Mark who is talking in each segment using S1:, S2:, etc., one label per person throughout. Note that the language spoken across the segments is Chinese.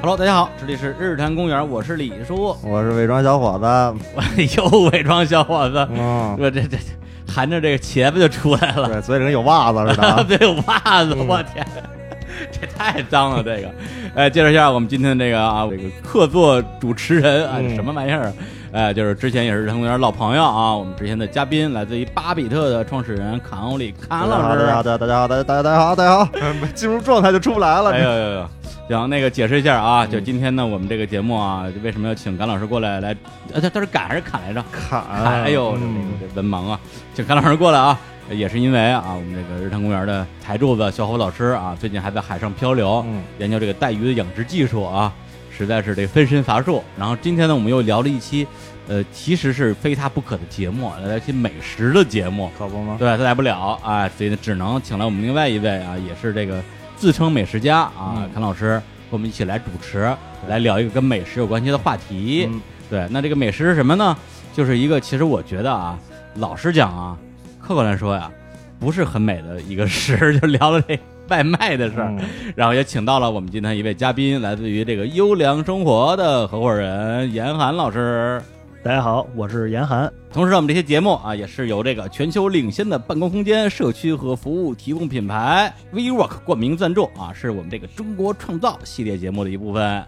S1: Hello，大家好，这里是日坛公园，我是李叔。
S2: 我是伪装小伙子，
S1: 又伪装小伙子，
S2: 嗯，
S1: 我这这含着这个茄子就出来 了，，
S2: 对，嘴里跟有袜子似的啊
S1: 对，有袜子，
S2: 嗯
S1: 我天， 这太脏了，这个。哎，介绍一下我们今天的这个啊，这个客座主持人啊，
S2: 嗯
S1: 什么玩意儿？哎，就是之前也是日坛公园老朋友啊，我们之前的嘉宾来自于巴比特的创始人卡欧里哎卡恩老
S2: 大
S1: 师。
S2: 家好，大家好，大家好，大家大家好，大家好，嗯进入状态就出不来
S1: 哎呦
S2: 了，
S1: 呦呦！行，那个解释一下啊，就今天呢，我们这个节目啊，就为什么要请甘老师过来来？呃，他他是赶还是砍来着？
S2: 砍，
S1: 哎呦，这
S2: 嗯
S1: 这这文盲啊，请甘老师过来啊，也是因为啊，我们这个日坛公园的台柱子小虎老师啊，最近还在海上漂流，
S2: 嗯
S1: 研究这个带鱼的养殖技术啊，实在是这分身乏术。然后今天呢，我们又聊了一期，呃，其实是非他不可的节目，聊一期美食的节目。
S2: 可不吗？
S1: 对，他来不了啊，所以呢，只能请来我们另外一位啊，也是这个自称美食家啊
S2: 嗯，
S1: 康老师跟我们一起来主持，
S2: 对
S1: 来聊一个跟美食有关系的话题。
S2: 嗯
S1: 对，那这个美食是什么呢？就是一个，其实我觉得啊，老实讲啊，客观来说呀，不是很美的一个食，就 聊了这外卖的事儿，
S2: 嗯
S1: 然后也请到了我们今天一位嘉宾，来自于这个优良生活的合伙人严寒老师。
S3: 大家好，我是严寒。
S1: 同时，我们这些节目啊，也是由这个全球领先的办公空间、社区和服务提供品牌 WeWork 冠名赞助啊，是我们这个中国创造系列节目的一部分。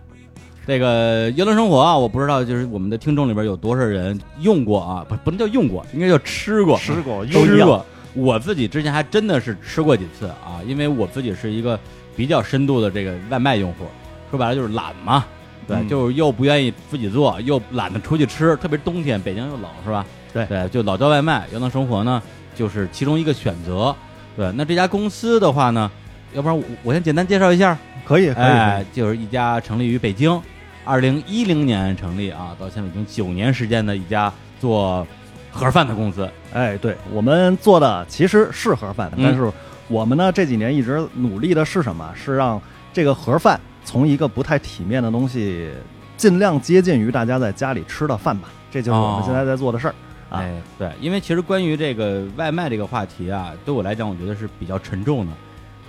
S1: 这个游轮生活啊，我不知道就是我们的听众里边有多少人用过啊，不不能叫用过，应该叫吃过，啊
S2: 吃过，
S1: 都
S2: 用
S1: 吃
S2: 过，
S1: 过。我自己之前还真的是吃过几次啊，因为我自己是一个比较深度的这个外卖用户，说白了就是懒嘛，对，
S2: 嗯
S1: 就是又不愿意自己做，又懒得出去吃，特别冬天北京又冷是吧？
S3: 对
S1: 对，就老叫外卖，原能生活呢就是其中一个选择。对，那这家公司的话呢，要不然我我先简单介绍一下，
S2: 可以，可以可
S1: 哎，就是一家成立于北京，二零一零年成立啊，到现在已经九年时间的一家做盒饭的公司。
S3: 哎，对我们做的其实是盒饭的，
S1: 嗯
S3: 但是我们呢这几年一直努力的是什么？是让这个盒饭从一个不太体面的东西，尽量接近于大家在家里吃的饭吧。这就是我
S1: 哦
S3: 们现在在做的事儿。啊
S1: 哎，对，因为其实关于这个外卖这个话题啊，对我来讲，我觉得是比较沉重的。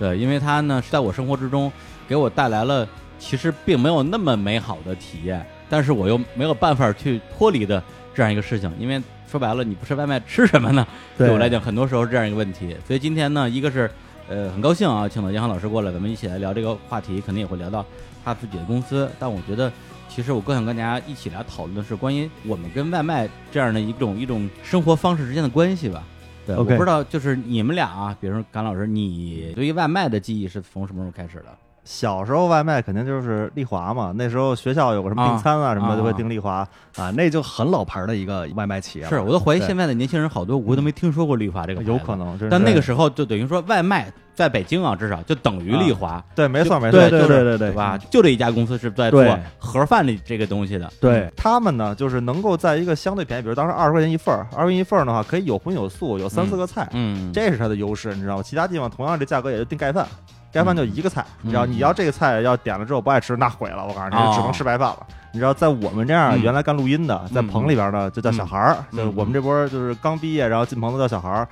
S1: 对，因为它呢是在我生活之中给我带来了其实并没有那么美好的体验，但是我又没有办法去脱离的这样一个事情。因为说白了，你不吃外卖吃什么呢？对我来讲，很多时候是这样一个问题。所以今天呢，一个是呃很高兴啊，请到杨航老师过来，咱们一起来聊这个话题，肯定也会聊到他自己的公司。但我觉得，其实我更想跟大家一起来讨论的是关于我们跟外卖这样的一种一种生活方式之间的关系吧。对
S3: OK
S1: 我不知道，就是你们俩啊，比如说甘老师，你对于外卖的记忆是从什么时候开始的？
S2: 小时候外卖肯定就是丽华嘛，那时候学校有个什么
S1: 啊
S2: 订餐啊什么
S1: 啊
S2: 的，就会订丽华。
S3: 啊，那就很老牌的一个外卖企业了。
S1: 是，我都怀疑
S3: 对
S1: 现在的年轻人好多无都没听说过绿华这个，
S2: 有可。能，真是
S1: 但那个时候就等于说外卖在北京啊，至少就等于丽华，
S2: 对，没错，没错，
S3: 对
S2: 就
S3: 对
S2: 是
S3: 对对对
S1: 对吧？？就这一家公司是在做
S3: 对
S1: 盒饭的这个东西的，
S3: 对，
S2: 他们呢，就是能够在一个相对便宜，比如当时二十块钱一份儿，二十块钱一份儿的话，可以有荤有素，有三四个菜，
S1: 嗯，
S2: 这是它的优势，你知道吗？其他地方同样这价格也就定盖饭，盖饭就一个菜，
S1: 嗯
S2: 你知道，你要这个菜要点了之后不爱吃，那毁了，我告诉
S1: 哦
S2: 你，只能吃白饭了。你知道，在我们这样
S1: 嗯
S2: 原来干录音的，在棚里边呢，就叫小孩儿，
S1: 嗯
S2: 就是我们这波就是刚毕业，然后进棚子叫小孩儿。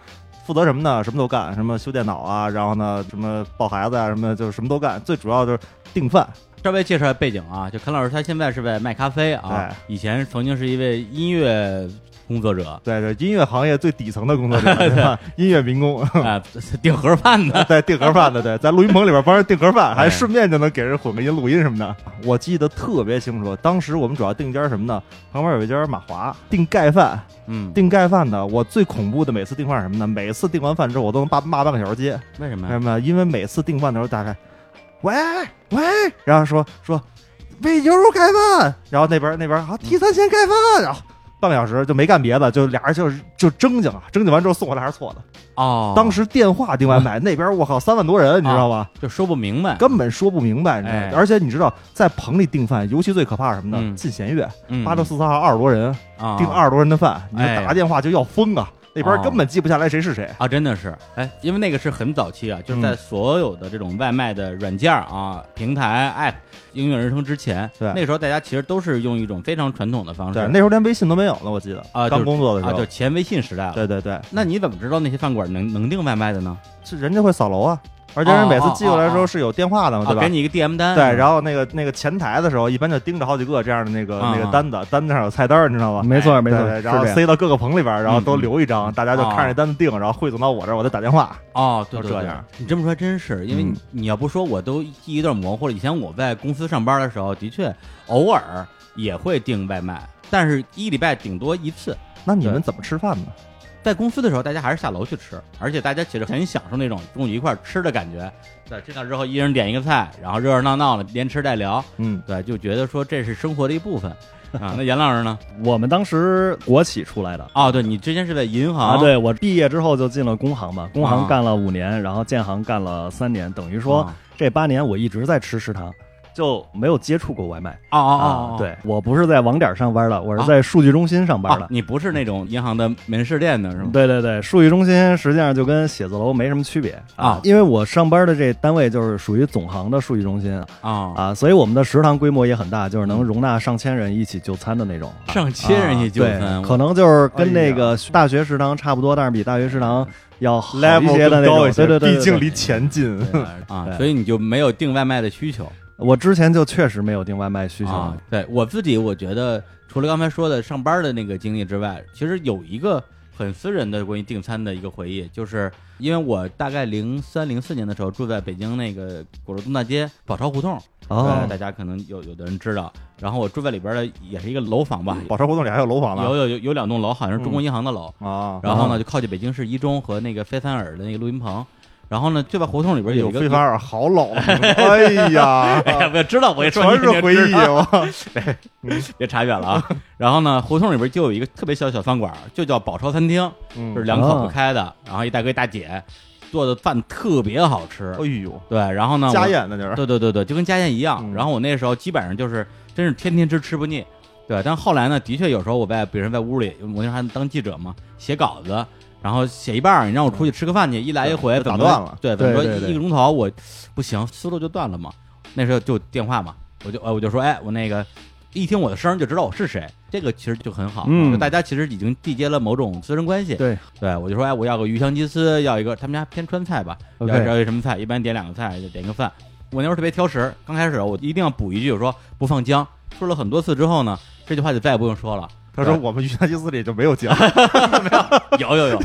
S2: 负责什么呢？什么都干，什么修电脑啊，然后呢，什么抱孩子啊，什么就是什么都干。最主要就是订饭，
S1: 稍微介绍一下背景啊，就阚老师他现在是在卖咖啡啊
S2: 哎，，
S1: 以前曾经是一位音乐工作者
S2: 对对，音乐行业最底层的工作者，对吧？音乐民工，
S1: 啊， 订盒饭 的，
S2: 对，订盒饭的，对，在录音棚里边帮人订盒饭，
S1: 哎
S2: 还顺便就能给人混个音录音什么的。我记得特别清楚，当时我们主要订一家什么呢？旁边有一家马华订盖饭，
S1: 嗯，
S2: 订盖饭的。我最恐怖的每次订饭是什么呢？每次订完饭之后，我都能骂骂半个小时街。
S1: 为什么
S2: 为
S1: 呀
S2: 什？么？因为每次订饭的时候，大概喂喂，然后说说喂牛肉盖饭，然后那边那边啊提三鲜盖饭，然后。半个小时就没干别的，就俩人就是就正经啊，正经完之后送回来还是错的。
S1: 哦，
S2: 当时电话订外卖，那边我靠三万多人，你知道吧？
S1: 就说不明白，
S2: 根本说不明白，你知道吗？
S1: 哎
S2: 而且你知道，在棚里订饭，尤其最可怕是什么呢？
S1: 嗯
S2: 进弦月，
S1: 嗯
S2: 八六四三号二十多人，
S1: 啊
S2: 订二十多人的饭，你就
S1: 哎
S2: 打个电话就要疯啊！那边
S1: 哦
S2: 根本记不下来谁是谁。
S1: 啊，真的是，哎，因为那个是很早期啊，就是在
S2: 嗯
S1: 所有的这种外卖的软件儿啊、平台 app 应运而生之前，
S2: 对
S1: 那时候大家其实都是用一种非常传统的方式
S2: 对，，那时候连微信都没有呢，我记得
S1: 哦啊就是
S2: 刚工作的时
S1: 啊，就
S2: 候。
S1: 前微信时代了。
S2: 对对对，
S1: 那你怎么知道那些饭馆能能订外卖的呢？
S2: 是人家会扫楼啊，而且人每次
S1: 哦哦
S2: 寄过来的时
S1: 哦
S2: 候
S1: 哦
S2: 是有电话的嘛，
S1: 啊
S2: 对吧
S1: 给？你一个 DM 单，
S2: 对，然后那个那个前台的时候，一般就盯着好几个这样的那个
S1: 啊
S2: 那个单子，单子上有菜单儿，你知道吧？
S3: 没错没错，
S2: 对对
S3: 是
S2: 然后
S3: 这样。啊
S2: 塞到各个棚里边儿，然后都
S1: 嗯嗯
S2: 留一张，大家就看着单子定，然后汇总到我这儿，我再打电话。
S1: 哦，对
S2: 都
S1: 对
S2: 这
S1: 对
S2: 样，嗯
S1: 你这么说还真是，因为你你要不说我都记忆有点模糊了。以前我在公司上班的时候，的确偶尔也会订外卖，但是一礼拜顶多一次。
S2: 那你
S3: 对
S2: 们怎么吃饭呢？
S1: 在公司的时候，大家还是下楼去吃，而且大家其实很享受那种中午一块儿吃的感觉。对，吃上之后一人点一个菜，然后热热闹闹的连吃带聊，
S2: 嗯，
S1: 对，就觉得说这是生活的一部分啊。那严老师呢？
S3: 我们当时国企出来的
S1: 哦，对你之前是在银行
S3: 啊，，对我毕业之后就进了工行嘛，工
S1: 啊
S3: 行干了五年，然后建行干了三年，等于说
S1: 啊
S3: 这八年我一直在吃食堂，就没有接触过外卖
S1: 哦哦哦
S3: 啊，。对我不是在网点上班的，我
S1: 啊
S3: 是在数据中心上班
S1: 啊
S3: 的，。
S1: 你不是那种银行的门市店的是吗？
S3: 对对对，数据中心实际上就跟写字楼没什么区别
S1: 啊
S3: 因为我上班的这单位就是属于总行的数据中心
S1: 啊，
S3: 啊，所以我们的食堂规模也很大，就是能容纳上千人一起就餐的那种。啊
S1: 上千人一纠
S3: 对
S1: 纷，，
S3: 可能就是跟
S2: 哎
S3: 那
S2: 呀
S3: 个大学食堂差不多，但是比大学食堂要好一
S2: level
S3: 些的
S2: 更
S3: 那种。
S2: 高
S3: 对
S2: 一些，
S3: 对对对，
S2: 毕竟
S3: 对
S2: 离钱近。
S3: 对
S1: 啊，
S3: 对
S1: 所以你就没有订外卖的需求
S3: 我之前就确实没有订外卖需求。
S1: 啊。对我自己，我觉得除了刚才说的上班的那个经历之外，其实有一个很私人的关于订餐的一个回忆，就是因为我大概零三零四年的时候住在北京那个鼓楼东大街宝钞胡同，
S3: 哦
S1: 对，大家可能有有的人知道。然后我住在里边的也是一个楼房吧，
S2: 宝钞胡同里还有楼房呢
S1: 有有有有两栋楼，好像是中国银行的楼。
S2: 啊，
S1: 然后呢，就靠近北京市一中和那个菲凡尔的那个录音棚。然后呢，就在胡同里边有
S2: 有
S1: 一个
S2: 费凡尔好老了，哎呀，
S1: 哎呀，我知道，我一说
S2: 全
S1: 你就是
S2: 回
S1: 知
S2: 忆啊
S1: 道
S2: 我。
S1: 别查远了啊。然后呢，胡同里边就有一个特别小的小饭馆，就叫宝钞餐厅，
S2: 嗯
S1: 就是两口子开的，然后一大哥一大姐做的饭特别好吃
S2: 哎。呦，
S1: 对，然后呢，我
S2: 家，宴那就是。
S1: 对对对对，就跟家宴一样。
S2: 嗯
S1: 然后我那时候基本上就是真是天天吃吃不腻。对，但后来呢，的确有时候我在，比如说在屋里，我那时候还当记者嘛，写稿子，然后写一半儿，你让我出去吃个饭去，一来一回
S2: 就
S1: 怎么
S2: 打断了
S1: 对，怎么说
S3: 对对对
S1: 一个钟头我不行，思路就断了嘛。那时候就电话嘛，我就呃我就说，哎，我那个一听我的声儿就知道我是谁，这个其实就很好，
S3: 嗯
S1: 就大家其实已经缔结了某种私人关系。
S3: 对，
S1: 对我就说，哎，我要个鱼香鸡丝，要一个他们家偏川菜吧，要
S3: OK
S1: 要一什么菜，一般点两个菜，点一个饭。我那时候特别挑食，刚开始我一定要补一句，我说不放姜。说了很多次之后呢，这句话就再也不用说了。
S2: 他说我们鱼香鸡丝里就没有姜，
S1: 有有有，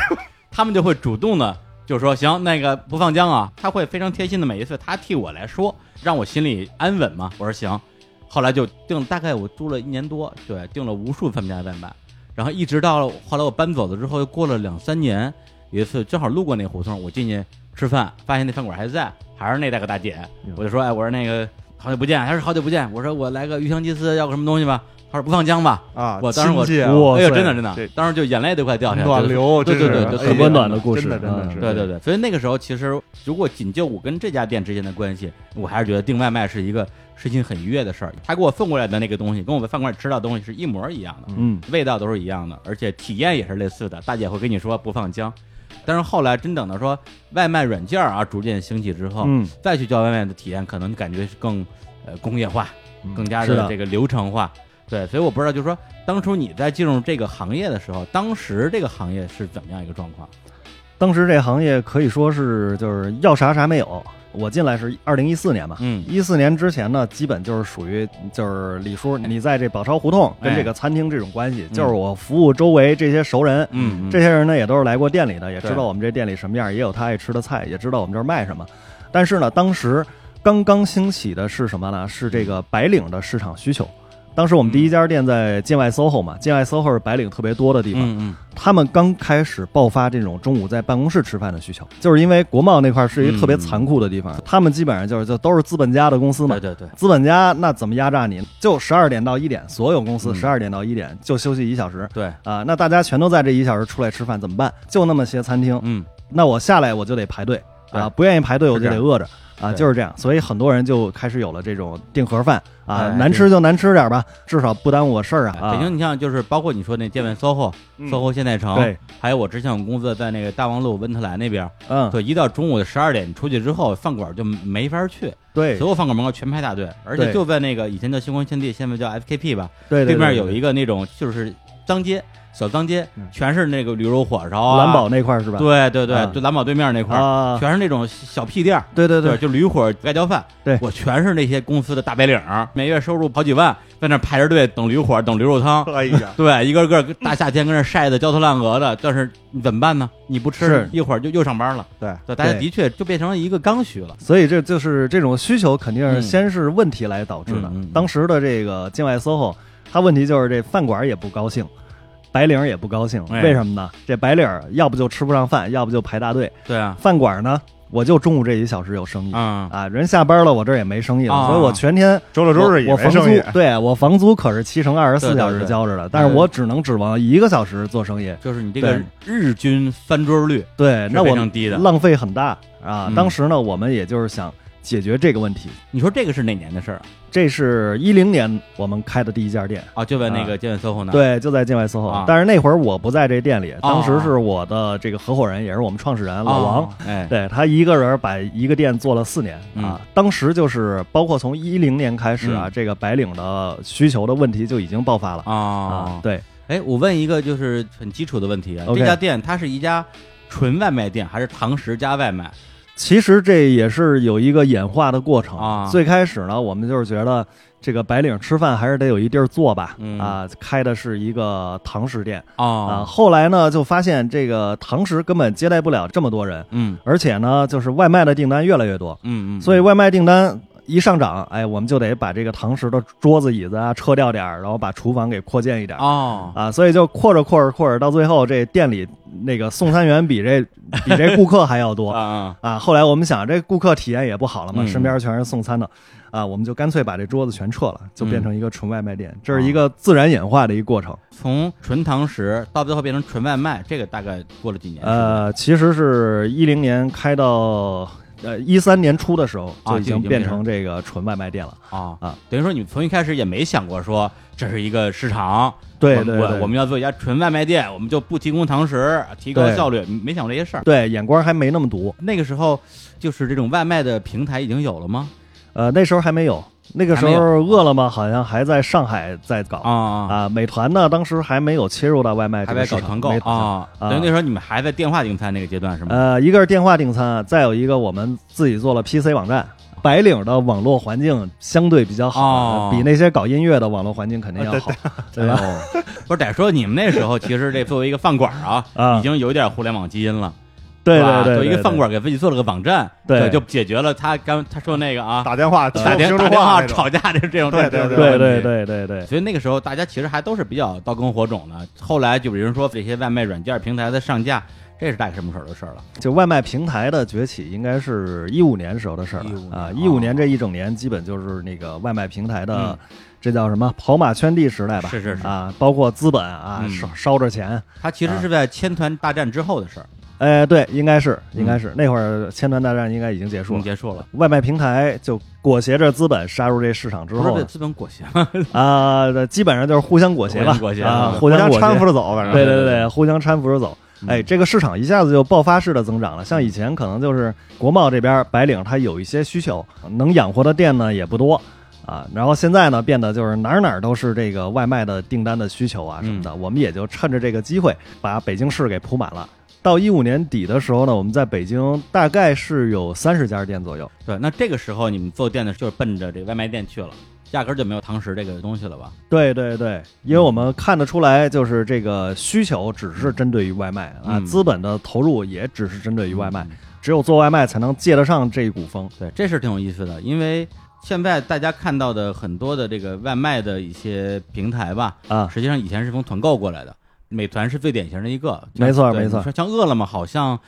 S1: 他们就会主动的就说行，那个不放姜啊，他会非常贴心的每一次他替我来说，让我心里安稳嘛。我说行，后来就订了，大概我住了一年多，对，订了无数他们家的外卖，然后一直到了后来我搬走了之后，又过了两三年，有一次正好路过那胡同，我进去吃饭，发现那饭馆还在，还是那大哥大姐，我就说哎，我说那个好久不见，他说好久不见，我说我来个鱼香鸡丝，要个什么东西吧，他说不放姜吧，
S2: 啊，
S1: 我当时我
S2: 亲切啊
S3: 我哇
S1: 哎呦，
S3: 塞
S1: 真的真的
S2: 这，
S1: 当时就眼泪都快掉下来，
S2: 暖
S1: 觉得
S2: 流，
S1: 对
S2: 真
S1: 对对
S2: 是
S1: 对
S2: 哎呀
S1: 很温
S3: 暖的故事嗯
S2: 真的真的
S1: 嗯
S2: 是，
S1: 对对对，所以那个时候其实如果仅就我跟这家店之间的关系，我还是觉得订外卖是一个身心很愉悦的事儿。他给我送过来的那个东西，跟我在饭馆里吃到的东西是一模一样的，
S3: 嗯，
S1: 味道都是一样的，而且体验也是类似的。大姐会跟你说不放姜，但是后来真等到说外卖软件儿啊逐渐兴起之后，
S3: 嗯，
S1: 再去叫外卖的体验，可能感觉是更呃工业化，
S2: 嗯
S1: 更加
S3: 是的
S1: 这个流程化。对，所以我不知道，就是说，当初你在进入这个行业的时候，当时这个行业是怎么样一个状况？
S3: 当时这行业可以说是就是要啥啥没有。我进来是二零一四年嘛，
S1: 嗯
S3: 一四年之前呢，基本就是属于就是李叔，你在这宝钞胡同
S1: 哎
S3: 跟这个餐厅这种关系，就是我服务周围这些熟人，
S1: 嗯嗯，嗯
S3: 这些人呢也都是来过店里的，也知
S1: 对
S3: 道我们这店里什么样，也有他爱吃的菜，也知道我们这儿卖什么。但是呢，当时刚刚兴起的是什么呢？是这个白领的市场需求。当时我们第一家店在界外 SOHO 嘛，界外 SOHO 是白领特别多的地方，
S1: 嗯嗯
S3: 他们刚开始爆发这种中午在办公室吃饭的需求，就是因为国贸那块儿是一个特别残酷的地方，他们基本上就是就都是资本家的公司嘛
S1: 嗯对。对对，
S3: 资本家那怎么压榨你？就十二点到一点，所有公司
S1: 嗯
S3: 十二点到一点就休息一小时
S1: 对，
S3: 啊、那大家全都在这一小时出来吃饭怎么办？就那么些餐厅，
S1: 嗯
S3: 那我下来我就得排队啊，
S1: 对
S3: 不愿意排队我
S2: 是
S3: 就
S2: 这
S3: 得
S2: 样
S3: 饿着啊，
S1: 对
S3: 就是这样。所以很多人就开始有了这种订盒饭啊，
S1: 哎
S3: 难
S1: 对哎
S3: 吃就难吃点吧，至少不耽误我事儿啊。
S1: 北
S3: 啊
S1: 京，你像就是包括你说那界面 SOHO、SOHO 现代城，
S3: 对，
S1: 还有我之前我们公司在那个大望路温特莱那边，
S3: 嗯，
S1: 对，一到中午的十二点，你出去之后，饭馆就没法去，
S3: 对
S1: 所有饭馆门口全排大队，而且
S3: 对
S1: 就在那个以前叫星光天地，现在叫 FKP 吧，
S3: 对，
S1: 对面有
S3: 一
S1: 一个那种就是脏街、小脏街
S2: 嗯，
S1: 全是那个驴肉火烧、啊、
S3: 蓝宝那块儿是吧？
S1: 对对对
S3: 啊，
S1: 就蓝宝对面那块儿，
S3: 啊，
S1: 全是那种小屁店儿。
S3: 对对
S1: 对，，就驴火盖浇饭，
S3: 对
S1: 我全是那些公司的大白领儿，每月收入好几万，在那儿排着队等驴火、等驴肉汤，
S2: 哎呀，
S1: 对，一个个大夏天跟那儿晒的焦头烂额的，但是你怎么办呢？你不吃
S3: 是，
S1: 一会儿就又上班了。
S2: 对，
S1: 对，大家
S3: 对
S1: 的确就变成了一个刚需了。
S3: 所以这就是这种需求肯定是先是问题来导致的。
S1: 嗯嗯嗯嗯
S3: 当时的这个境外 SOHO，它问题就是这饭馆也不高兴，白领也不高兴，
S1: 哎
S3: 为什么呢？这白领要不就吃不上饭，要不就排大队；
S1: 对啊，
S3: 饭馆呢，我就中午这一小时有生意。
S1: 嗯，
S3: 啊，人下班了，我这儿也没生意了，
S1: 啊
S3: 所以我全天
S2: 周六周日
S3: 我
S2: 也
S3: 我
S2: 没
S3: 房
S2: 生意
S3: 租，对我房租可是七乘二十
S1: 对
S3: 四
S1: 对
S3: 小时
S1: 对
S3: 交着的，但是我只能指望一个小时做生意，
S1: 就是你这个
S3: 对
S1: 日均翻桌率
S3: 对，
S1: 是
S3: 那
S1: 非
S3: 我
S1: 常低的。
S3: 浪费很大啊。
S1: 嗯
S3: 当时呢，我们也就是想解决这个问题，
S1: 你说这个是哪年的事儿啊
S3: 这是一零年我们开的第一家店，
S1: 啊？就在那个建远 SOHO 那儿。
S3: 对，就在境外 SOHO、
S1: 啊
S3: 但是那会儿我不在这店里，当时是我的这个合伙人，也是我们创始人
S1: 哦，
S3: 老王，
S1: 哎，
S3: 对他一个人把一个店做了四年啊。当时就是包括从一零年开始啊，
S1: 嗯
S3: 这个白领的需求的问题就已经爆发了、
S1: 啊
S3: 啊。，对，
S1: 哎，我问一个就是很基础的问题啊，
S3: OK
S1: 这家店它是一家纯外卖店，还是堂食加外卖？
S3: 其实这也是有一个演化的过程
S1: 啊
S3: 最开始呢，我们就是觉得这个白领吃饭还是得有一地儿坐吧，
S1: 嗯
S3: 啊，开的是一个堂食店。啊，
S1: 哦，
S3: 后来呢，就发现这个堂食根本接待不了这么多人，
S1: 嗯
S3: 而且呢，就是外卖的订单越来越多，
S1: 嗯嗯，
S3: 所以外卖订单一上涨，哎，我们就得把这个堂食的桌子椅子啊撤掉点儿，然后把厨房给扩建一点儿。
S1: 哦，
S3: 啊，所以就扩着扩着扩着，到最后这店里那个送餐员比这比这顾客还要
S1: 啊
S3: 多
S1: 啊，
S3: 啊。后来我们想，这顾客体验也不好了嘛，
S1: 嗯
S3: 身边全是送餐的，啊，我们就干脆把这桌子全撤了，就
S1: 嗯
S3: 变成一个纯外卖店，
S1: 哦
S3: 这是一个自然演化的一个过程。
S1: 从纯堂食到最后变成纯外卖，这个大概过了几年？
S3: 呃，其实是一零年开到呃一三年初的时候，
S1: 啊就
S3: 就已
S1: 已
S3: 经
S1: 经
S3: 变
S1: 变
S3: 成这个纯外卖店了。
S1: 啊
S3: 啊，
S1: 等于说你从一开始也没想过说这是一个市场，
S3: 对
S1: 我
S3: 对
S1: 我
S3: 对，
S1: 我们要做一家纯外卖店，我们就不提供堂食，提高
S3: 对
S1: 效率，没想过这些事儿。
S3: 对眼光还没那么毒。
S1: 那个时候，就是这种外卖的平台已经有了吗？
S3: 呃，那时候还没有，那个时
S1: 还没
S3: 候饿了么好像还在上海在搞
S1: 啊啊，
S3: 啊美团呢当时还没有切入到外卖这
S1: 还
S3: 个
S1: 在
S3: 市
S1: 搞
S3: 场，
S1: 团购
S3: 美团
S1: 啊，
S3: 啊
S1: 等于那时候你们还在电话订餐那个阶段是吗？
S3: 呃，一个是电话订餐，再有一个我们自己做了 PC 网站。白领的网络环境相对比较好，
S1: 哦
S3: 比那些搞音乐的网络环境肯定要好，对吧？
S1: 哦，不是得说你们那时候其实这作为一个饭馆啊，
S3: 啊
S1: 已经有点互联网基因了，
S3: 对
S1: 是吧作
S3: 对对对，
S1: 为一个
S3: 对
S1: 饭馆给自己做了个网站，
S3: 对
S1: 就解决了他刚他说那个啊，
S2: 打电话
S1: 打
S2: 听
S1: 电打
S2: 不清楚
S1: 电
S2: 话
S1: 话
S2: 那种
S1: 吵架的这种
S2: 对
S1: 这种
S2: 对
S3: 对
S1: 问
S3: 对
S1: 题
S3: 对对对，
S1: 所以那个时候，大家其实还都是比较刀耕火种的。后来就比如说这些外卖软件平台的上架，这是大概什么时候的事儿了？
S3: 就外卖平台的崛起，应该是一五年时候的事儿
S1: 15年
S3: 了啊！一
S1: 哦
S3: 五年这一整年，基本就是那个外卖平台的
S1: 嗯，
S3: 这叫什么跑马圈地时代吧？
S1: 是是是
S3: 啊，包括资本啊，
S1: 嗯
S3: 烧烧着钱，
S1: 它其
S3: 嗯
S1: 实是在千团大战之后的事儿，
S3: 哎，对，应该是应该是
S1: 嗯
S3: 那会儿千团大战应该已经结
S1: 已
S3: 束
S1: 经
S3: 了。
S1: 结束了。
S3: 外卖平台就裹挟着资本杀入这市场之
S1: 不是
S3: 后
S1: 被
S3: 呢
S1: 资本裹挟吗，
S3: 啊，那基本上就是互相裹挟
S1: 互
S3: 吧，
S1: 相裹挟
S3: 啊，
S1: 对
S3: 互相裹
S2: 嗯搀
S3: 挟
S2: 扶，着走，反正
S3: 对对
S1: 对对
S3: 对，互相搀扶着走。
S1: 嗯
S3: 哎，这个市场一下子就爆发式的增长了。像以前可能就是国贸这边白领他有一些需求，能养活的店呢也不多啊。然后现在呢，变得就是哪儿哪儿都是这个外卖的订单的需求啊什么的。我们也就趁着这个机会把北京市给铺满了。到一五年底的时候呢，我们在北京大概是有三十家店左右。
S1: 对，那这个时候你们做店的就是奔着这个外卖店去了，压根儿就没有堂食这个东西了吧？
S3: 对对对，因为我们看得出来，就是这个需求只是针对于外卖啊，
S1: 嗯
S3: 资本的投入也只是针对于外卖，只有做外卖才能借得上这一股风。
S1: 对，这是挺有意思的，因为现在大家看到的很多的这个外卖的一些平台吧，
S3: 啊，
S1: 实际上以前是从团购过来的，美团是最典型的一个，
S3: 没错
S1: 对
S3: 没错
S1: 你说像饿了么好像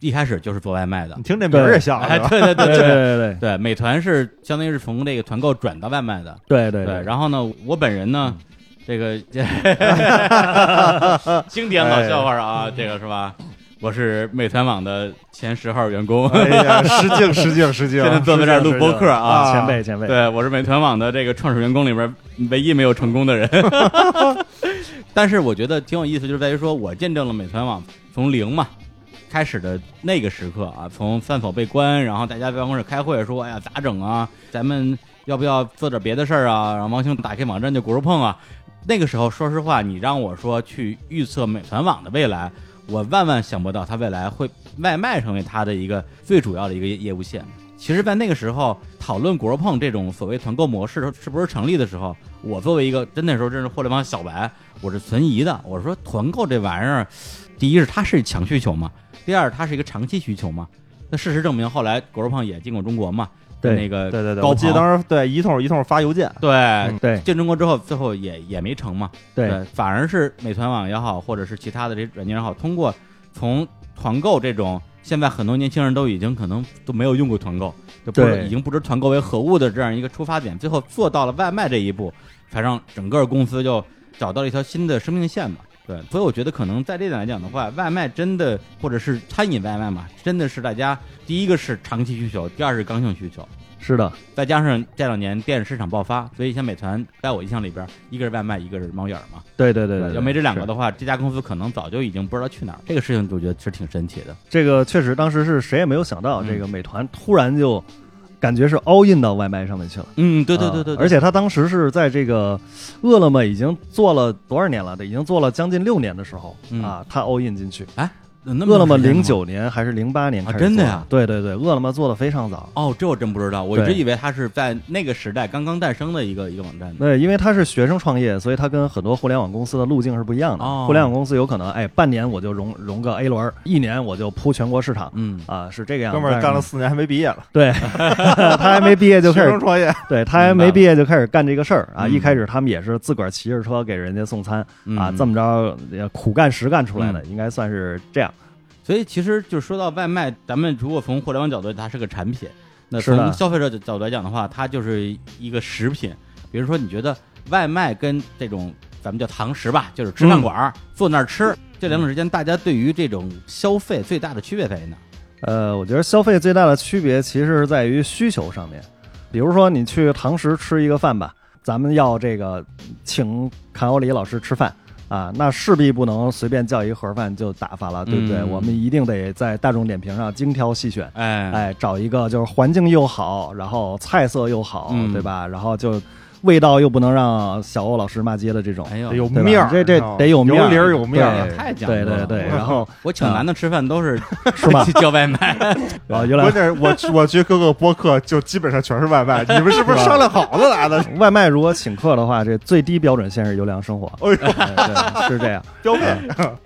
S1: 一开始就是做外卖
S3: 嗯
S1: 的
S2: 你，听这名儿也像
S1: 哎，
S2: 是吧？
S1: 对对对对
S3: 对对对
S1: 对，美团是相当于是从这个团购转到外卖的，
S3: 对对嗯对，
S1: 然后呢，我本人呢，这 个经典老笑话
S3: 哎
S1: 啊，这个是吧？我是美团网的前十号员工，
S2: 哎呀， 失敬失敬失敬！
S1: 现在坐在这儿录播客啊
S2: 啊
S3: 前辈前辈，
S1: 对，我是美团网的这个创始员工里边唯一没有成功的 人。但是我觉得挺有意思，就是在于说我见证了美团网从零嘛开始的那个时刻啊，从饭否被关，然后大家在办公室开会说，哎呀咋整啊？咱们要不要做点别的事儿啊？然后王兴打开网站就骨肉碰啊。那个时候，说实话，你让我说去预测美团网的未来，我万万想不到它未来会外卖成为它的一个最主要的一个业业务线。其实，在那个时候讨论国碰这种所谓团购模式是不是成立的时候，我作为一个真那时候真是互联网小白，我是存疑的。我说团购这玩意儿，第一是它是强需求嘛，第二它是一个长期需求嘛。那事实证明，后来国碰也进过中国嘛，跟
S3: 对
S1: 那个
S2: 对对对，
S1: 高
S2: 我记得
S1: 朋
S2: 当时对一通一通发邮件，
S1: 对
S2: 嗯
S3: 对
S1: 进中国之后，最后也也没成嘛。
S3: 对，
S1: 反而是美团网也好，或者是其他的这些软件也好，通过从团购这种，现在很多年轻人都已经可能都没有用过团购，就不
S3: 对
S1: 已经不知团购为何物的这样一个出发点，最后做到了外卖这一步，才让整个公司就找到了一条新的生命线吧。对，所以我觉得可能在这点来讲的话，外卖真的或者是餐饮外卖嘛，真的是大家第一个是长期需求，第二是刚性需求。
S3: 是的，
S1: 再加上这两年电子市场爆发，所以像美团，在我印象里边，一个是外卖，一个是猫眼儿嘛。
S3: 对对对对对，
S1: 要没这两个
S3: 是
S1: 的话，这家公司可能早就已经不知道去哪儿。这个事情我觉得是挺神奇的。
S3: 这个确实当时是谁也没有想到，
S1: 嗯
S3: 这个美团突然就感觉是 all in 到外卖上面去了。
S1: 嗯，对对对对，
S3: 啊而且他当时是在这个饿了么已经做了多少年了？已经做了将近六年的时候、
S1: 嗯
S3: 啊，他 all in 进去。
S1: 饿
S3: 饿了么零九年还是零八年
S1: 啊
S3: 开始、
S1: 真的呀？
S3: 对对对，饿了么做的非常早。
S1: 哦，这我真不知道，我一直
S3: 对
S1: 以为它是在那个时代刚刚诞生的一个一个网站呢。
S3: 对，因为他是学生创业，所以他跟很多互联网公司的路径是不一样的。
S1: 哦
S3: 互联网公司有可能，哎，半年我就融融个 A 轮儿，一年我就铺全国市场，
S1: 嗯，
S3: 啊，是这个样子。
S2: 哥们儿
S3: 但是
S2: 干了四年还没毕业了，
S3: 对， 他还没毕业就开
S2: 学
S3: 始
S2: 生，创业，
S3: 对他还没毕业就开始干这个事儿啊。
S1: 嗯
S3: 一开始他们也是自个儿骑着车给人家送餐
S1: 嗯
S3: 啊，这么着呃苦干实干出来的，应该算是这样。
S1: 所以其实就是说到外卖，咱们如果从互联网角度，它是个产品；那
S3: 是的
S1: 从消费者角度来讲的话，它就是一个食品。比如说，你觉得外卖跟这种咱们叫堂食吧，就是
S3: 嗯
S1: 吃饭馆儿、坐那儿吃，这两种之间，大家对于这种消费最大的区别在于哪？
S3: 呃，我觉得消费最大的区别其实是在于需求上面。比如说，你去堂食吃一个饭吧，咱们要这个请卡欧里老师吃饭啊，那势必不能随便叫一盒饭就打发了，对不对？
S1: 嗯
S3: 我们一定得在大众点评上精挑细选，
S1: 哎，
S3: 哎，找一个就是环境又好，然后菜色又好，
S1: 嗯
S3: 对吧？然后就味道又不能让小欧老师骂街的这种，
S1: 哎呦，
S2: 得有
S3: 对吧
S2: 面儿，
S3: 这这
S2: 你知道吗
S3: 得有面儿
S2: 有理儿有面
S1: 哎
S2: 儿。
S1: 呀太讲究
S3: 对
S1: 了
S3: 对 对，然后
S1: 我请男的吃饭都是
S3: 是吧？
S1: 去叫外卖，
S3: 啊，原
S2: 关
S3: 来
S2: 键是我去我去各个播客就基本上全是外卖，你们是不是商量好了来的？
S3: 外卖如果请客的话，这最低标准线是优良生 活，
S2: 哎呦，
S3: 哎对，是这样。
S2: 标配，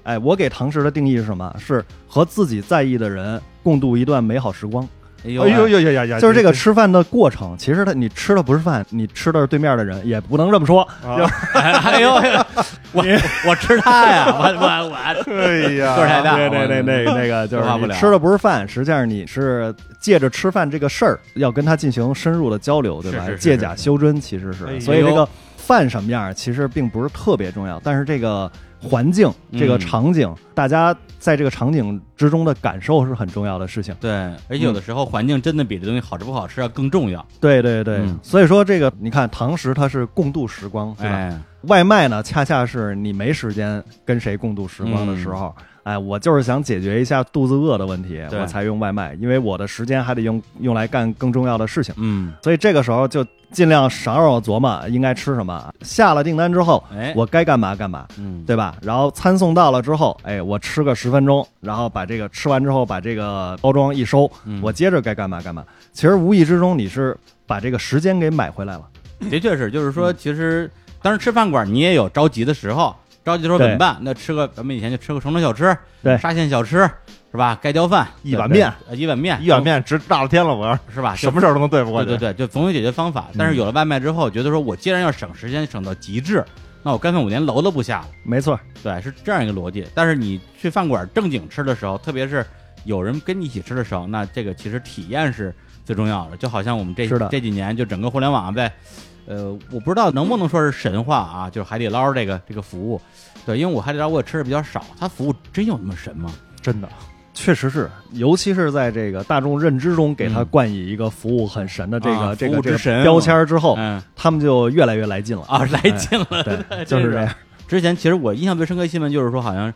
S3: 哎，我给堂食的定义是什么？是和自己在意的人共度一段美好时光。
S1: 哎
S2: 哎呦呦呦呀呀！
S3: 啊就是这个吃饭的过程，其实他你吃的不是饭，你吃的是对面的人，也不能这么说。
S2: 啊，
S1: 哎呦，哎呦我我吃它呀，我我我
S2: 哎呀，
S1: 个儿太大
S3: 对对对，那个那个就是
S1: 说话不
S3: 你
S1: 了
S3: 吃的不是饭，实际上你是借着吃饭这个事儿，要跟他进行深入的交流，对吧
S1: 是是？是
S3: 借假修真其实
S2: 哎呦
S3: 是，所以这个饭什么样儿其实并不是特别重要，但是这个环境、
S1: 嗯
S3: 这个场景，大家在这个场景之中的感受是很重要的事情。
S1: 对，而且有的时候环境真的比这东西好吃不好吃要更重要，
S3: 对对对
S1: 嗯，
S3: 所以说这个你看堂食它是共度时光，对吧？
S1: 哎，
S3: 外卖呢，恰恰是你没时间跟谁共度时光的时候。哎，我就是想解决一下肚子饿的问题，
S1: 嗯对
S3: 我才用外卖，因为我的时间还得用用来干更重要的事情，
S1: 嗯，
S3: 所以这个时候就尽量少让我琢磨应该吃什么。下了订单之后，
S1: 哎，
S3: 我该干嘛干嘛，
S1: 嗯，
S3: 对吧？然后餐送到了之后，哎，我吃个十分钟，然后把这个吃完之后，把这个包装一收，
S1: 嗯
S3: 我接着该干嘛干嘛。其实无意之中，你是把这个时间给买回来了。
S1: 的确是，就是说，其实当时吃饭馆你也有着急的时候，着急的时候怎么办？那吃个咱们以前就吃个城中小吃，
S3: 对
S1: 沙县小吃是吧？盖浇饭，
S2: 一碗面，
S1: 呃一碗面，
S2: 一碗面值大了天了，我要
S1: 是吧？
S2: 什么事儿都能对付过去
S1: 啊对。对对，就总有解决方法。
S3: 嗯
S1: 但是有了外卖之后，觉得说我既然要省时间，省到极致，那我干脆我连楼都不下了。
S3: 没错，
S1: 对，是这样一个逻辑。但是你去饭馆正经吃的时候，特别是有人跟你一起吃的时候，那这个其实体验是最重要的。就好像我们这
S3: 是的
S1: 这几年，就整个互联网在，呃，我不知道能不能说是神话啊，就是海底捞这个这个服务。对，因为我海底捞我也吃的比较少，它服务真有那么神吗？
S2: 真的，
S3: 确实是，尤其是在这个大众认知中给他
S1: 嗯
S3: 冠以一个服务很神的这个、
S1: 啊
S3: 这
S1: 服
S3: 个
S1: 务之
S3: 这个
S1: 神
S3: 标签儿之后，
S1: 嗯
S3: 他们就越来越来劲了。
S1: 啊，来劲了，
S3: 哎 对，
S1: 这
S3: 就是这
S1: 是
S3: 样。
S1: 之前其实我印象最深刻的新闻就是说，好像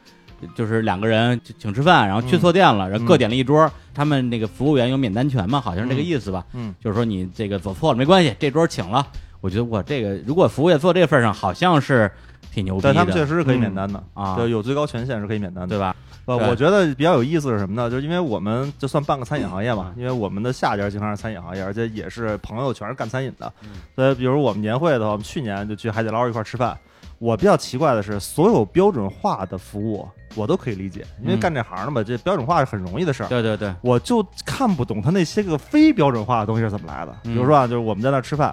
S1: 就是两个人就请吃饭，然后去错店了，然后各点了一桌，他们那个服务员有免单权嘛，好像是这个意思吧？
S2: 嗯，
S1: 就是说你这个走错了没关系，这桌请了。我觉得我这个如果服务业做这份儿上，好像是挺牛逼的，
S2: 但他们确实是可以免单的，
S1: 啊，
S2: 就有最高权限是可以免单的
S1: 对。吧？
S2: 呃，
S1: 对
S2: 我觉得比较有意思是什么呢？就是因为我们就算半个餐饮行业嘛，因为我们的下家经常是餐饮行业，而且也是朋友全是干餐饮的
S1: 嗯，
S2: 所以比如我们年会的话，我们去年就去海底捞一块儿吃饭。我比较奇怪的是，所有标准化的服务我都可以理解，因为
S1: 嗯
S2: 干这行的嘛，这标准化是很容易的事儿。
S1: 对对对，
S2: 我就看不懂他那些个非标准化的东西是怎么来的。比
S1: 嗯
S2: 如说啊，就是我们在那儿吃饭，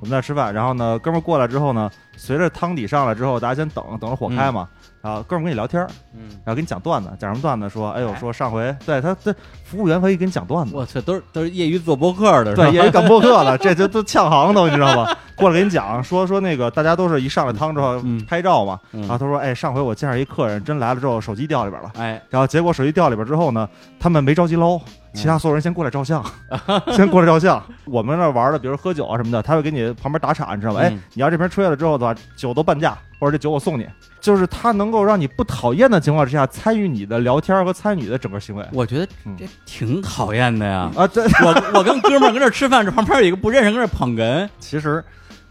S2: 我们在那儿吃饭，然后呢，哥们儿过来之后呢，随着汤底上来之后，大家先等等着火开嘛，然后哥们儿跟你聊天儿，
S1: 嗯，
S2: 然后给你讲段子，讲什么段子？说，哎呦，
S1: 哎
S2: 说上回对他这服务员可以给你讲段子，
S1: 我操，都是都是业余做博客的，是吧
S2: 对，也有干播客了，这就都呛行都，你知道 吗？过来给你讲，说说那个大家都是一上来汤之后
S1: 嗯
S2: 拍照嘛，
S1: 嗯
S2: 然后他说，哎，上回我介绍一客人，真来了之后手机掉里边了。
S1: 哎，
S2: 然后结果手机掉里边之后呢，他们没着急捞，
S1: 嗯
S2: 其他所有人先过来 照相，先过来照相。我们那玩的，比如喝酒啊什么的，他会给你旁边打岔，你知道吗？哎
S1: 嗯，
S2: 你要这瓶吹了之后的话，酒都半价，或者这酒我送你，就是他能够让你不讨厌的情况之下，参与你的聊天和参与你的整个行为
S1: 我觉得
S2: 嗯
S1: 这挺讨厌的呀。
S2: 啊， 这
S1: 我我跟哥们儿跟这儿吃饭，这旁边有一个不认识跟这儿捧哏，
S3: 其实，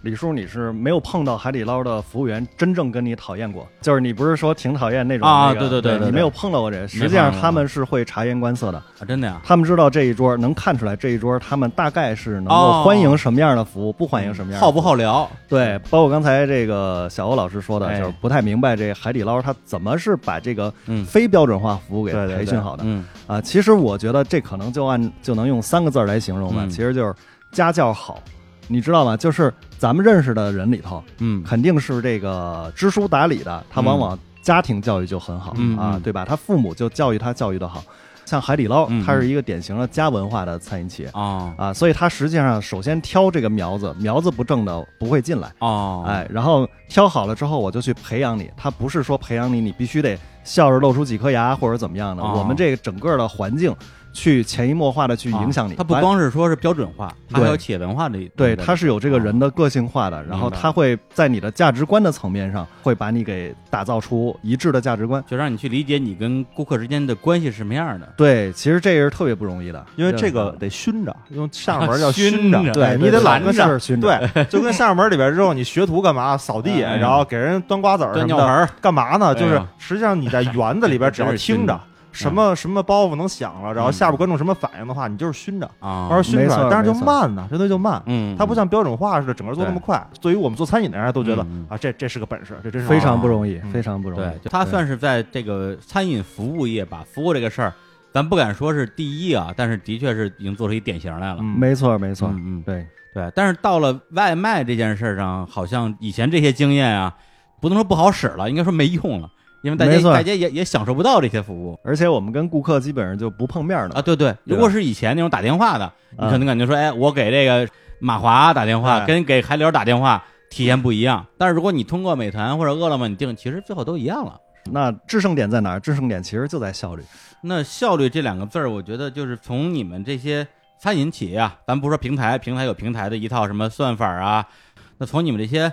S3: 李叔你是没有碰到海底捞的服务员真正跟你讨厌过，就是你不是说挺讨厌那种
S1: 啊
S3: 那个
S1: 对对对对对
S3: 你没有碰到过这，实际上
S1: 没碰到
S3: 他们是会察言观色的，
S1: 啊真的呀。
S3: 他们知道这一桌能看出来这一桌他们大概是能
S1: 哦
S3: 够欢迎什么样的服务，不欢迎什么样的服务
S1: 好不好聊？
S3: 对，包括刚才这个小欧老师说的，
S1: 哎
S3: 就是不太明白这海底捞它怎么是把这个
S1: 嗯
S3: 非标准化服务给
S2: 对对对
S3: 培训好的
S1: 嗯，
S3: 啊。其实我觉得这可能就按就能用三个字儿来形容吧，
S1: 嗯
S3: 其实就是家教好，你知道吗？就是咱们认识的人里头，
S1: 嗯，
S3: 肯定是这个知书达理的，他往往家庭教育就很好、
S1: 嗯
S3: 啊
S1: 嗯，
S3: 对吧？他父母就教育他教育的好，像海底捞
S1: 嗯，
S3: 它是一个典型的家文化的餐饮企业。
S1: 哦
S3: 啊，所以它实际上首先挑这个苗子，苗子不正的不会进来。
S1: 哦，
S3: 哎，然后挑好了之后，我就去培养你。他不是说培养你，你必须得笑着露出几颗牙或者怎么样的。
S1: 哦
S3: 我们这个整个的环境，去潜移默化的去影响你。
S1: 他啊哦不
S3: 完
S1: 光是说是标准化，他
S3: 对
S1: 还有企业文化的一。
S3: 对，
S1: 的
S3: 他是有这个人的个性化的，然后
S1: 明白
S3: 他会在你的价值观的层面上，会把你给打造出一致的价值观。
S1: 就让你去理解你跟顾客之间的关系是什么样的。
S3: 对，其实这是特别不容易的，
S2: 因为这个得熏着，用下 门叫熏着，
S1: 熏着
S3: 对
S2: 哎
S3: 对
S2: 你得
S3: 对
S2: 懒得
S3: 是
S2: 上，
S3: 熏着
S2: 对，就跟下门里边之后，你学徒干嘛？扫地，
S1: 哎
S2: 然后给人端瓜子儿
S1: 端
S2: 什
S1: 尿
S2: 么
S1: 盆
S2: 的，
S1: 儿，
S2: 干嘛呢？就
S1: 哎
S2: 是
S1: 呀
S2: 实际上你在园子里边，只要
S1: 真是熏
S2: 听着
S1: 着
S2: 什么什么包袱能响了，然后
S1: 嗯
S2: 下边观众什么反应的话，你就是熏着，
S1: 啊，
S2: 慢慢熏出
S3: 没
S2: 来
S3: 错，
S2: 但是就
S3: 没错
S2: 慢呢，这东西就慢。
S1: 嗯，
S2: 它不像标准化似的，整个做那么
S1: 对
S2: 快。对于我们做餐饮的人都觉得
S1: 嗯嗯
S2: 啊，这这是个本事，这真是
S3: 非常不容易，
S2: 嗯
S3: 非常不容易
S1: 对，。就他算是在这个餐饮服务业吧，服务这个事儿，咱不敢说是第一啊，但是的确是已经做出一典型来了。
S2: 嗯
S3: 没错，没错，
S1: 嗯嗯，
S3: 对，
S1: 对。但是到了外卖这件事上，好像以前这些经验啊，不能说不好使了，应该说没用了，因为大
S3: 没
S1: 家
S3: 错
S1: 大家也也享受不到这些服务
S3: 而且我们跟顾客基本上就不碰面儿的
S1: 啊。对对，如果是以前那种打电话的，你可能感觉说，哎，我给这个马华打电话，
S2: 哎
S1: 跟给海底捞打电话体验不一样。但是如果你通过美团或者饿了么你订，其实最后都一样了。
S3: 那制胜点在哪儿？制胜点其实就在效率。
S1: 那效率这两个字儿，我觉得就是从你们这些餐饮企业啊，咱不说平台，平台有平台的一套什么算法啊，那从你们这些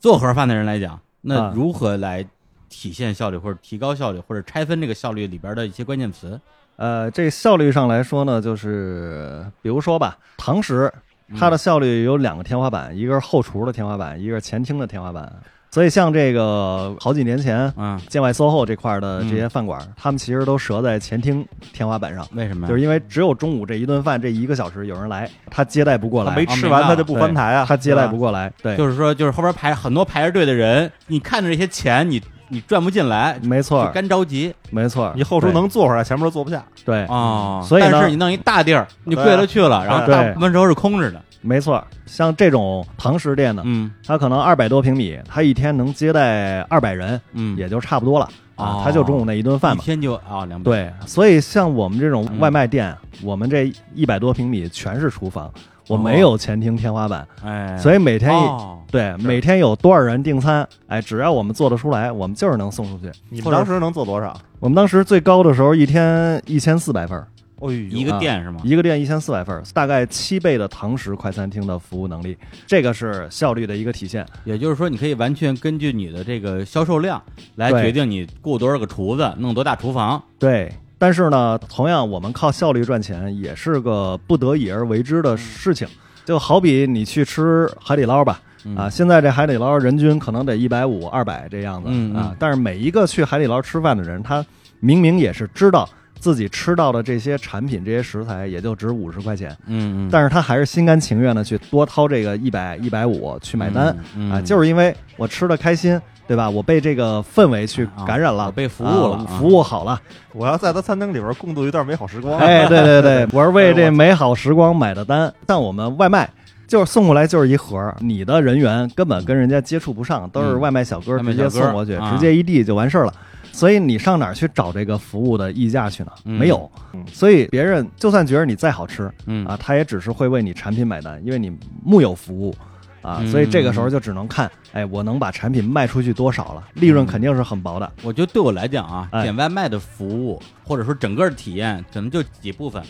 S1: 做盒饭的人来讲，那
S3: 啊
S1: 如何来体现效率，或者提高效率，或者拆分这个效率里边的一些关键词？
S3: 呃，这效率上来说呢，就是比如说吧，堂食
S2: 嗯
S3: 它的效率有两个天花板，一个是后厨的天花板，一个是前厅的天花板。所以像这个好几年前
S1: 嗯，
S3: 建外 SOHO 这块儿的
S2: 嗯
S3: 这些饭馆，他们其实都折在前厅天花板上，
S1: 为什么
S2: 嗯
S1: 呀？
S3: 就是因为只有中午这一顿饭这一个小时有人来，他接待不过
S2: 他
S3: 来，
S2: 没
S1: 啊
S2: 吃
S1: 明
S2: 完
S1: 白
S2: 他
S1: 了
S2: 就不翻台啊，
S3: 他接待
S2: 对吧
S3: 不过来，对，
S1: 就是说，就是后边排很多排着队的人，你看着这些钱，你你赚不进来，
S3: 没错
S1: 就
S3: 儿，
S1: 干着急
S3: 没错儿，
S2: 你后厨能啊坐会儿，前面都坐不下。
S3: 对，对
S1: 哦
S3: 所以呢
S1: 但是你弄一大地儿，你
S2: 对
S1: 贵了去了，然后大
S3: 对
S1: 部分时候是空着的。
S3: 没错儿，像这种堂食店呢，
S1: 嗯
S3: 它可能二百多平米，它一天能接待二百人，
S1: 嗯，
S3: 也就差不多了
S1: 哦
S3: 啊。它就中午那一顿饭
S1: 一
S3: 嘛。
S1: 天嗯就啊两百。
S3: 对，所以像我们这种外卖店，我们这一百多平米全是厨房，我没有前厅天花板，
S1: 哦哎，
S3: 所
S1: 以
S3: 以每天一、
S1: 哦，
S3: 对每天有多少人订餐，哎，只要我们做得出来，我们就是能送出去。
S2: 你
S1: 或
S2: 们
S1: 者
S2: 当时能做多少？
S3: 我们当时最高的时候，一天一千四百份儿，
S2: 哦，
S1: 一个店是吗？
S3: 啊一个店一千四百份儿，大概七倍的堂食快餐厅的服务能力，这个是效率的一个体现。
S1: 也就是说，你可以完全根据你的这个销售量来
S3: 对
S1: 决定你雇多少个厨子，弄多大厨房。
S3: 对，但是呢，同样我们靠效率赚钱也是个不得已而为之的事情。就好比你去吃海底捞吧，
S1: 嗯
S3: 啊，，现在这海底捞人均可能得一百五、二百这样子
S1: 嗯
S3: 啊
S1: 嗯。
S3: 但是每一个去海底捞吃饭的人，他明明也是知道自己吃到的这些产品、这些食材也就值五十块钱，
S1: 嗯嗯，
S3: 但是他还是心甘情愿的去多掏这个一百、一百五去买单
S1: 嗯
S3: 啊，就是因为我吃的开心，对吧？我被这个氛围去感染
S1: 啊我
S3: 了，
S1: 被服务了
S3: 啊
S1: 啊
S3: 服务好了。
S2: 我要在他餐厅里边共度一段美好时光。
S3: 哎，对对对，我是为这美好时光买的单。但我们外卖就是送过来就是一盒儿，你的人员根本跟人家接触不上，都是外卖小哥
S1: 外卖
S3: 直接
S1: 小哥
S3: 送过去，
S1: 啊
S3: 直接一递就完事儿了。所以你上哪儿去找这个服务的溢价去呢？
S1: 嗯
S3: 没有
S2: 嗯，
S3: 所以别人就算觉得你再好吃
S1: 嗯
S3: 啊，他也只是会为你产品买单，因为你木有服务啊，
S1: 嗯
S3: 所以这个时候就只能看，哎，我能把产品卖出去多少了，利润肯定是很薄的。
S1: 我觉得对我来讲啊，
S3: 哎
S1: 点外卖的服务或者说整个体验，可能就几部分，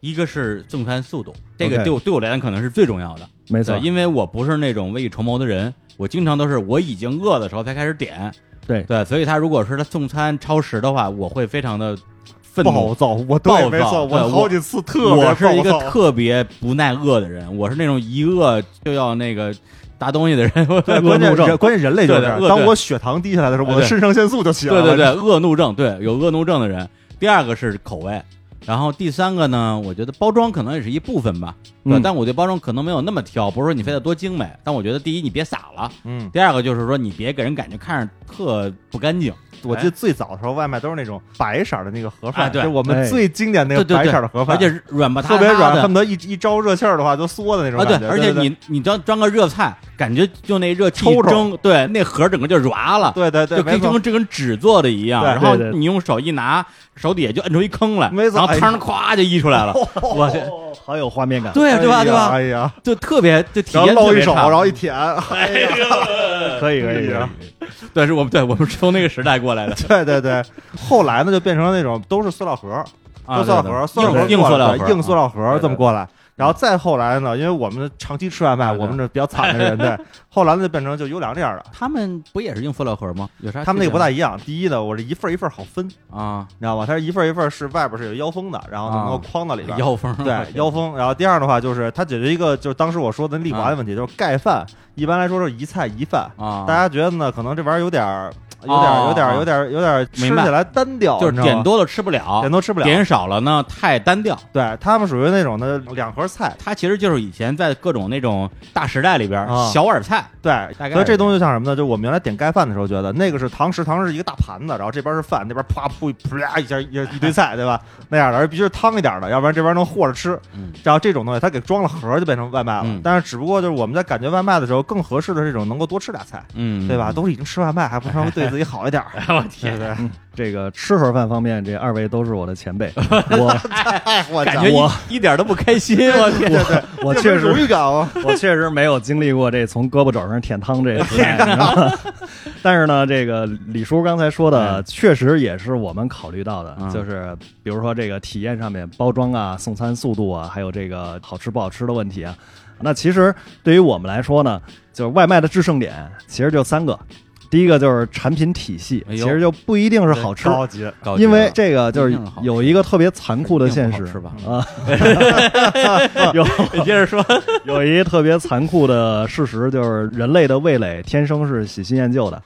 S1: 一个是送餐速度，这个
S3: OK
S1: 对我对我来讲可能是最重要的。
S3: 没
S1: 对，
S3: 错，
S1: 因为我不是那种未雨绸缪的人，我经常都是我已经饿的时候才开始点。
S3: 对
S1: 对，所以他如果是他送餐超时的话，我会非常的愤
S2: 暴
S1: 怒。
S2: 躁，我对，
S1: 暴躁
S2: 没错，
S1: 对
S2: 我
S1: 我
S2: 好几次特别
S1: 我是一个
S2: 暴躁
S1: 特别不耐饿的人，我是那种一饿就要那个拿东西的人。
S2: 对，关键
S3: 恶怒症
S2: 人关键人类就是这样
S1: 对对恶
S2: 当我血糖低下来的时候，
S1: 对
S2: 我的肾上腺素就起来
S1: 对
S2: 了。
S1: 对对，恶怒症，对，有恶怒症的人。第二个是口味，然后第三个呢，我觉得包装可能也是一部分吧，对吧
S3: 嗯
S1: 但我对包装可能没有那么挑，不是说你非得多精美，但我觉得第一你别撒了，
S2: 嗯，
S1: 第二个就是说你别给人感觉看着特不干净，
S2: 我记得最早的时候，外卖都是那种白色的那个盒
S1: 哎
S2: 饭，
S1: 对
S2: 就我们最经典那个
S1: 对对
S2: 白
S1: 对
S2: 色的盒饭，
S1: 而且软吧塌
S2: 特
S1: 塌
S2: 别
S1: 的，
S2: 软，恨不得一一招热气儿的话都缩的那种
S1: 啊，对
S2: 感觉。，
S1: 而且你你装装个热菜，感觉就那热气一
S2: 抽抽
S1: 蒸，对，那盒整个就软了，
S2: 对对对，
S1: 就跟
S2: 没
S1: 就
S2: 错，
S1: 跟这跟纸做的一样，
S2: 对
S1: 然后
S3: 对对
S1: 你用手一拿，手底下就摁出一坑来，
S2: 没错
S1: 然后
S2: 哎呀
S1: 汤儿咵就溢出来了，我去，
S3: 好有画面感。
S1: 对啊对吧对吧，
S2: 哎呀，
S1: 就特别就体
S2: 然后
S1: 验特
S2: 露一
S1: 别
S2: 手，
S1: 差
S2: 然后 一舔，哎呀，
S3: 可以可
S2: 哎
S3: 以，可以
S2: 呀
S1: 对，是我们对我们是从那个时代过来 的
S2: 对对对。后来呢，就变成那种都是塑料盒，
S1: 啊，
S2: 都塑料盒，塑料盒
S1: 对对硬硬塑
S2: 过来
S1: 料
S2: 对
S1: 盒，嗯
S2: 硬塑料盒
S3: 对
S2: 这么过来。然后再后来呢，因为我们长期吃外卖，
S1: 对对
S2: 我们这比较惨的 人，对，后来呢就变成就优良这样的，
S1: 啊，他们不也是硬塑料盒吗？有啥区别吗？
S2: 他们那个不大一样。第一呢，我是一份儿一份儿好分，你
S1: 啊，
S2: 知道吧？它是一份儿一份儿是外边是有腰封的，然后能够
S1: 啊
S2: 框到里边。
S1: 腰封
S2: 对腰封，然后第二的话就是它解决一个就是当时我说的那利华的问题，就是盖饭一般来说是一菜一饭，
S1: 啊，
S2: 大家觉得呢？可能这玩意儿有点儿有点儿有点儿有点儿有点儿吃
S1: 明白
S2: 起来单调，
S1: 就是
S2: 你知道
S1: 点
S2: 吗
S1: 多了吃不了，
S2: 点都吃不了，
S1: 点少了呢太单调。
S2: 对他们属于那种的两盒菜，
S1: 它其实就是以前在各种那种大时代里边儿
S2: 啊
S1: 小碗菜，
S2: 对
S1: 大，概
S2: 所以
S1: 是
S2: 这东西就像什么呢？就是我们原来点盖饭的时候，觉得那个是堂食，堂食是一个大盘子，然后这边是饭，那边啪噗啪一下一一堆菜，对吧？那样的，而必须是汤一点的，要不然这边能和着吃。
S1: 嗯
S2: 然后这种东西它给装了盒，就变成外卖了。
S1: 嗯
S2: 但是只不过就是我们在感觉外卖的时候，更合适的这种能够多吃俩菜，
S1: 嗯，
S2: 对吧？？都是已经吃外卖，还不稍微对自己好一点儿？
S1: 我
S2: 对不
S1: 天，
S2: 对？
S3: 这个吃盒饭方面，这二位都是我的 前辈，我
S2: 哎，我
S1: 感觉
S3: 我
S1: 一一点都不开心， 我天，
S3: 我
S2: 这
S3: 确
S2: 不是荣
S3: 实
S2: 誉感
S1: 哦
S2: 吗？
S3: 我确实没有经历过这从胳膊肘上舔汤这个时代。你知 道吗但是呢，这个李叔刚才说的，确实也是我们考虑到的，
S1: 哎嗯
S3: 就是比如说这个体验上面，包装啊、送餐速度啊，还有这个好吃不好吃的问题啊。那其实对于我们来说呢，就是外卖的制胜点其实就三个，第一个就是产品体系，
S1: 哎
S3: 其
S1: 呦
S3: 实就不一定是好吃，
S2: 高 级，
S1: 高级
S3: 因为
S1: 了
S3: 这个就是有一个特别残酷的现实
S1: 一定不好吃吧
S3: 啊， 有
S1: 你接着说，
S3: 有一个特别残酷的事实就是人类的味蕾天生是喜新厌旧的。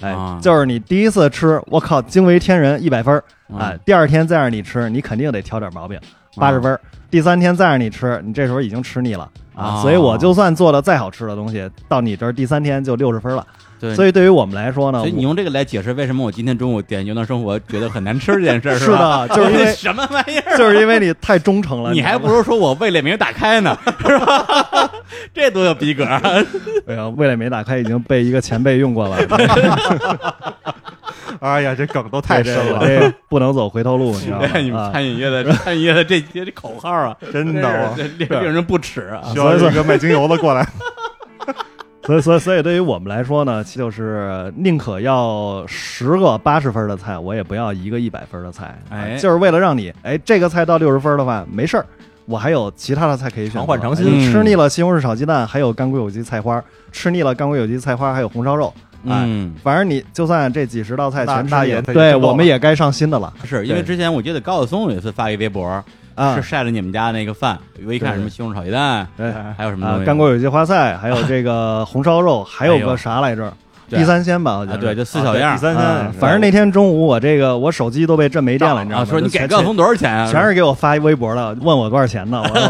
S3: 哎
S1: 啊，
S3: 就是你第一次吃，我靠，惊为天人，一百分儿！
S1: 嗯
S3: 哎，第二天再让你吃，你肯定得挑点毛病，八
S1: 啊
S3: 十分儿。第三天再让你吃，你这时候已经吃腻了啊。
S1: 啊
S3: 所以我就算做的再好吃的东西，到你这儿第三天就六十分了。
S1: 嗯对，
S3: 所
S1: 以
S3: 以对于我们来说呢，
S1: 所以你
S3: 啊我
S1: 用这个来解释为什么我今天中午点牛腩生活觉得很难吃这 件事儿，
S3: 是
S1: 吧？
S3: 的，就是 因为
S1: 什么玩意儿？
S3: 就是因为你太忠诚了，
S1: 你还
S3: 知道吗
S1: 不如说我味蕾没打开呢，是吧？ 这多有逼格啊！
S3: 哎呀，味蕾没打开已经被一个前辈用过了，
S2: 哎呀，这梗都太深了，
S3: 这这不能走回头路，你 知道吗？
S1: 哎你们
S3: 啊
S1: 餐饮业的餐饮业的这些这口号啊，
S2: 真的啊，
S1: 真是令令人不齿啊！
S2: 需要一个卖精油的 过来。
S3: 所以，所以，所以，对于我们来说呢，就是宁可要十个八十分的菜，我也不要一个一百分的菜，
S1: 哎
S3: 啊就是为了让你，哎，这个菜到六十分的话，没事儿，我还有其他的菜可以选择。
S2: 常换常新
S3: 哎
S1: 嗯
S3: 吃腻了西红柿炒鸡蛋，还有干锅有机菜花；吃腻了干锅有机菜花，还有红烧肉。哎，
S1: 嗯，
S3: 反正你就算这几十道菜全
S2: 那那
S3: 吃腻
S2: 也
S3: 了，
S2: 得
S3: 对，
S2: 知道
S3: 我们也该上新的了。
S1: 是因为
S3: 对
S1: 之前我记得高晓松有一次发一微博，
S3: 啊
S1: 是晒了你们家那个饭，我一看什么西红柿炒鸡蛋，
S3: 对
S2: 哎
S1: 还有什么东
S3: 啊
S1: 西，啊
S3: 干锅有机花菜，还有这个红 烧肉，还有个啥来着？
S1: 对
S3: 地三鲜吧，好像
S1: 啊，
S3: 是
S1: 对，就四小样
S2: 第
S1: 儿。
S2: 三
S3: 啊
S2: 天，
S3: 反正那天中午我这个我手机都被震没电了，你知
S1: 啊，
S3: 道吗？
S1: 说你
S3: 就
S1: 给
S3: 全
S1: 高晓松多少钱啊？
S3: 全是给我发一微 博的，问我多少钱呢？我说，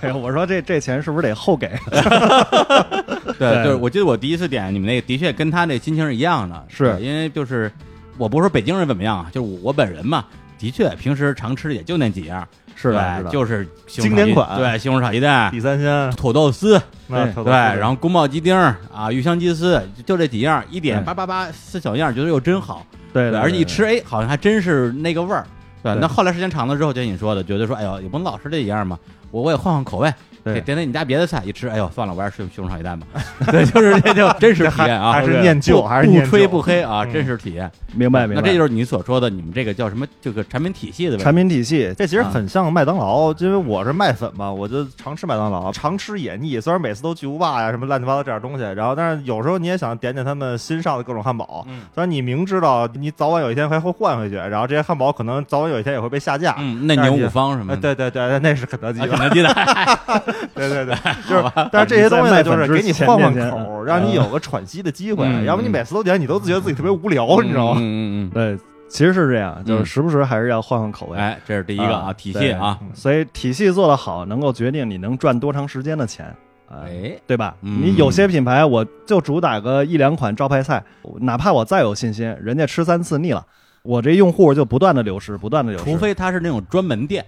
S3: 哎呦我说 这这钱是不是得后给？
S1: 对，
S3: 对
S1: 就是我记得我第一次点你们那个，的确跟他那心情是一样的，
S3: 是
S1: 对因为就是我不是说北京人怎么样啊，就是我我本人嘛，的确平时常吃也就那几样，
S3: 是的，
S1: 对
S3: 是 的
S1: 就是西红柿
S2: 经
S1: 炒
S2: 典
S1: 鸡
S2: 款
S1: 对，西红柿炒鸡蛋、
S2: 第三天，
S1: 土豆丝，
S2: 那
S3: 对
S2: 特
S1: 对，
S2: 别
S1: 然后宫保鸡丁儿啊、鱼香鸡丝，就就这几样，一点
S3: 对
S1: 八八八四小样，觉得又真好，
S3: 对
S1: 对，
S3: 的，
S1: 而且一
S3: 对的
S1: 吃，哎，好像还真是那个味儿。对，
S3: 对
S1: 那后来时间长了之后，就像你说的，觉得说，哎呦，也不能老吃这一样嘛，我我也换换口味，
S3: 对
S1: 点点你家别的菜，一吃，哎呦，算了，我还是吃西红柿炒鸡 蛋吧。对，就是这就真实体验啊，
S2: 还是
S3: 对
S2: 念旧，
S1: 不
S2: 还是
S1: 不
S2: 念
S1: 吹
S2: 旧
S1: 不黑啊，
S2: 嗯
S1: 真实体验。
S3: 明白明
S1: 那
S3: 白。
S1: 这就是你所说的你们这个叫什么？这个产品体系的问题
S3: 产品体系，
S2: 这其实
S1: 啊
S2: 很像麦当劳，因为我是麦粉嘛，我就常吃麦当劳，常吃也腻。虽然每次都巨无霸呀、什么乱七八糟这点东西，然后但是有时候你也想点点他们新上的各种汉堡。
S1: 嗯
S2: 虽然你明知道你早晚有一天还会换回去，然后这些汉堡可能早晚有一天也会被下架。
S1: 嗯，嫩牛五方什么
S2: 哎，
S1: 的，
S2: 对对对，那是肯德基
S1: 啊
S2: 吧
S1: 肯？德基的， 嗯
S2: 对对对，就是，但是这些东西呢，就是给你换换口，让你有个喘息的机会。
S1: 嗯
S2: 要不你每次都点，你都觉得自己特别无聊，你知道吗？
S1: 嗯嗯嗯
S3: 对，其实是这样，就是
S1: 嗯
S3: 时不时还是要换换口
S1: 嗯，
S3: 味。
S1: 哎，这是第一个啊，
S3: 啊
S1: 体系啊，
S3: 所以体系做得好，能够决定你能赚多长时间的钱，呃、
S1: 哎，
S3: 对吧？
S1: 嗯
S3: 你有些品牌我就主打个一两款招牌菜，哪怕我再有信心，人家吃三次腻了，我这用户就不断的流失，不断的流失。
S1: 除非它是那种专门店，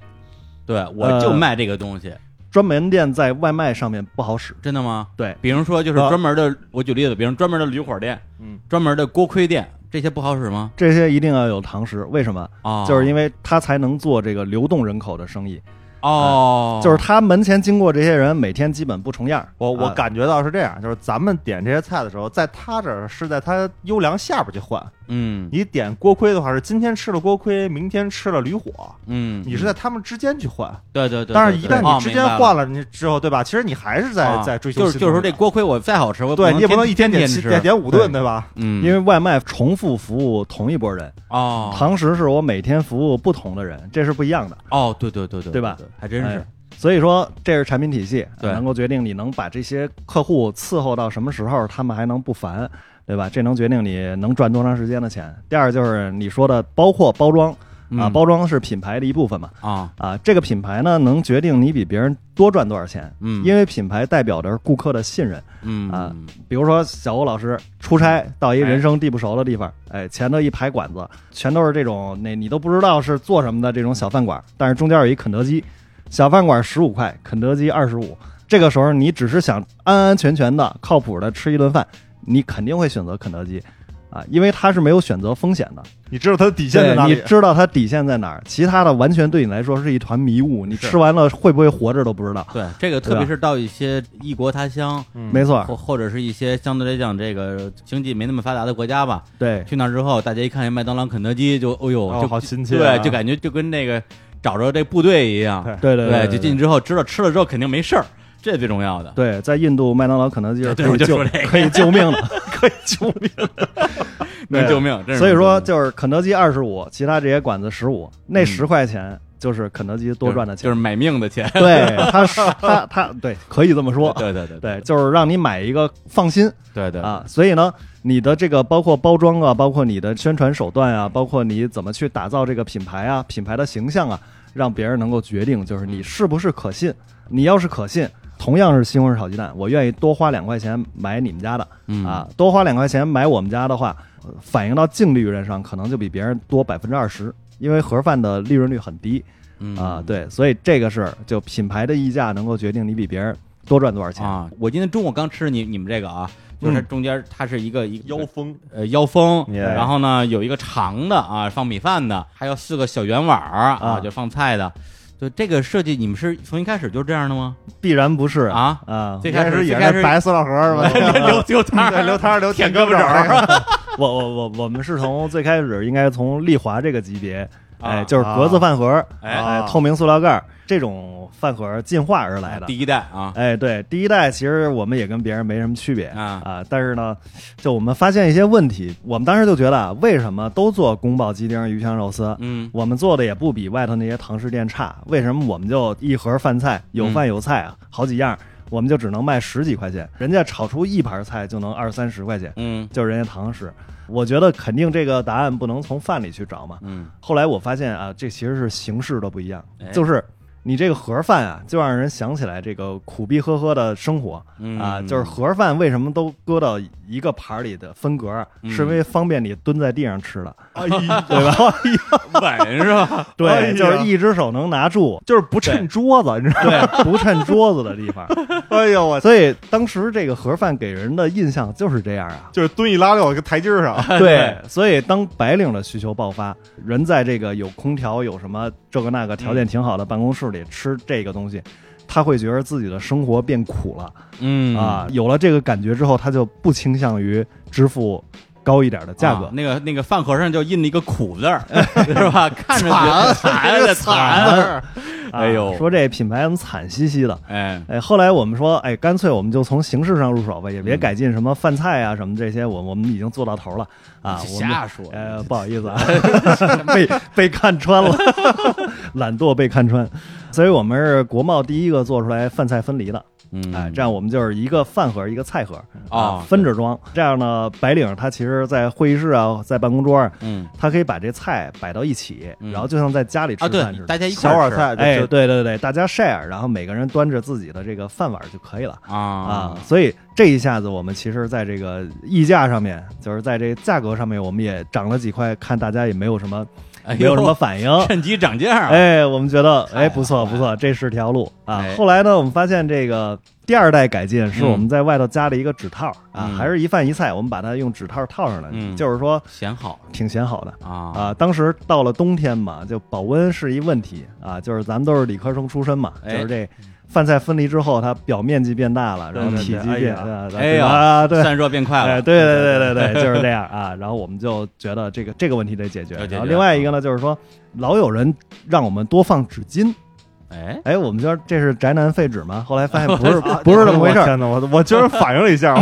S1: 对我就
S3: 呃
S1: 卖这个东西，
S3: 专门店在外卖上面不好使，
S1: 真的吗？
S3: 对，
S1: 比如说就是
S3: 呃
S1: 专门的，我举例子，比如专门的驴火店，
S2: 嗯，
S1: 专门的锅盔店，这些不好使吗？
S3: 这些一定要有常识。为什么？
S2: 哦
S1: 啊，
S3: 就是因
S1: 为
S3: 为他才能做这个流动人口的生意，
S2: 哎
S1: 哦，
S3: 就是他门前经过这些人，每天基本不重样儿。
S2: 我
S1: 嗯
S2: 我
S3: 啊
S2: 感觉到是这样，就是咱们点这些菜的时候，在他这儿是在他优良下边去换。
S1: 嗯
S2: 你点锅盔的话，是今天吃了锅盔，明天吃了驴火，
S1: 嗯，
S2: 你是在他们之间去换。
S1: 对对对，
S2: 但是，一
S1: 对哦
S2: 旦你之间换
S1: 了，
S2: 了，你之后对吧？其实你还是在
S1: 啊
S2: 在追求
S1: 就是
S2: 新
S1: 就是
S2: 东
S1: 说
S2: 西的。
S1: 这锅盔我再好吃，我
S2: 对，你也不
S1: 不
S2: 能一天点七
S1: 吃，
S2: 点点五顿，
S3: 对
S2: 对吧？
S1: 嗯，
S3: 因为外卖重复服务同一拨人，
S1: 哦
S3: 堂食是我每天服务不同的人，这是不一样的。
S1: 哦，对对对对，
S3: 对吧？
S1: 还真是
S3: 哎，所以说，这是产品体系，
S1: 对
S3: 能够决定你能把这些客户伺候到什么时候，他们还能不烦，对吧？这能决定你能赚多长时间的钱。第二就是你说的，包括包装啊，
S1: 嗯
S3: 包装是品牌的一部分嘛。
S1: 啊，
S3: 啊，这个品牌呢，能决定你比别人多赚多少钱，
S1: 嗯，
S3: 因为品牌代表着顾客的信任。
S1: 嗯
S3: 啊比如说小欧老师出差到一人生地不熟的地方，哎，前头一排馆子全都是这种那你都不知道是做什么的这种小饭馆，但是中间有一肯德基，小饭馆十五块，肯德基二十五。这个时候你只是想安安全全的、靠谱的吃一顿饭，你肯定会选择肯德基。啊，因为它是没有选择风险的，
S2: 你知道它的底线在哪
S3: 对
S2: 里？
S3: 你知道它底线在哪儿，其他的完全对你来说是一团迷雾，你
S1: 是
S3: 吃完了会不会活着都不知道。
S1: 对这个，特
S3: 对
S1: 别
S3: 吧
S1: 是到一些异国他乡，
S2: 嗯
S3: 没错，
S1: 或或者是一些相对来讲这个经济没那么发达的国家吧，
S3: 对，
S1: 去那儿之后，大家一看麦当劳、肯德基，就哦呦，
S2: 哦
S1: 就
S2: 好亲 切啊
S1: 对，就感觉就跟那个找着这部队一样，
S2: 对
S3: 对
S1: 对
S3: 对，
S1: 就进去之后知道吃了之后肯定没事儿，这是最重要的。
S3: 对，在印度麦当劳、肯德基是
S1: 对
S3: 可
S1: 我
S3: 以
S1: 就
S3: 救
S1: 说这个
S3: 可以救命的，可以救命。
S1: 能救命，真是
S3: 所以说，
S1: 能
S3: 就是肯德基二十五，其他这些馆子十五，那
S1: 嗯
S3: 十块钱就是肯德基
S1: 救命
S3: 多赚的
S1: 就
S3: 钱
S1: 是。买命的钱。
S3: 对，他是他他对，可以这么说。
S1: 对对对
S3: 对，就是让你买一个放心
S1: 对对
S3: 啊。所以呢，你的这个包括包装啊，包括你的宣传手段啊，包括你怎么去打造这个品牌啊、品牌的形象啊，让别人能够决定，就是你是不是可信。你要是可信，同样是西红柿炒鸡蛋，我愿意多花两块钱买你们家的。
S1: 嗯
S3: 啊，多花两块钱买我们家的话，呃反映到净利润上，可能就比别人多百分之二十，因为盒饭的利润率很低
S1: 嗯
S3: 啊。对，所以这个是就品牌的溢价能够决定你比别人多赚多少钱。嗯
S1: 啊！我今天中午刚吃你你们这个啊，就是它中间它是一个一个
S2: 腰封，
S1: 呃腰封，
S2: Yeah
S1: 然后呢有一个长的啊放米饭的，还有四个小圆碗儿啊
S3: 啊
S1: 就放菜的。就这个设计，你们是从一开始就是这样的 吗？
S3: 必然不是啊
S1: 啊，
S3: 啊！
S1: 最
S2: 一
S1: 开
S2: 开
S1: 始
S2: 始也
S1: 最开
S2: 是
S1: 始
S2: 白塑料盒是吧？
S1: 刘刘摊儿
S2: 对，留摊儿留
S1: 舔
S2: 胳
S1: 胳
S2: 膊
S1: 膊肘
S2: 那个
S1: 儿，
S3: 我我我我们是从最开始应该从丽华这个级别，
S1: 啊
S3: 哎，就是格子饭盒，
S1: 哎
S3: 哎，透明塑料盖儿，这种饭盒进化而来的。
S1: 第一代啊
S3: 哎，对，第一代其实我们也跟别人没什么区别
S1: 啊
S3: 啊，但是呢，就我们发现一些问题，我们当时就觉得啊，为什么都做宫保鸡丁、鱼香肉丝，
S1: 嗯
S3: 我们做的也不比外头那些堂食店差，为什么我们就一盒饭菜有饭有菜啊，好几样，我们就只能卖十几块钱，人家炒出一盘菜就能二三十块钱，
S1: 嗯
S3: 就是人家堂食。我觉得肯定这个答案不能从饭里去找嘛。
S1: 嗯
S3: 后来我发现啊，这其实是形式都不一样
S1: 哎，
S3: 就是你这个盒饭啊，就让人想起来这个苦逼呵呵的生活
S1: 嗯
S3: 啊，就是盒饭为什么都搁到一个盘儿里的分格，
S1: 嗯
S3: 是因为方便你蹲在地上吃 的，对
S1: 哎
S3: 吧？
S1: 稳是吧？
S2: 哎呀
S3: 对，就是一只手能拿住，
S2: 就是不趁桌子，你知道吗？
S3: 对， 不趁桌子的地方。
S2: 哎呦我，。
S3: 所以当时这个盒饭给人的印象就是这样啊
S2: 就是蹲一拉六个台阶儿 上，
S3: 对，所以当白领的需求爆发，人在这个有空调、有什么这个那个条件挺好的办公室里吃这个东西，他会觉得自己的生活变苦了
S1: 嗯
S3: 啊。有了这个感觉之后，他就不倾向于支付高一点的价格
S1: 啊。那个那个饭盒上就印了一个“苦”字 儿，是吧？看着就惨的惨，
S3: 啊
S1: 哎呦
S3: 说这品牌怎么惨兮兮的？
S1: 哎，
S3: 哎，后来我们说，哎，干脆我们就从形式上入手吧，也别
S1: 嗯
S3: 改进什么饭菜啊什么这些，我我们已经做到头了啊。我们
S1: 瞎说，
S3: 呃，不好意 思啊，被被看穿了， 懒惰被看穿，所以我们是国贸第一个做出来饭菜分离的，
S1: 嗯，
S3: 哎，这样我们就是一个饭盒一个菜盒
S1: 啊
S3: 分着装，这样呢，白领他其实，在会议室啊，在办公桌啊，
S1: 嗯
S3: 他可以把这菜摆到一起，
S1: 嗯
S3: 然后就像在家里吃
S1: 啊，
S3: 饭
S1: 对
S3: 似，的。
S1: 大家一块
S2: 小碗
S1: 儿吃啊
S2: 菜
S3: 哎，
S2: 就
S3: 对对对，大家 share，然后每个人端着自己的这个饭碗就可以了。啊
S1: 啊，
S3: 所以这一下子我们其实在这个溢价上面，就是在这价格上面，我们也涨了几块，看大家也没有什么
S1: 哎呦
S3: 没有什么反应。
S1: 趁机啊涨价，，
S3: 哎，我们觉得
S1: 太好
S3: 哎不错
S1: 了
S3: 不错，这是条路啊
S1: 哎。
S3: 后来呢，我们发现这个第二代改进是我们在外头加了一个纸套啊
S1: 嗯，
S3: 还是一饭一菜，我们把它用纸套套上来
S1: 嗯，
S3: 就是说
S1: 显好
S3: 挺显好的。
S1: 啊
S3: 啊，当时到了冬天嘛，就保温是一问题啊，就是咱们都是理科生出身嘛，
S1: 哎
S3: 就是这饭菜分离之后，它表面积变大了，然后
S1: 对对
S3: 体积
S2: 对
S3: 变
S2: 哎呀
S3: 大，
S1: 哎
S3: 对
S1: 呀
S3: 啊，对。
S1: 散热变快
S3: 哎，
S1: 了，
S3: 对对对对对，就是这样啊。 然后我们就觉得这个这个问题得解决。
S1: 要解决嗯
S3: 然后另外一个呢，就是说老有人让我们多放纸巾，
S1: 哎，
S3: 哎，我们觉得这是宅男废纸吗？后来发现 不是
S2: 啊
S3: 不是这么回事
S2: 我
S3: 儿，
S2: 天哪，我我今儿反应了一下，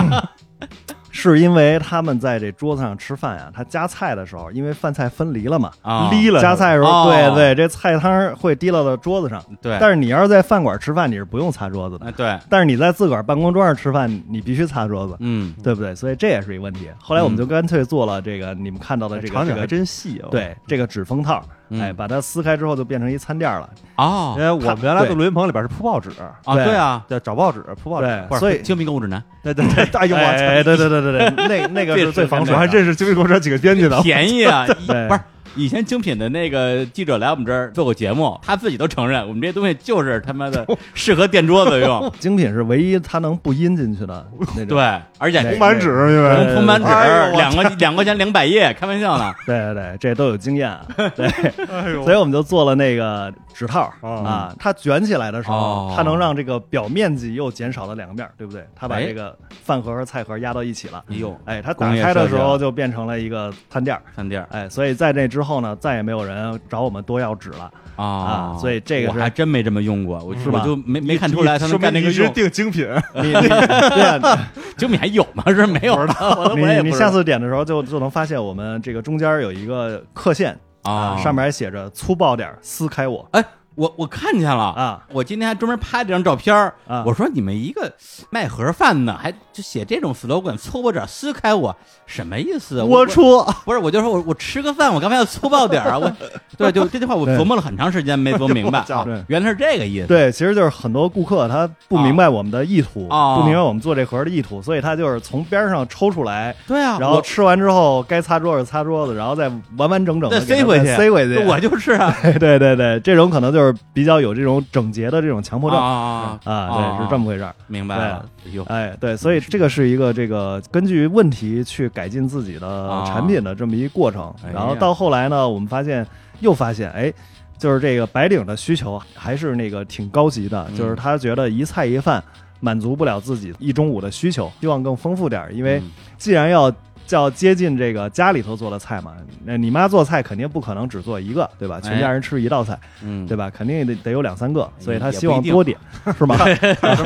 S3: 是因为他们在这桌子上吃饭呀，他夹菜的时候，因为饭菜分离了嘛，
S1: 啊，
S2: 离了
S3: 夹菜的时候，
S1: 哦
S3: 对对，这菜汤儿会滴落到桌子上。
S1: 对，
S3: 但是你要是在饭馆吃饭，你是不用擦桌子的；
S1: 哎对，
S3: 但是你在自个儿办公桌上吃饭，你必须擦桌子，
S1: 嗯，
S3: 对不对？所以这也是一问题。后来我们就干脆做了这个你们看到的这个
S2: 场
S3: 这
S2: 景还
S3: 个
S2: 真细啊。，
S3: 对这个纸封套，
S1: 嗯
S3: 哎，把它撕开之后就变成一餐垫了。
S1: 哦
S2: 因为我们原来的录音棚里边是铺报纸，
S1: 啊，
S3: 对
S1: 对啊，
S2: 叫找报纸、铺报纸
S3: 对，
S2: 或者
S3: 所以
S1: 精明购物指南，
S2: 对对 对，哎呦我操
S3: 哎，对对对对对， 那那个
S1: 这
S3: 是最
S1: 是
S3: 防
S1: 真
S3: 水
S1: 的
S2: 我还
S3: 的。
S2: 认识经历过这几个编辑呢。
S1: 便宜啊，一
S3: 对
S1: 不是。以前精品的那个记者来我们这儿做过节目，他自己都承认，我们这东西就是他妈的适合垫桌子用，
S3: 精品是唯一它能不阴进去的那种。
S1: 对，而且
S2: 红板纸，因
S3: 对
S2: 为
S1: 用铺满纸
S2: 哎呦我
S1: 两块两块钱两百页，开玩笑呢，
S3: 对对对，这都有经验啊。
S2: 哎呦
S3: 所以我们就做了那个纸套
S2: 啊
S3: 啊，它卷起来的时
S1: 哦
S3: 候，它能让这个表面积又减少了两个面儿，对不对？它把
S1: 哎
S3: 这个饭盒和菜盒压到一起了。
S1: 哎呦，
S3: 哎，它打
S1: 工业
S3: 开
S1: 设
S3: 的
S1: 计啊
S3: 时
S1: 了
S3: 候就变成了一个摊垫儿。
S1: 三店儿
S3: 哎，所以在那之后呢，再也没有人找我们多要纸 了。
S1: 啊
S3: 所以这个
S1: 我
S3: 是
S1: 还真没这么用过，我
S3: 是
S1: 我
S3: 吧
S1: 就没没看出来他能
S2: 说
S1: 干
S2: 明
S1: 那个
S2: 你是
S1: 用，
S2: 定精品，
S3: 你你对啊，
S1: 精品还有吗？是没有了，我都我也
S3: 你
S1: 不
S3: 你
S1: 知
S3: 下
S1: 道
S3: 次点的时候就就能发现我们这个中间有一个刻线
S1: 啊
S3: 上面还写着“粗暴点儿，撕开我
S1: 哎，我我看见了”
S3: 啊
S1: 我今天还专门拍这张照片儿
S3: 啊
S1: 我说你们一个卖盒饭的，还就写这种 slogan，搓我点儿撕开我，什么意思啊？我
S2: 龌龊。
S1: 不是，我就说我我吃个饭，我干嘛要粗暴点儿 啊？我对，就这句话我
S3: 对
S1: 琢磨了很长时间没琢磨明 白
S2: 我操
S1: 啊，原来是这个意思。
S3: 对，其实就是很多顾客他不明白我们的意图，
S1: 啊
S3: 不明白我们做这盒的意图，所以他就是从边儿上抽出来，
S1: 对啊，
S3: 然后
S1: 我
S3: 吃完之后该擦桌子擦桌子，然后再完完整整的
S1: 再塞回去
S3: 塞回去。
S1: 我就是啊，
S3: 对对对，这种可能就是比较有这种整洁的这种强迫症
S1: 啊
S3: 啊，对，是这么回事儿。
S1: 明白了。哎呦，
S3: 哎，对，所以这个是一个这个根据问题去改进自己的产品的这么一过程
S1: 哎呀。
S3: 然后到后来呢，我们发现又发现，哎，就是这个白领的需求还是那个挺高级的
S1: 嗯，
S3: 就是他觉得一菜一饭满足不了自己一中午的需求，希望更丰富点儿，因为
S1: 嗯
S3: 既然要叫接近这个家里头做的菜嘛。那你妈做菜肯定不可能只做一个，对
S1: 哎
S3: 吧？全家人吃一道菜，
S1: 嗯，
S3: 对吧？肯定得得有两三个，所以她
S1: 也不
S3: 希望
S1: 一定
S3: 多点，是吗？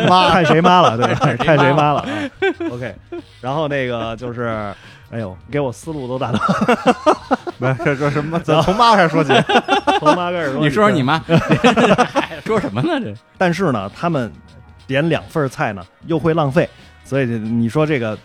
S3: 妈 看谁妈了，对吧？看谁妈了。啊 OK，然后那个就是，哎呦，给我思路都打断，
S2: 不是这这 什么？咱从妈开始说起。
S3: 从妈开始说。
S1: 你说说你妈， 嗨说什么呢？这
S3: 但是呢，他们点两份菜呢，又会浪费，所以你说这个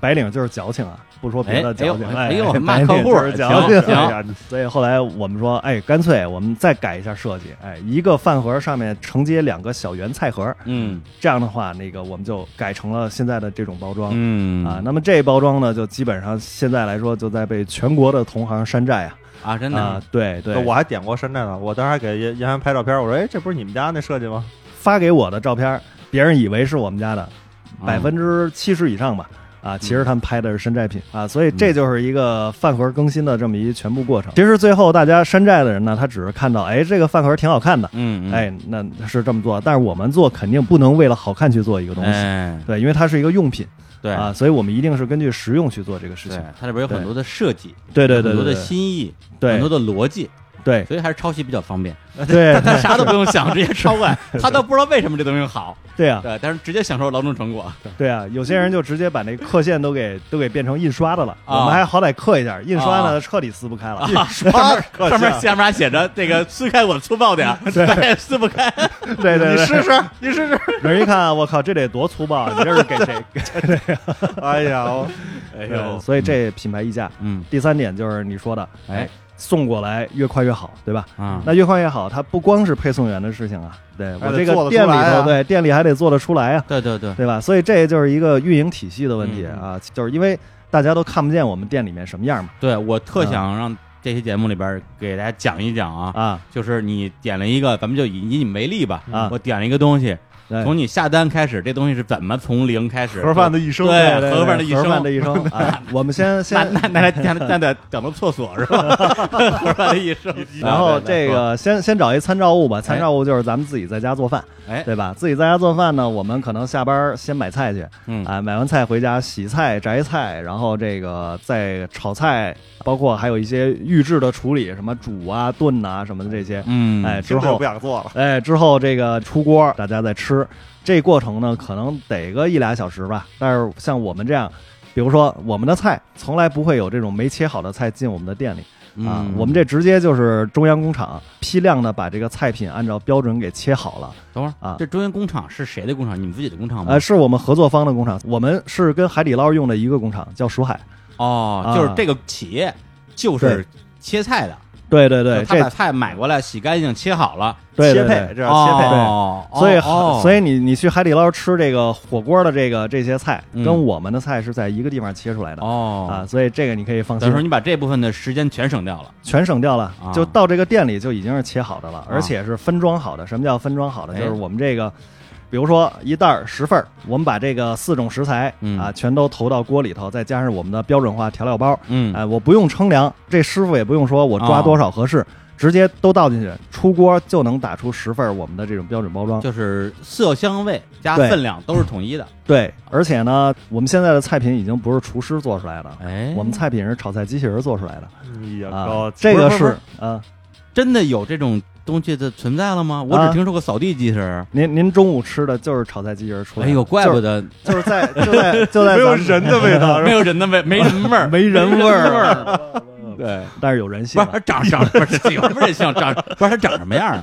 S3: 白领就是矫情啊，不说别
S1: 哎
S3: 的
S1: 哎
S3: 矫
S1: 呦
S3: 情，
S1: 哎呦
S3: 白
S1: 骂
S3: 领
S1: 客户
S3: 就是矫情
S1: 行。行
S3: 哎呀所以后来我们说，哎，干脆我们再改一下设计，哎，一个饭盒上面承接两个小圆菜盒，
S1: 嗯
S3: 这样的话，那个我们就改成了现在的这种包装。
S1: 嗯
S3: 啊，那么这包装呢，就基本上现在来说，就在被全国的同行山寨啊
S1: 啊，真
S3: 啊
S1: 的，
S3: 对对，
S2: 我还点过山寨呢，我当时还给严严寒拍照片，我说：“哎，这不是你们家那设计吗
S3: 发给我的照片，别人以为是我们家的，
S1: 啊嗯
S3: 百分之七十以上吧。啊，其实他们拍的是山寨品啊，所以这就是一个饭盒更新的这么一全部过程。其实最后大家山寨的人呢，他只是看到，哎，这个饭盒挺好看的，
S1: 嗯，嗯
S3: 哎，那是这么做。但是我们做肯定不能为了好看去做一个东西，
S1: 哎，
S3: 对，因为它是一个用品
S1: 对
S3: 啊，所以我们一定是根据实用去做这个事
S1: 对
S3: 情。，
S1: 它里边有很多的设计，
S3: 对对对
S1: 很多
S3: 对
S1: 的新意，
S3: 对
S1: 很多的逻辑，
S3: 对
S1: 所以还是抄袭比较方便。
S3: 对
S1: 他啥都不用想，直接抄 过来，他都不知道为什么这东西好，
S3: 对啊，
S1: 对，但是直接享受劳动成 果。
S3: 对啊，有些人就直接把那刻线都给都给变成印刷的了，
S1: 啊
S3: 我们还好歹刻一下，印刷呢
S1: 啊
S3: 彻底撕不开了。？”
S2: 啊，
S1: 上面下面还写着这个撕开我粗暴点儿，发现撕不开，
S3: 对对对，
S2: 你试试。
S1: 你试试。
S3: 人一看，啊我靠，这得多粗暴啊！你这是给谁？ 给
S2: 哎呀，我
S1: 哎
S3: 对，，所以这品牌溢价。
S1: 嗯，
S3: 第三点就是你说的，
S1: 哎，
S3: 送过来越快越好，对吧？
S1: 啊，
S3: 那越快越好，它不光是配送员的事情啊，对
S2: 还
S3: 我
S2: 得
S3: 这个
S2: 做得
S3: 店
S2: 出
S3: 里
S2: 来啊
S3: 头，对店里还得做得出来啊，
S1: 对对对，
S3: 对吧？所以这就是一个运营体系的问题
S1: 嗯
S3: 啊，就是因为大家都看不见我们店里面什么样嘛，
S1: 对我特
S3: 嗯
S1: 想让这期节目里边儿给大家讲一讲啊，
S3: 啊
S1: 就是你点了一个，咱们就以以你们为例吧，
S3: 啊哎
S1: 我点了一个东西，
S3: 对
S1: 从你下单开始，这东西是怎么从零开始？
S2: 盒饭的一生，
S1: 对
S3: 对对
S1: 盒饭的一生
S3: 盒饭的一生啊，我 们先
S1: 那
S3: 先
S1: 那那那那那得等到厕所是吧？盒饭的一生，
S3: 然后这个先先找一参照物吧，参照物就是咱们自己在家做饭，
S1: 哎，
S3: 对吧？自己在家做饭呢，我们可能下班儿先买菜去，
S1: 嗯
S3: 啊，买完菜回家洗菜、摘菜，然后这个再炒菜，包括还有一些预制的处理，什么煮啊、炖啊什么的这些，
S1: 嗯，
S3: 哎，之
S2: 听着就
S3: 后
S2: 不想做了。
S3: 哎之后这个出锅，大家再吃，这过程呢可能得个一俩小时吧。但是像我们这样，比如说我们的菜从来不会有这种没切好的菜进我们的店里。啊，
S1: 嗯
S3: 我们这直接就是中央工厂批量的把这个菜品按照标准给切好了。
S1: 等会儿
S3: 啊
S1: 这中原工厂是谁的工厂？你们自己的工厂吗
S3: 呃，？是我们合作方的工厂，我们是跟海底捞用的一个工厂，叫蜀海。
S1: 哦，
S3: 啊
S1: 就是这个企业就是切菜的，
S3: 对对对，
S1: 他把
S3: 这
S1: 菜买过来洗干净切好了，
S3: 对
S2: 切
S3: 对
S2: 配，
S3: 对。
S2: 这叫切配。
S1: 哦，
S3: 所以，
S1: 哦
S3: 所以你你去海底捞吃这个火锅的这个这些菜，
S1: 嗯
S3: 跟我们的菜是在一个地方切出来的、
S1: 哦
S3: 啊，，所以这个你可以放
S1: 等于说
S3: 心，
S1: 你把这部分的时间全省掉了。
S3: 全省掉了，
S1: 啊
S3: 就到这个店里就已经是切好的了，而且是分装好的。什么叫分装好的？
S1: 哎
S3: 就是我们这个，比如说一袋儿十份儿，我们把这个四种食材、
S1: 嗯
S3: 啊全都投到锅里头，再加上我们的标准化调料包，
S1: 嗯
S3: 哎，我不用称量，这师傅也不用说我抓多少合
S1: 啊
S3: 适，直接都倒进去，出锅就能打出十份儿我们的这种标准包装。
S1: 就是色香味加
S3: 对
S1: 分量都是统一的。
S3: 对，而且呢，我们现在的菜品已经不是厨师做出来的，
S1: 哎
S3: 我们菜品是炒菜机器人做出来的
S2: 哎呀，
S3: 啊
S2: 高，
S3: 这个
S2: 不不
S3: 是
S2: 不
S3: 啊，
S1: 真的有这种东西的存在了吗？我
S3: 啊
S1: 只听说过扫地机器人儿。
S3: 您您中午吃的就是炒菜机器人出来
S1: 哎
S3: 的，
S1: 呦，怪不得
S3: 就是在 就在就在
S2: 没有
S3: 咱们
S2: 人的味道，是
S1: 没
S2: 吧？
S1: 有人的味，没人味儿，
S3: 没人味儿，
S1: 儿。 对，
S3: 但是有人性
S1: 不是它
S3: 啊。
S1: 长长不是有什么人性？长不是它长什么样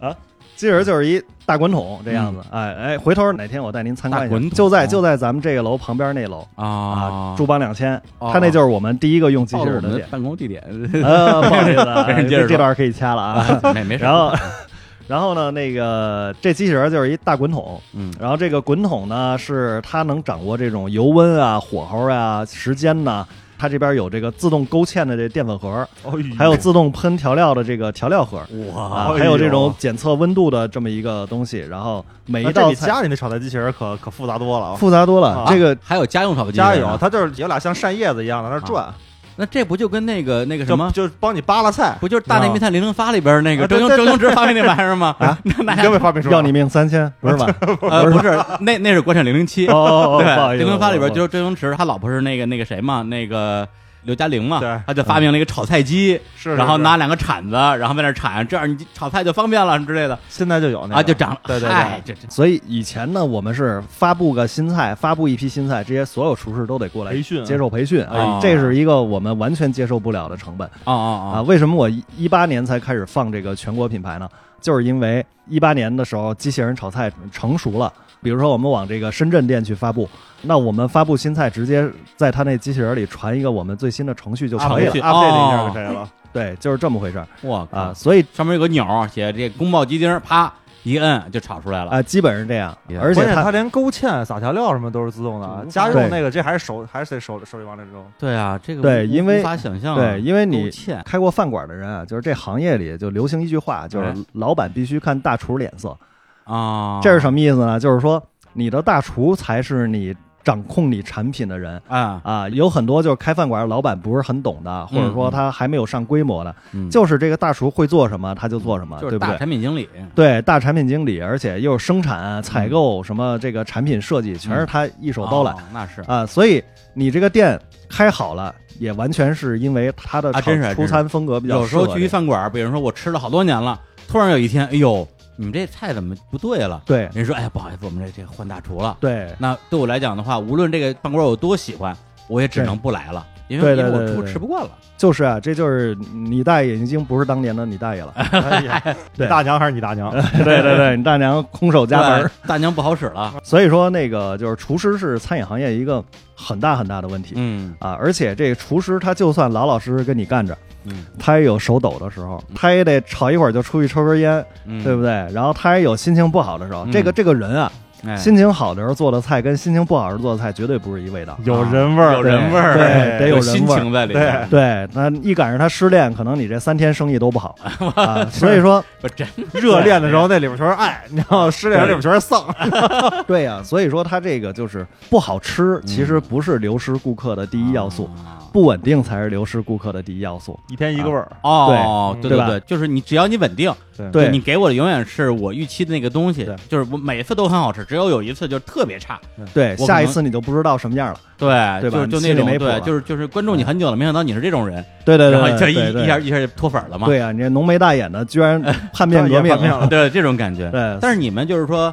S1: 啊？
S3: 机器人就是一大滚筒这样子，哎哎，回头哪天我带您参
S1: 嗯
S3: 观
S1: 大
S3: 一
S1: 滚
S3: 下，
S1: 筒
S3: 就在
S1: 哦
S3: 就在咱们这个楼旁边那楼。
S1: 啊
S3: 啊，驻邦两千，
S1: 哦
S3: 他那就是我们第一个用机
S1: 暴
S3: 器
S1: 露我
S3: 人
S1: 们
S3: 的
S1: 的
S3: 店。
S1: 办公地点。
S3: 呃，不好意思啊，
S1: 没人接着说
S3: 这这段可以掐了啊。
S1: 啊没没事。
S3: 然后， 然后呢，那个这机器人就是一大滚筒，
S1: 嗯
S3: 然后这个滚筒呢是它能掌握这种油温啊、火候啊、时间呐，它这边有这个自动勾芡的这淀粉盒，
S2: 哎
S3: 还
S2: 嗯
S3: 有自动喷调料的这个调料盒。
S1: 哇，
S3: 啊，还有这种检测温度的这么一个东西，然后每
S2: 那
S3: 一
S2: 这
S3: 道
S2: 比
S3: 菜
S2: 家里那炒菜机器人可可复杂多了啊。
S3: 复杂多了
S2: 啊。
S3: 这个
S1: 还有家用扫地机器
S2: 家
S1: 人
S2: 有，
S1: 啊。
S3: 啊
S2: 它就是有俩像扇叶子一样的那儿转，
S1: 那那这不就跟那个那个什
S2: 就
S1: 么，
S2: 就帮你扒拉菜，
S1: 不就是《大内密探零零发》里边那个
S2: 啊
S1: 周
S2: 对
S1: 星
S2: 对
S1: 周星驰发明那玩意儿吗？
S3: 啊，
S1: 那
S2: 你根本发没出来。
S3: 要你命三千，不是吧？
S1: 呃不是，那那是国产零零七
S3: 哦，哦，
S1: 对，
S3: 哦不好
S1: 《
S3: 意思
S1: 零零发》里边
S3: 我
S1: 就是周星驰他老婆是那个那个谁嘛，那个刘嘉玲嘛
S2: 对，
S1: 他就发明了一个炒菜机，
S2: 是是
S1: 然后
S2: 是
S1: 拿两个铲子，然后在那儿铲，这样你炒菜就方便了什么之类的
S2: 现在就有那个
S1: 啊，就长了。
S2: 对对
S1: 嗨
S2: 对，
S1: 这这
S3: 所以以前呢，我们是发布个新菜，发布一批新菜，这些所有厨师都得过来
S2: 培训
S3: 接受培训，哎
S1: 啊
S3: 这是一个我们完全接受不了的成本
S1: 哦
S3: 啊！
S1: 哦
S3: 为什么我一八年才开始放这个全国品牌呢？就是因为一八年的时候，机器人炒菜成熟了。比如说，我们往这个深圳店去发布，那我们发布新菜，直接在他那机器人里传一个我们最新的程序就
S2: 啊
S3: 可
S2: 培
S3: 以
S2: 训
S3: 了。
S1: 了
S2: update 一下
S1: 哦
S2: 就可以了。
S3: 对，就是这么回事儿
S1: 哦，我靠
S3: 啊！，所以
S1: 上面有个钮儿写这宫爆鸡丁，啪一摁就炒出来了。
S3: 啊，基本是这样
S1: Yeah。
S3: 而且
S2: 关键
S3: 它
S2: 它连勾芡、啊撒调料什么都是自动的啊，
S1: 嗯
S2: 加
S3: 对
S2: 热那个这还是手还是得手手里往里扔。
S1: 对啊，这个
S3: 对
S1: 无
S3: 因为
S1: 无法想象啊，
S3: 对，因为你
S1: 勾芡
S3: 开过饭馆的人啊，就是这行业里就流行一句话，就是
S1: 哎
S3: 老板必须看大厨脸色。
S1: 啊，
S3: 这是什么意思呢？就是说你的大厨才是你掌控你产品的人。
S1: 啊？
S3: 啊，有很多就是开饭馆老板不是很懂的，或者说他还没有上规模的，
S1: 嗯
S3: 就是这个大厨会做什么他就做什么，
S1: 就是
S3: 对不
S1: 大
S3: 对？
S1: 产品经理，
S3: 对，大产品经理，而且又是生产、啊采购什么这个产品设计，全是他一手包揽
S1: 嗯哦，那是
S3: 啊，所以你这个店开好了，也完全是因为它的
S1: 啊真是还真
S3: 炒出
S1: 是
S3: 餐风格比较
S1: 有时候
S3: 适合
S1: 去一
S3: 这个
S1: 饭馆，比如说我吃了好多年了，突然有一天，哎呦，你们这菜怎么不对了？
S3: 对
S1: 人说，哎呀，不好意思，我们这这换大厨了。
S3: 对
S1: 那对我来讲的话，无论这个饭馆有多喜欢，我也只能不来了，因为
S3: 对
S1: 因为
S3: 对对
S1: 我
S3: 对
S1: 出
S3: 对
S1: 吃不惯了。
S3: 就是啊，这就是你大爷已经不是当年的你大爷 了。
S2: 哎 呀，
S3: 对
S2: 你大娘还是你大 娘？
S3: 对对对，你大娘空手家门
S1: 对
S3: 儿。
S1: 大娘不好使 了。
S3: 所以说，那个就是厨师是餐饮行业一个很大很大的问题、
S1: 嗯
S3: 啊。而且这个厨师他就算老老实实跟你干着，
S1: 嗯
S3: 他也有手抖的时候，他也得吵一会儿就出去抽根烟，
S1: 嗯，
S3: 对不对？然后他也有心情不好的时候。这个
S1: 嗯
S3: 这个人啊，
S1: 哎
S3: 心情好的时候做的菜跟心情不好的时候做的菜绝对不是一味道。
S2: 有人味儿，哎
S1: 有人味儿
S3: 对得有人
S1: 心
S3: 味儿
S1: 情在里面。
S3: 对，那一赶上他失恋，可能你这三天生意都 不好啊。所以说，
S1: 不真
S2: 热恋的时候那里边哎全是爱，你知道吗失恋的时候里边全是丧。
S3: 对呀、所以说他这个就是不好吃，其实不是流失顾客的第一要素，
S1: 啊
S3: 不稳定才是流失顾客的第一要素。
S2: 一天一个味儿，
S1: 哦，对
S3: 对
S1: 对，就是你只要你稳定，
S3: 对
S1: 就你给我的永远是我预期的那个东西
S2: 对，
S1: 就是我每次都很好吃，只有有一次就是特别差。
S3: 对，
S1: 我可能
S3: 下一次你就不知道什么样了。
S1: 对，
S3: 对吧
S1: 就就那
S3: 你心里
S1: 种
S3: 没谱
S1: 对，
S3: 了
S1: 就是就是关注你很久了，没想到你是这种人，
S3: 对对
S1: 然
S3: 对，
S1: 后就
S3: 对
S1: 一
S3: 对对
S1: 一下一下就脱粉了嘛。
S3: 对啊，你这浓眉大眼的居然叛变革命
S2: 叛变
S3: 了
S2: 了。
S1: 对，这种感觉。
S3: 对
S1: 但是你们就是说，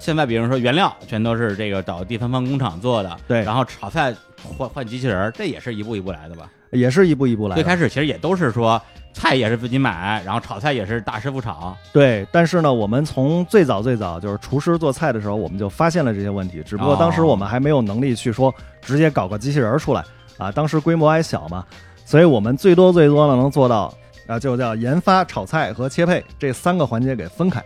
S1: 现在比如说原料全都是这个找第三方工厂做的，
S3: 对
S1: 然后炒菜换换机器人儿，这也是一步一步来的吧？
S3: 也是一步一步来
S1: 最
S3: 的。
S1: 开始其实也都是说菜也是自己买，然后炒菜也是大师傅炒，
S3: 对，但是呢，我们从最早最早就是厨师做菜的时候，我们就发现了这些问题，只不过当时我们还没有能力去说直接搞个机器人儿出来啊，当时规模还小嘛，所以我们最多最多呢能做到啊，就叫研发、炒菜和切配这三个环节给分开。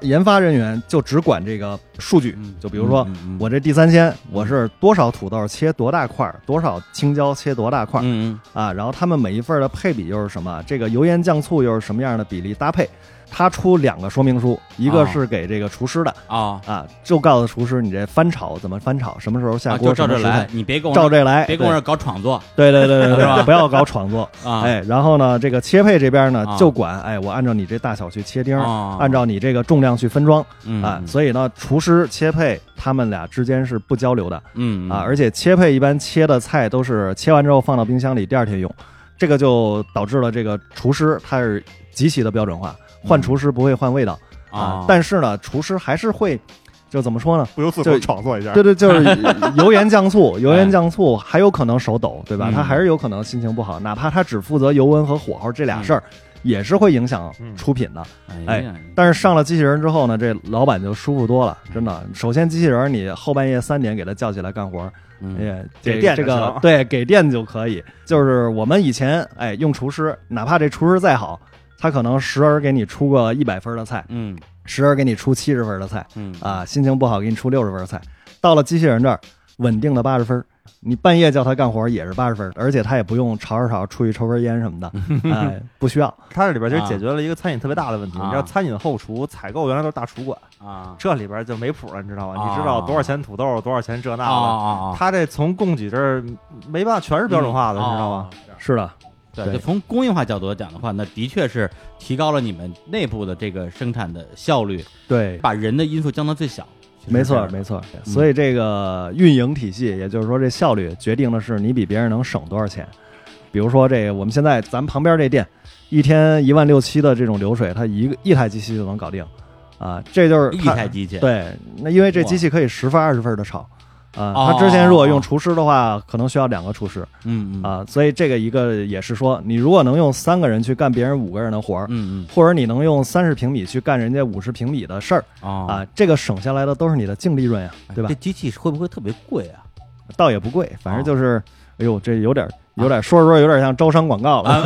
S3: 研发人员就只管这个数据，就比如说
S1: 嗯嗯嗯
S3: 我这地三鲜，我是多少土豆切多大块儿，多少青椒切多大块儿
S1: 嗯嗯
S3: 啊，然后他们每一份儿的配比又是什么，这个油盐酱醋又是什么样的比例搭配，他出两个说明书，一个
S1: 啊
S3: 是给这个厨师的
S1: 哦
S3: 啊，就告诉厨师你这翻炒怎么翻炒，什么时候下
S1: 啊，
S3: 锅，
S1: 就照这
S3: 什么时
S1: 来
S3: 间，，
S1: 你别跟我
S3: 照
S1: 这
S3: 这来，
S1: 别跟我这搞创作
S3: 对对对对
S1: 是吧
S3: 对，不要搞创作。
S1: 啊，
S3: 哎，然后呢，这个切配这边呢
S1: 啊
S3: 就管，哎，我按照你这大小去切丁儿，
S1: 哦，
S3: 按照你这个重量去分装
S1: 嗯
S3: 啊
S1: 嗯，
S3: 所以呢，厨师切配他们俩之间是不交流的，
S1: 嗯
S3: 啊，而且切配一般切的菜都是切完之后放到冰箱里，第二天用，这个就导致了这个厨师他是极其的标准化，换厨师不会换味道啊
S1: 嗯啊，，
S3: 但是呢，厨师还是会，就怎么说呢？
S2: 不由自
S3: 就
S2: 主创作一
S1: 嗯
S2: 下
S3: 对。对，就是 油盐酱醋，油盐酱醋还有可能手抖，对吧？
S1: 哎嗯
S3: 他还是有可能心情不好，哪怕他只负责油温和火候这
S1: 嗯
S3: 俩事儿，也是会影响
S2: 嗯
S3: 出品的。
S1: 哎呀，
S3: 但是上了机器人之后呢，这老板就舒服多了，真的。首先，机器人你后半夜三点给他叫起来干活，
S1: 嗯
S3: 哎，这
S2: 给电
S3: 这
S2: 就
S3: 个
S2: 行
S3: 对给电就可以。就是我们以前哎用厨师，哪怕这厨师再好，他可能时而给你出个一百分的菜，
S1: 嗯
S3: 时而给你出七十分的菜啊
S1: 嗯
S3: 啊，心情不好给你出六十分的菜。到了机器人这儿，稳定的八十分你半夜叫他干活也是八十分，而且他也不用吵吵吵出去抽根烟什么 的，哎，不需要。
S2: 它这里边就解决了一个餐饮特别大的问题。
S1: 啊
S2: 你知道餐饮后厨采购原来都是大厨管，
S1: 啊
S2: 这里边就没谱了，你知道吧？
S1: 啊
S2: 你知道多少钱土豆，多少钱这
S1: 啊
S2: 那的，
S1: 啊啊，
S2: 它这从供给这儿没办法，全是标准化的，你知道吗？
S1: 哦？哦
S3: 是的，
S1: 对，
S3: 对
S1: 就从工业化角度讲的话，那的确是提高了你们内部的这个生产的效率，
S3: 对，
S1: 把人的因素降到最小。其实
S3: 没
S1: 是这
S3: 错，
S1: 样的
S3: 没错。所以这个运营体系，也就是说这效率决定的是你比别人能省多少钱。比如说这个，我们现在咱们旁边这店，一天一万六七的这种流水，它一个一台机器就能搞定，啊，这就是
S1: 一
S3: 它
S1: 台机器，
S3: 对，那因为这
S1: 哇
S3: 机器可以十份二十份的炒，啊、
S1: 哦
S3: 它之前如果用厨师的话，可能需要两个厨师
S1: 嗯嗯
S3: 啊、所以这个一个也是说，你如果能用三个人去干别人五个人的活儿，
S1: 嗯嗯
S3: 或者你能用三十平米去干人家五十平米的事儿
S1: 哦哎
S3: 啊、，这个省下来的都是你的净利润呀，对吧
S1: 这？机器会不会特别贵啊？
S3: 倒也不贵，反正
S1: 哦啊
S3: 就是，哎呦，这有点有点说着说着有点像招商广告了。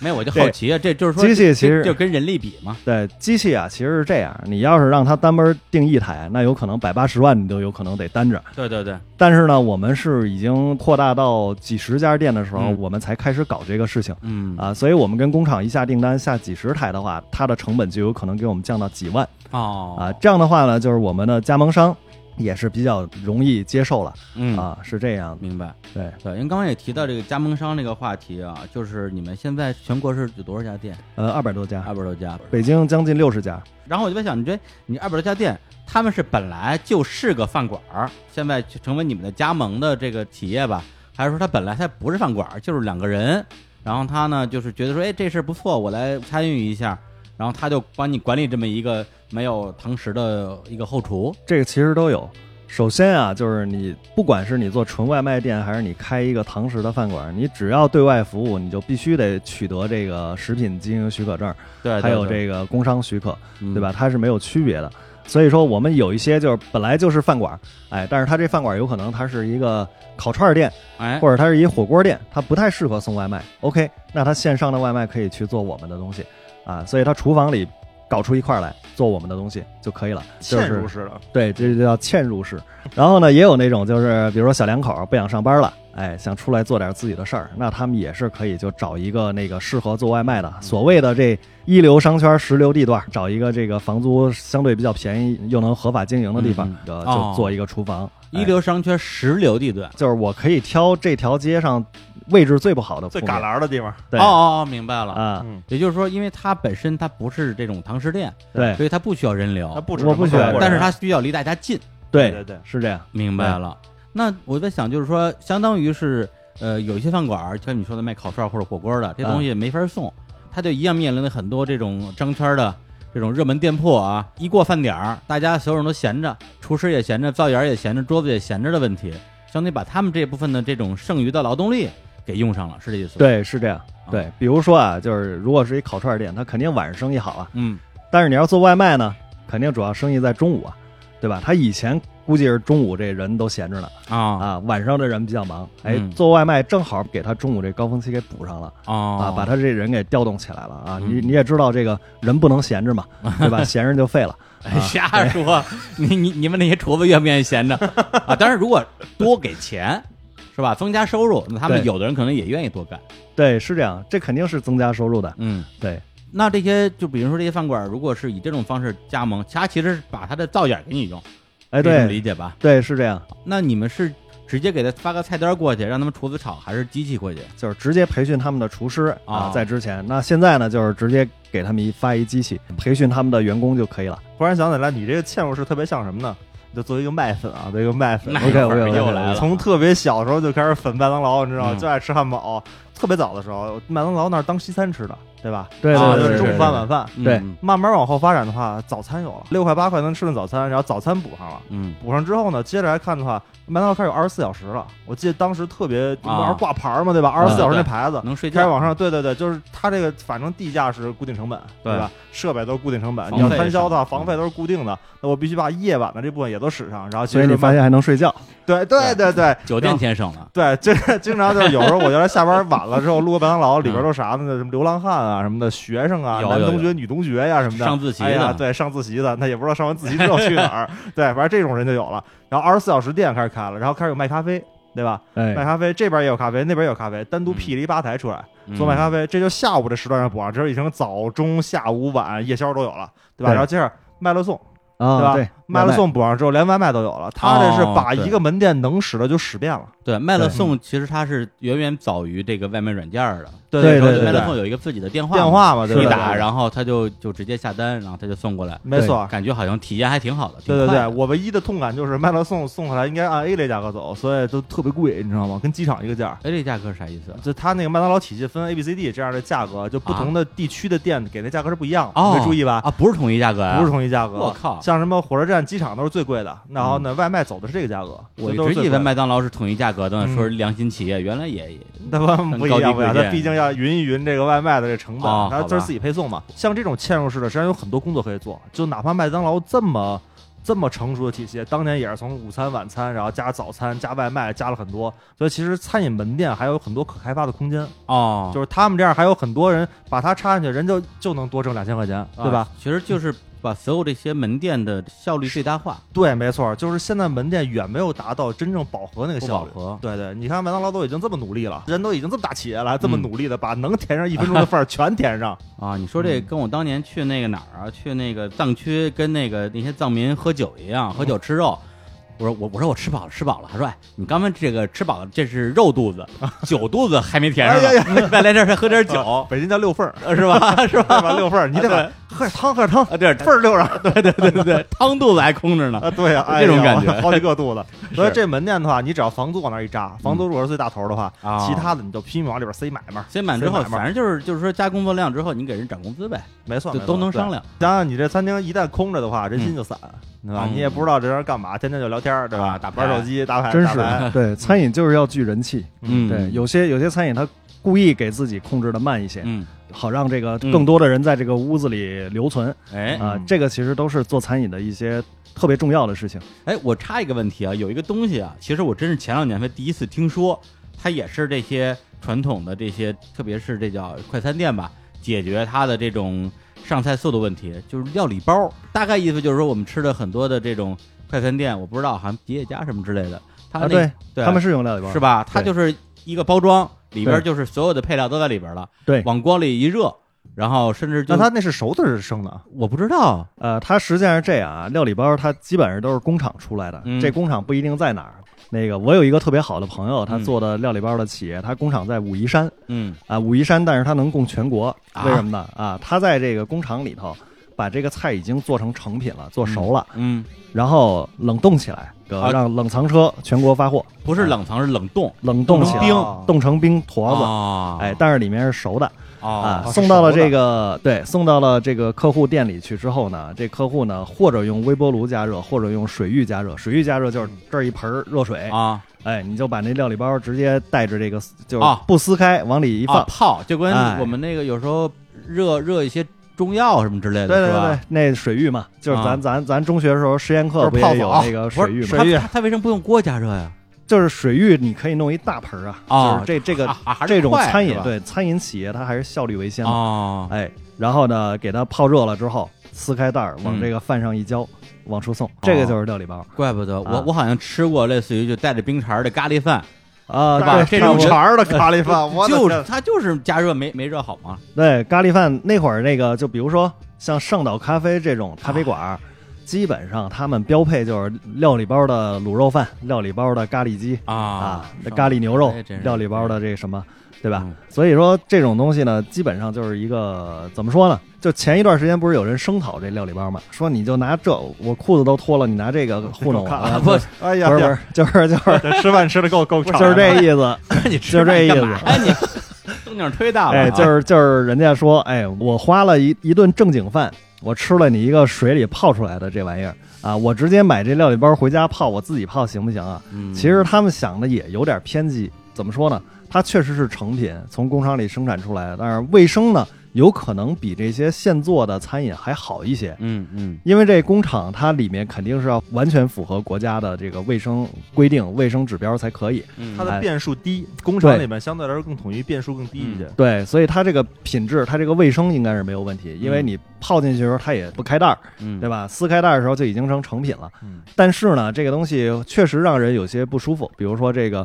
S1: 没有，我就好奇啊，这啊就是说
S3: 机器其实
S1: 就就跟人力比嘛。
S3: 对机器啊，其实是这样，你要是让它单门定一台，那有可能百八十万你都有可能得担着。
S1: 对对对，
S3: 但是呢，我们是已经扩大到几十家店的时候，
S1: 嗯
S3: 我们才开始搞这个事情
S1: 嗯
S3: 啊，所以我们跟工厂一下订单下几十台的话，它的成本就有可能给我们降到几万
S1: 哦
S3: 啊。这样的话呢，就是我们的加盟商也是比较容易接受了
S1: 嗯
S3: 啊，是这样的。
S1: 明白。
S3: 对，
S1: 对，因为刚刚也提到这个加盟商这个话题啊，就是你们现在全国是有多少家店？
S3: 呃，二百多家，
S1: 二百多家。
S3: 北京将近六十家，
S1: 然后我就在想，你这你二百多家店，他们是本来就是个饭馆儿，现在就成为你们的加盟的这个企业吧？还是说他本来他不是饭馆儿，就是两个人，然后他呢就是觉得说，哎，这事儿不错，我来参与一下，然后他就帮你管理哎这么一个没有堂食的一个后厨。
S3: 这个其实都有。首先啊，就是你不管是你做纯外卖店，还是你开一个堂食的饭馆，你只要对外服务，你就必须得取得这个食品经营许可证。
S1: 哎对，嗯
S3: 还有
S1: 对，
S3: 这个工商许可，
S1: 对
S3: 对吧？？它是没有区别的。所以说，我们有一些就是本来就是饭馆儿，哎，但是它这饭馆儿有可能它是一个烤串儿店，
S1: 哎，
S3: 或者它是一火锅店，它不太适合送外卖。OK，那它线上的外卖可以去做我们的东西，啊，所以它厨房里搞出一块儿来做我们的东西就可以了。就
S2: 嵌
S3: 是
S2: 入式的，
S3: 对，这就叫嵌入式。然后呢，也有那种就是，比如说小两口儿不想上班了，哎，想出来做点自己的事儿，那他们也是可以就找一个那个适合做外卖的，所谓的这一流商圈十流地段儿，找一个这个房租相对比较便宜又能合法经营的地方
S1: 嗯，
S3: 呃
S1: 哦
S3: 就做一个厨房。哎
S1: 一流商圈，十流地段。
S3: 就是我可以挑这条街上位置最不好的
S2: 最
S3: 铺
S2: 旮
S3: 面，
S2: 旯的地方。
S3: 对
S1: 哦哦哦，明白了。
S3: 啊，
S2: 嗯，
S1: 也就是说，因为它本身它不是这种堂食店，
S3: 对
S1: 所以它不需要人
S2: 它
S1: 流，
S2: 不止
S3: 我
S2: 这么
S3: 不
S2: 多
S3: 选
S2: 人
S1: 但是它需要离大家近。
S3: 对
S2: 对对
S3: 是这样，
S1: 明白了。那我在想，就是说，相当于是，呃，有一些饭馆儿，像你说的卖烤串儿或者火锅儿的，这东西没法送，它就一样面临了很多这种张圈儿的这种热门店铺啊。一过饭点儿，大家所有人都闲着，厨师也闲着，灶眼儿也闲着，桌子也闲着的问题，相当于把他们这部分的这种剩余的劳动力给用上了，是这意思？，
S3: 对是这样。
S1: 啊
S3: 对，比如说啊，就是如果是一烤串儿店，它肯定晚上生意好啊，
S1: 嗯，
S3: 但是你要做外卖呢，肯定主要生意在中午啊，对吧？他以前估计是中午这人都闲着呢
S1: 啊
S3: 啊，晚上的人比较忙，哎
S1: 嗯，
S3: 做外卖正好给他中午这高峰期给补上了啊，
S1: 啊
S3: 把他这人给调动起来了啊。
S1: 嗯
S3: 你你也知道这个人不能闲着嘛，对吧？闲着就废了。 啊
S1: 瞎说，哎你你你们那些厨子愿不愿意闲着啊？当然，如果多给钱，是吧？增加收入，那他们
S3: 对
S1: 有的人可能也愿意多干。
S3: 对，是这样，这肯定是增加收入的。
S1: 嗯，
S3: 对，
S1: 那这些就比如说这些饭馆，如果是以这种方式加盟，他其实是把他的灶眼给你用，
S3: 哎，
S1: 这种理
S3: 对，
S1: 解吧？
S3: 对，是这样，
S1: 那你们是直接给他发个菜单过去，让他们厨子炒，还是机器过去？
S3: 就是直接培训他们的厨师
S1: 啊
S3: 啊，在之前，那现在呢，就是直接给他们一发一机器培训他们的员工就可以了。
S2: 忽然想起来，你这个嵌入式特别像什么呢？你就作为一个麦粉啊，作为一个麦粉，
S1: 那
S3: OK，
S1: 一会儿
S3: OK，OK，
S1: 又来了，
S2: 从特别小时候就开始粉麦当劳，你知道吗？
S1: 嗯
S2: 就爱吃汉堡。特别早的时候，麦当劳那儿当西餐吃的，对吧？
S3: 对
S1: 啊
S2: 啊，
S3: 对
S2: 就
S3: 对对，
S2: 是中
S3: 对
S2: 午饭、晚饭。
S1: 嗯
S3: 对
S1: 嗯
S2: 慢慢往后发展的话，早餐有了，六块八块能吃顿早餐，然后早餐补上了。
S1: 嗯
S2: 补上之后呢，接着来看的话，麦当劳开始有二十四小时了。我记得当时特别
S1: 啊
S2: 玩挂牌嘛，对吧？二十四小时那牌子，
S1: 能睡
S2: 开始
S1: 觉。
S2: 往上，对对对，就是它这个反正地价是固定成本，
S1: 对
S2: 吧？设备都是固定成本，
S1: 房
S2: 你要
S1: 费也
S2: 摊销的话，
S1: 是
S2: 房费都是固定的。那我必须把夜晚的这部分也都使上，然后其
S3: 所以
S2: 实
S3: 你发现还能睡觉。
S2: 对对对对
S1: 酒店钱省了，
S2: 对，这经常就是有时候我觉得下班晚了之后路过麦当劳，里边都啥呢？什么流浪汉啊，什么的学生啊，
S1: 有
S2: 男
S1: 有
S2: 同学、女同学呀、什么的，
S1: 上自习的
S2: 哎呀对，上自习的，那也不知 道上完自习之后去哪儿，对，反正这种人就有了。然后二十四小时店开始开了，然后开始有卖咖啡，对嗯吧？卖
S3: 哎，
S2: 咖啡这边也有咖啡，那边也有咖啡，单独辟了一吧台出来做
S1: 嗯
S2: 卖咖啡，这就下午这时段上补上，这已经早中下午晚夜宵都有了，对
S3: 对
S2: 吧？然后接着卖了送，
S3: 啊，
S2: 对
S3: 对
S2: 吧？，卖了送补上之后，连外卖都有了，他这是把一个门店能使的就使遍了，
S1: 对，卖了
S3: 对
S1: 送其实它是远远早于这个外卖软件儿的。
S2: 对
S3: 对
S2: 对
S3: 对
S1: 麦
S2: 对
S1: 乐送有一个自己的电话嘛，
S2: 电话嘛，对吧
S1: 一打，
S2: 对
S1: 然后他就就直接下单，然后他就送过来，
S2: 没错。
S1: 感觉好像体验还挺好的。
S2: 对
S1: 挺
S2: 对
S1: 快
S2: 对，
S1: 的，
S2: 我唯一的痛感就是麦乐送送过来应该按 A 类价格走，所以都特别贵，你知道吗？跟机场一个价儿。
S1: 哎，这价格是啥意思啊？
S2: 就它那个麦当劳体系分 A、B、C、D 这样的价格，就不
S1: 啊
S2: 同的地区的店给那价格是不一样的，
S1: 哦
S2: 没注意吧？
S1: 啊，不是统一价格呀？
S2: 不是同一价格。
S1: 我靠嗯
S2: 像什么火车站、机场都是最贵的，然后呢，外卖走的是这个价格。
S1: 我
S2: 这
S1: 一
S2: 都是
S1: 直以
S2: 最贵
S1: 为
S2: 的，
S1: 麦当劳是统一价格的，
S2: 嗯
S1: 说是良心企业，原来也也
S2: 那不不
S1: 很
S2: 一
S1: 高
S2: 样
S1: 低
S2: 不一样，
S1: 贵
S2: 它
S1: 贱
S2: 毕竟要匀一匀这个外卖的这成本
S1: 哦，
S2: 它
S1: 好
S2: 就是
S1: 吧
S2: 自己配送嘛。像这种嵌入式的，实际上有很多工作可以做，就哪怕麦当劳这么。这么成熟的体系，当年也是从午餐、晚餐，然后加早餐、加外卖，加了很多。所以其实餐饮门店还有很多可开发的空间。
S1: 哦，
S2: 就是他们这样还有很多人把它插进去，人就就能多挣两千块钱，对吧？
S1: 啊？其实就是把所有这些门店的效率最大化，
S2: 对，没错，就是现在门店远没有达到真正饱和那个
S1: 不
S2: 效
S1: 饱
S2: 率。
S1: 和。
S2: 对对，你看麦当劳都已经这么努力了，人都已经这么大企业了，还这么
S1: 嗯
S2: 努力的把能填上一分钟 的份儿全填上。
S1: 啊，你说这
S2: 嗯
S1: 跟我当年去那个哪儿啊，去那个藏区跟那个那些藏民喝酒一样，喝酒吃肉。我说我我说我吃饱了吃饱了，他说哎，你刚才这个吃饱了，这是肉肚 子，酒肚子还没填上
S2: 哎呀
S1: 呢，再来这儿再喝点酒，
S2: 啊北京叫六份儿，
S1: 是吧？是
S2: 是吧？
S1: 吧？
S2: 六份儿，你得把
S1: 对
S2: 喝点汤，喝点汤，
S1: 啊，对
S2: 份儿溜上。
S1: 对对对对对， 汤肚子还空着呢。
S2: 啊， 对啊，哎呀
S1: 这种感觉
S2: 好几个肚子。
S1: 是
S2: 所以这门店的话，你只要房租往那儿一扎，房租如果是最大头的话，
S1: 啊
S2: 其他的你就拼命往里边塞买卖。
S1: 先满之后，
S2: 先买嘛
S1: 反正就是就是说加工作量之后，你给人涨工资呗，
S2: 没错，
S1: 就
S2: 没错
S1: 都能
S2: 对
S1: 商量。
S2: 想想你这餐厅一旦空着的话，人心就散，对吧？
S1: 嗯
S2: 你也不知道这人干嘛，天天就聊天儿，对吧？
S1: 啊打牌
S2: 玩手机、打牌，
S3: 真
S2: 打牌
S3: 是对，餐饮就是要聚人气。
S1: 嗯，
S3: 对，有些有些餐饮它故意给自己控制的慢一些，
S1: 嗯，
S3: 好让这个
S1: 嗯
S3: 更多的人在这个屋子里留存
S1: 哎
S3: 啊
S2: 嗯。
S3: 这个其实都是做餐饮的一些特别重要的事情。
S1: 哎，我插一个问题啊，有一个东西啊，其实我真是前两年才第一次听说，它也是这些传统的这些，特别是这叫快餐店吧，解决它的这种上菜速度问题，就是料理包。大概意思就是说，我们吃的很多的这种快餐店，我不知道好像吉野家什么之类的，它那、
S3: 啊，对，
S1: 对
S3: 他们是用料理包，
S1: 是？吧？它
S3: 对
S1: 就是一个包装，里边
S3: 对
S1: 就是所有的配料都在里边了，
S3: 对
S1: 往锅里一热，然后甚至就
S2: 那他那是熟的还是生的？
S1: 我不知道，
S3: 呃，它实际上是这样啊，料理包它基本上都是工厂出来的，
S1: 嗯
S3: 这工厂不一定在哪儿。那个，我有一个特别好的朋友，他
S1: 嗯
S3: 做的料理包的企业，他工厂在武夷山
S1: 嗯
S3: 啊，武夷山，但是他能供全国，
S1: 啊
S3: 为什么呢？啊，他在这个工厂里头把这个菜已经做成成品了，做熟了，
S1: 嗯，
S3: 然后冷冻起来，呃
S1: 啊
S3: 让冷藏车全国发货，
S1: 不是冷藏，是冷冻
S3: 冷冻起
S1: 成
S3: 来，
S1: 冰
S2: 哦
S3: 冻成冰坨哎子，
S1: 啊，
S3: 哎，但是里面是熟的
S1: 啊
S3: 啊，
S2: 哦
S3: 送到了这个对，送到了这个客户店里去之后呢，这客户呢，或者用微波炉加热，或者用水浴加热，水浴加热就是这儿一盆儿热水，
S1: 啊。
S3: 哎，你就把那料理包直接带着这个就是
S1: 啊
S3: 不撕开，往里一
S1: 啊
S3: 放，
S1: 泡，就跟
S3: 哎
S1: 我们那个有时候热热一些中药什么之类的，
S3: 对对
S1: 是
S3: 对
S1: 吧
S3: 对？，那水浴嘛，就是咱、
S1: 啊
S3: 咱咱中学的时候实验课不
S2: 就是泡
S3: 也有
S2: 澡
S3: 那个
S1: 不
S3: 水浴
S1: 是
S3: 嘛？
S2: 水浴
S1: 它它它为什么不用锅加热呀？
S3: 就是水浴，你可以弄一大盆儿啊，
S1: 哦
S3: 就是这这个、
S1: 啊啊还是
S3: 这种
S1: 快
S3: 餐
S1: 是
S3: 饮
S1: 吧
S3: 对餐饮企业它还是效率为先嘛，
S1: 哦，
S3: 哎，然后呢给它泡热了之后，撕开袋儿往
S1: 嗯
S3: 这个饭上一浇，往出送，这个就是料理包
S1: 怪不得我
S3: 啊
S1: 我好像吃过类似于就带着冰碴儿的咖喱饭，
S3: 啊，
S1: 是吧
S3: 对
S1: 这
S3: 差
S1: 种
S3: 不多
S1: 差
S2: 肠儿的咖喱饭，我的
S1: 就是
S2: 天
S1: 它就是加热没没热好嘛。
S3: 对咖喱饭那会儿那个就比如说像上岛咖啡这种咖啡馆
S1: 啊
S3: 儿。基本上他们标配就是料理包的卤肉饭、料理包的咖喱鸡，
S1: 啊
S3: 啊，那咖喱牛肉
S1: 哎真是
S3: 料理包的这个什么，对吧
S1: 嗯？
S3: 所以说这种东西呢，基本上就是一个怎么说呢？就前一段时间不是有人声讨这料理包嘛，说你就拿这，我裤子都脱了，你拿这个 糊弄我，
S2: 看
S3: 啊
S1: 啊
S3: 不
S1: 不
S3: 是
S2: 哎呀，
S3: 不是不是，就是
S1: 哎
S3: 就是
S2: 这吃饭吃的够够长，
S3: 就是 这意思，
S1: 是，你吃
S3: 就这
S1: 饭
S3: 意
S1: 干嘛
S3: 思
S1: 呀你？动静忒大了啊，
S3: 哎，就是就是人家说，哎，我花了一一顿正经饭，我吃了你一个水里泡出来的这玩意儿啊，我直接买这料理包回家泡，我自己泡行不行啊？
S1: 嗯
S3: 其实他们想的也有点偏激，怎么说呢？它确实是成品，从工厂里生产出来的，但是卫生呢，有可能比这些现做的餐饮还好一些。
S1: 嗯嗯
S3: 因为这工厂它里面肯定是要完全符合国家的这个卫生规定、卫生指标才可以。
S1: 嗯，
S2: 它
S3: 哎
S2: 的变数低，工厂
S3: 对
S2: 里面相对来说更统一，变数更低一些。
S3: 对，所以它这个品质，它这个卫生应该是没有问题，因为
S1: 嗯
S3: 你泡进去的时候它也不开袋儿，
S1: 嗯
S3: 对吧？撕开袋儿的时候就已经成成品了。
S2: 嗯
S3: 但是呢，这个东西确实让人有些不舒服，比如说这个。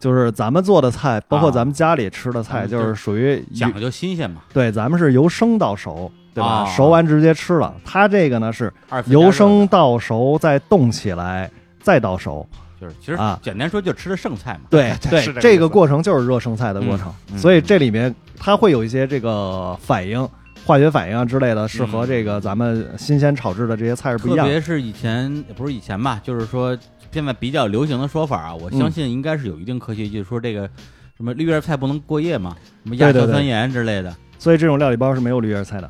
S3: 就是咱们做的菜，包括
S1: 啊
S3: 咱们家里吃的菜，
S1: 嗯
S3: 就
S1: 就是
S3: 属于
S1: 讲究新鲜嘛，
S3: 对，咱们是由生到熟，对吧？
S1: 啊
S3: 熟完直接吃了。它这个呢是
S1: 二次加热
S3: 由
S1: 的
S3: 生到熟，再冻起来，再到熟。
S1: 就是其实
S3: 啊
S1: 简单说就吃的剩菜嘛，
S3: 对
S2: 是这
S3: 对
S2: 个，
S3: 这
S2: 意
S3: 个
S2: 思
S3: 过程就是热剩菜的过程，
S1: 嗯嗯
S3: 所以这里面它会有一些这个反应。化学反应啊之类的，是
S1: 嗯
S3: 和这个咱们新鲜炒制的这些菜是不一
S1: 特
S3: 样的。
S1: 别是以前也不是以前吧，就是说现在比较流行的说法啊，我
S3: 嗯
S1: 相信应该是有一定科学依据，说这个什么绿叶菜不能过夜嘛，什么亚
S3: 对对
S1: 硝
S3: 对
S1: 酸盐之类的。
S3: 所以这种料理包是没有绿叶菜的，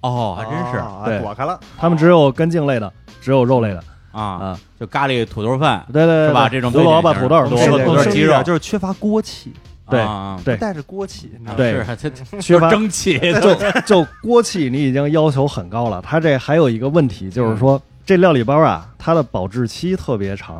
S1: 哦，还真是
S2: 啊
S3: 对
S2: 躲开了。
S3: 他们只有根茎类的，只有肉类的
S1: 啊，
S3: 啊。
S1: 就咖喱土豆饭，
S3: 对对对，
S1: 是吧这
S3: 对
S1: 种
S3: 胡萝卜、
S1: 背景
S3: 土豆、
S1: 是
S3: 这
S1: 萝卜
S3: 些
S1: 土豆
S3: 都
S1: 儿
S3: 是
S2: 生
S1: 鸡
S2: 一点
S1: 肉
S2: 就是缺乏锅气，
S3: 对
S1: 啊
S3: 对
S2: 带着锅气，你知道吗
S3: 对
S1: 是它它
S3: 缺乏
S1: 蒸 汽，
S3: 就就锅气，你已经要求很高了。它这还有一个问题，就是
S1: 嗯
S3: 说这料理包啊，它的保质期特别长。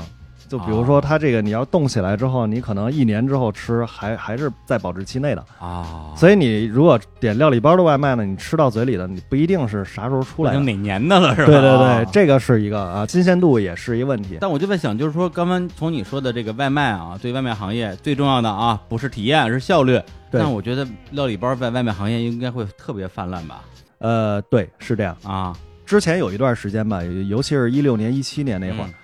S3: 就比如
S1: 哦
S3: 说，它这个你要冻起来之后，你可能一年之后吃还还是在保质期内的。
S1: 啊，
S3: 所以你如果点料理包的外卖呢，你吃到嘴里的你不一定是啥时候出
S1: 不
S3: 来
S1: 知道
S3: 的。
S1: 哪年的了是吧？
S3: 对对
S1: 啊
S3: 对，这个是一个啊，新鲜度也是一问题。
S1: 但我就在想，就是说，刚刚从你说的这个外卖啊，对外卖行业最重要的啊，不是体验，是效率。
S3: 对
S1: 但我觉得料理包在外卖行业应该会特别泛滥吧？
S3: 呃，对，是这样。
S1: 啊，
S3: 之前有一段时间吧，尤尤其是一六年、一七年那会儿，
S1: 嗯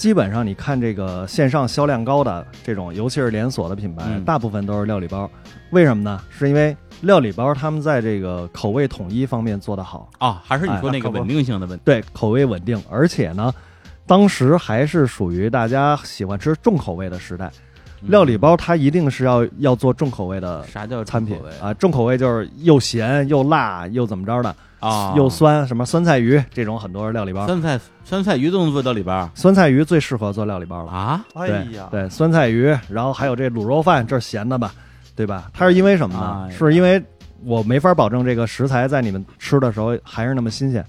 S3: 基本上你看这个线上销量高的这种，尤其是连锁的品牌，
S1: 嗯
S3: 大部分都是料理包。为什么呢？是因为料理包他们在这个口味统一方面做得好，
S1: 哦，还是你
S3: 哎
S1: 说那个
S2: 可不
S1: 稳定性的问题。
S3: 对口味稳定，而且呢，当时还是属于大家喜欢吃重口味的时代。
S1: 嗯
S3: 料理包它一定是要要做重口味的
S1: 啥叫
S3: 产品
S1: 重口味
S3: 啊，重口味就是又咸又辣又怎么着的，
S1: 啊？
S3: 又酸什么酸菜鱼这种，很多是料理包。
S1: 酸菜酸菜鱼都能做料理包
S3: 酸菜鱼最适合做料理包了。
S1: 啊？
S2: 哎
S3: 对
S2: 呀，
S3: 对，酸菜鱼，然后还有这卤肉饭，这是咸的吧，对吧？它是因为什么呢？
S1: 哎呀
S3: 是因为我没法保证这个食材在你们吃的时候还是那么新鲜，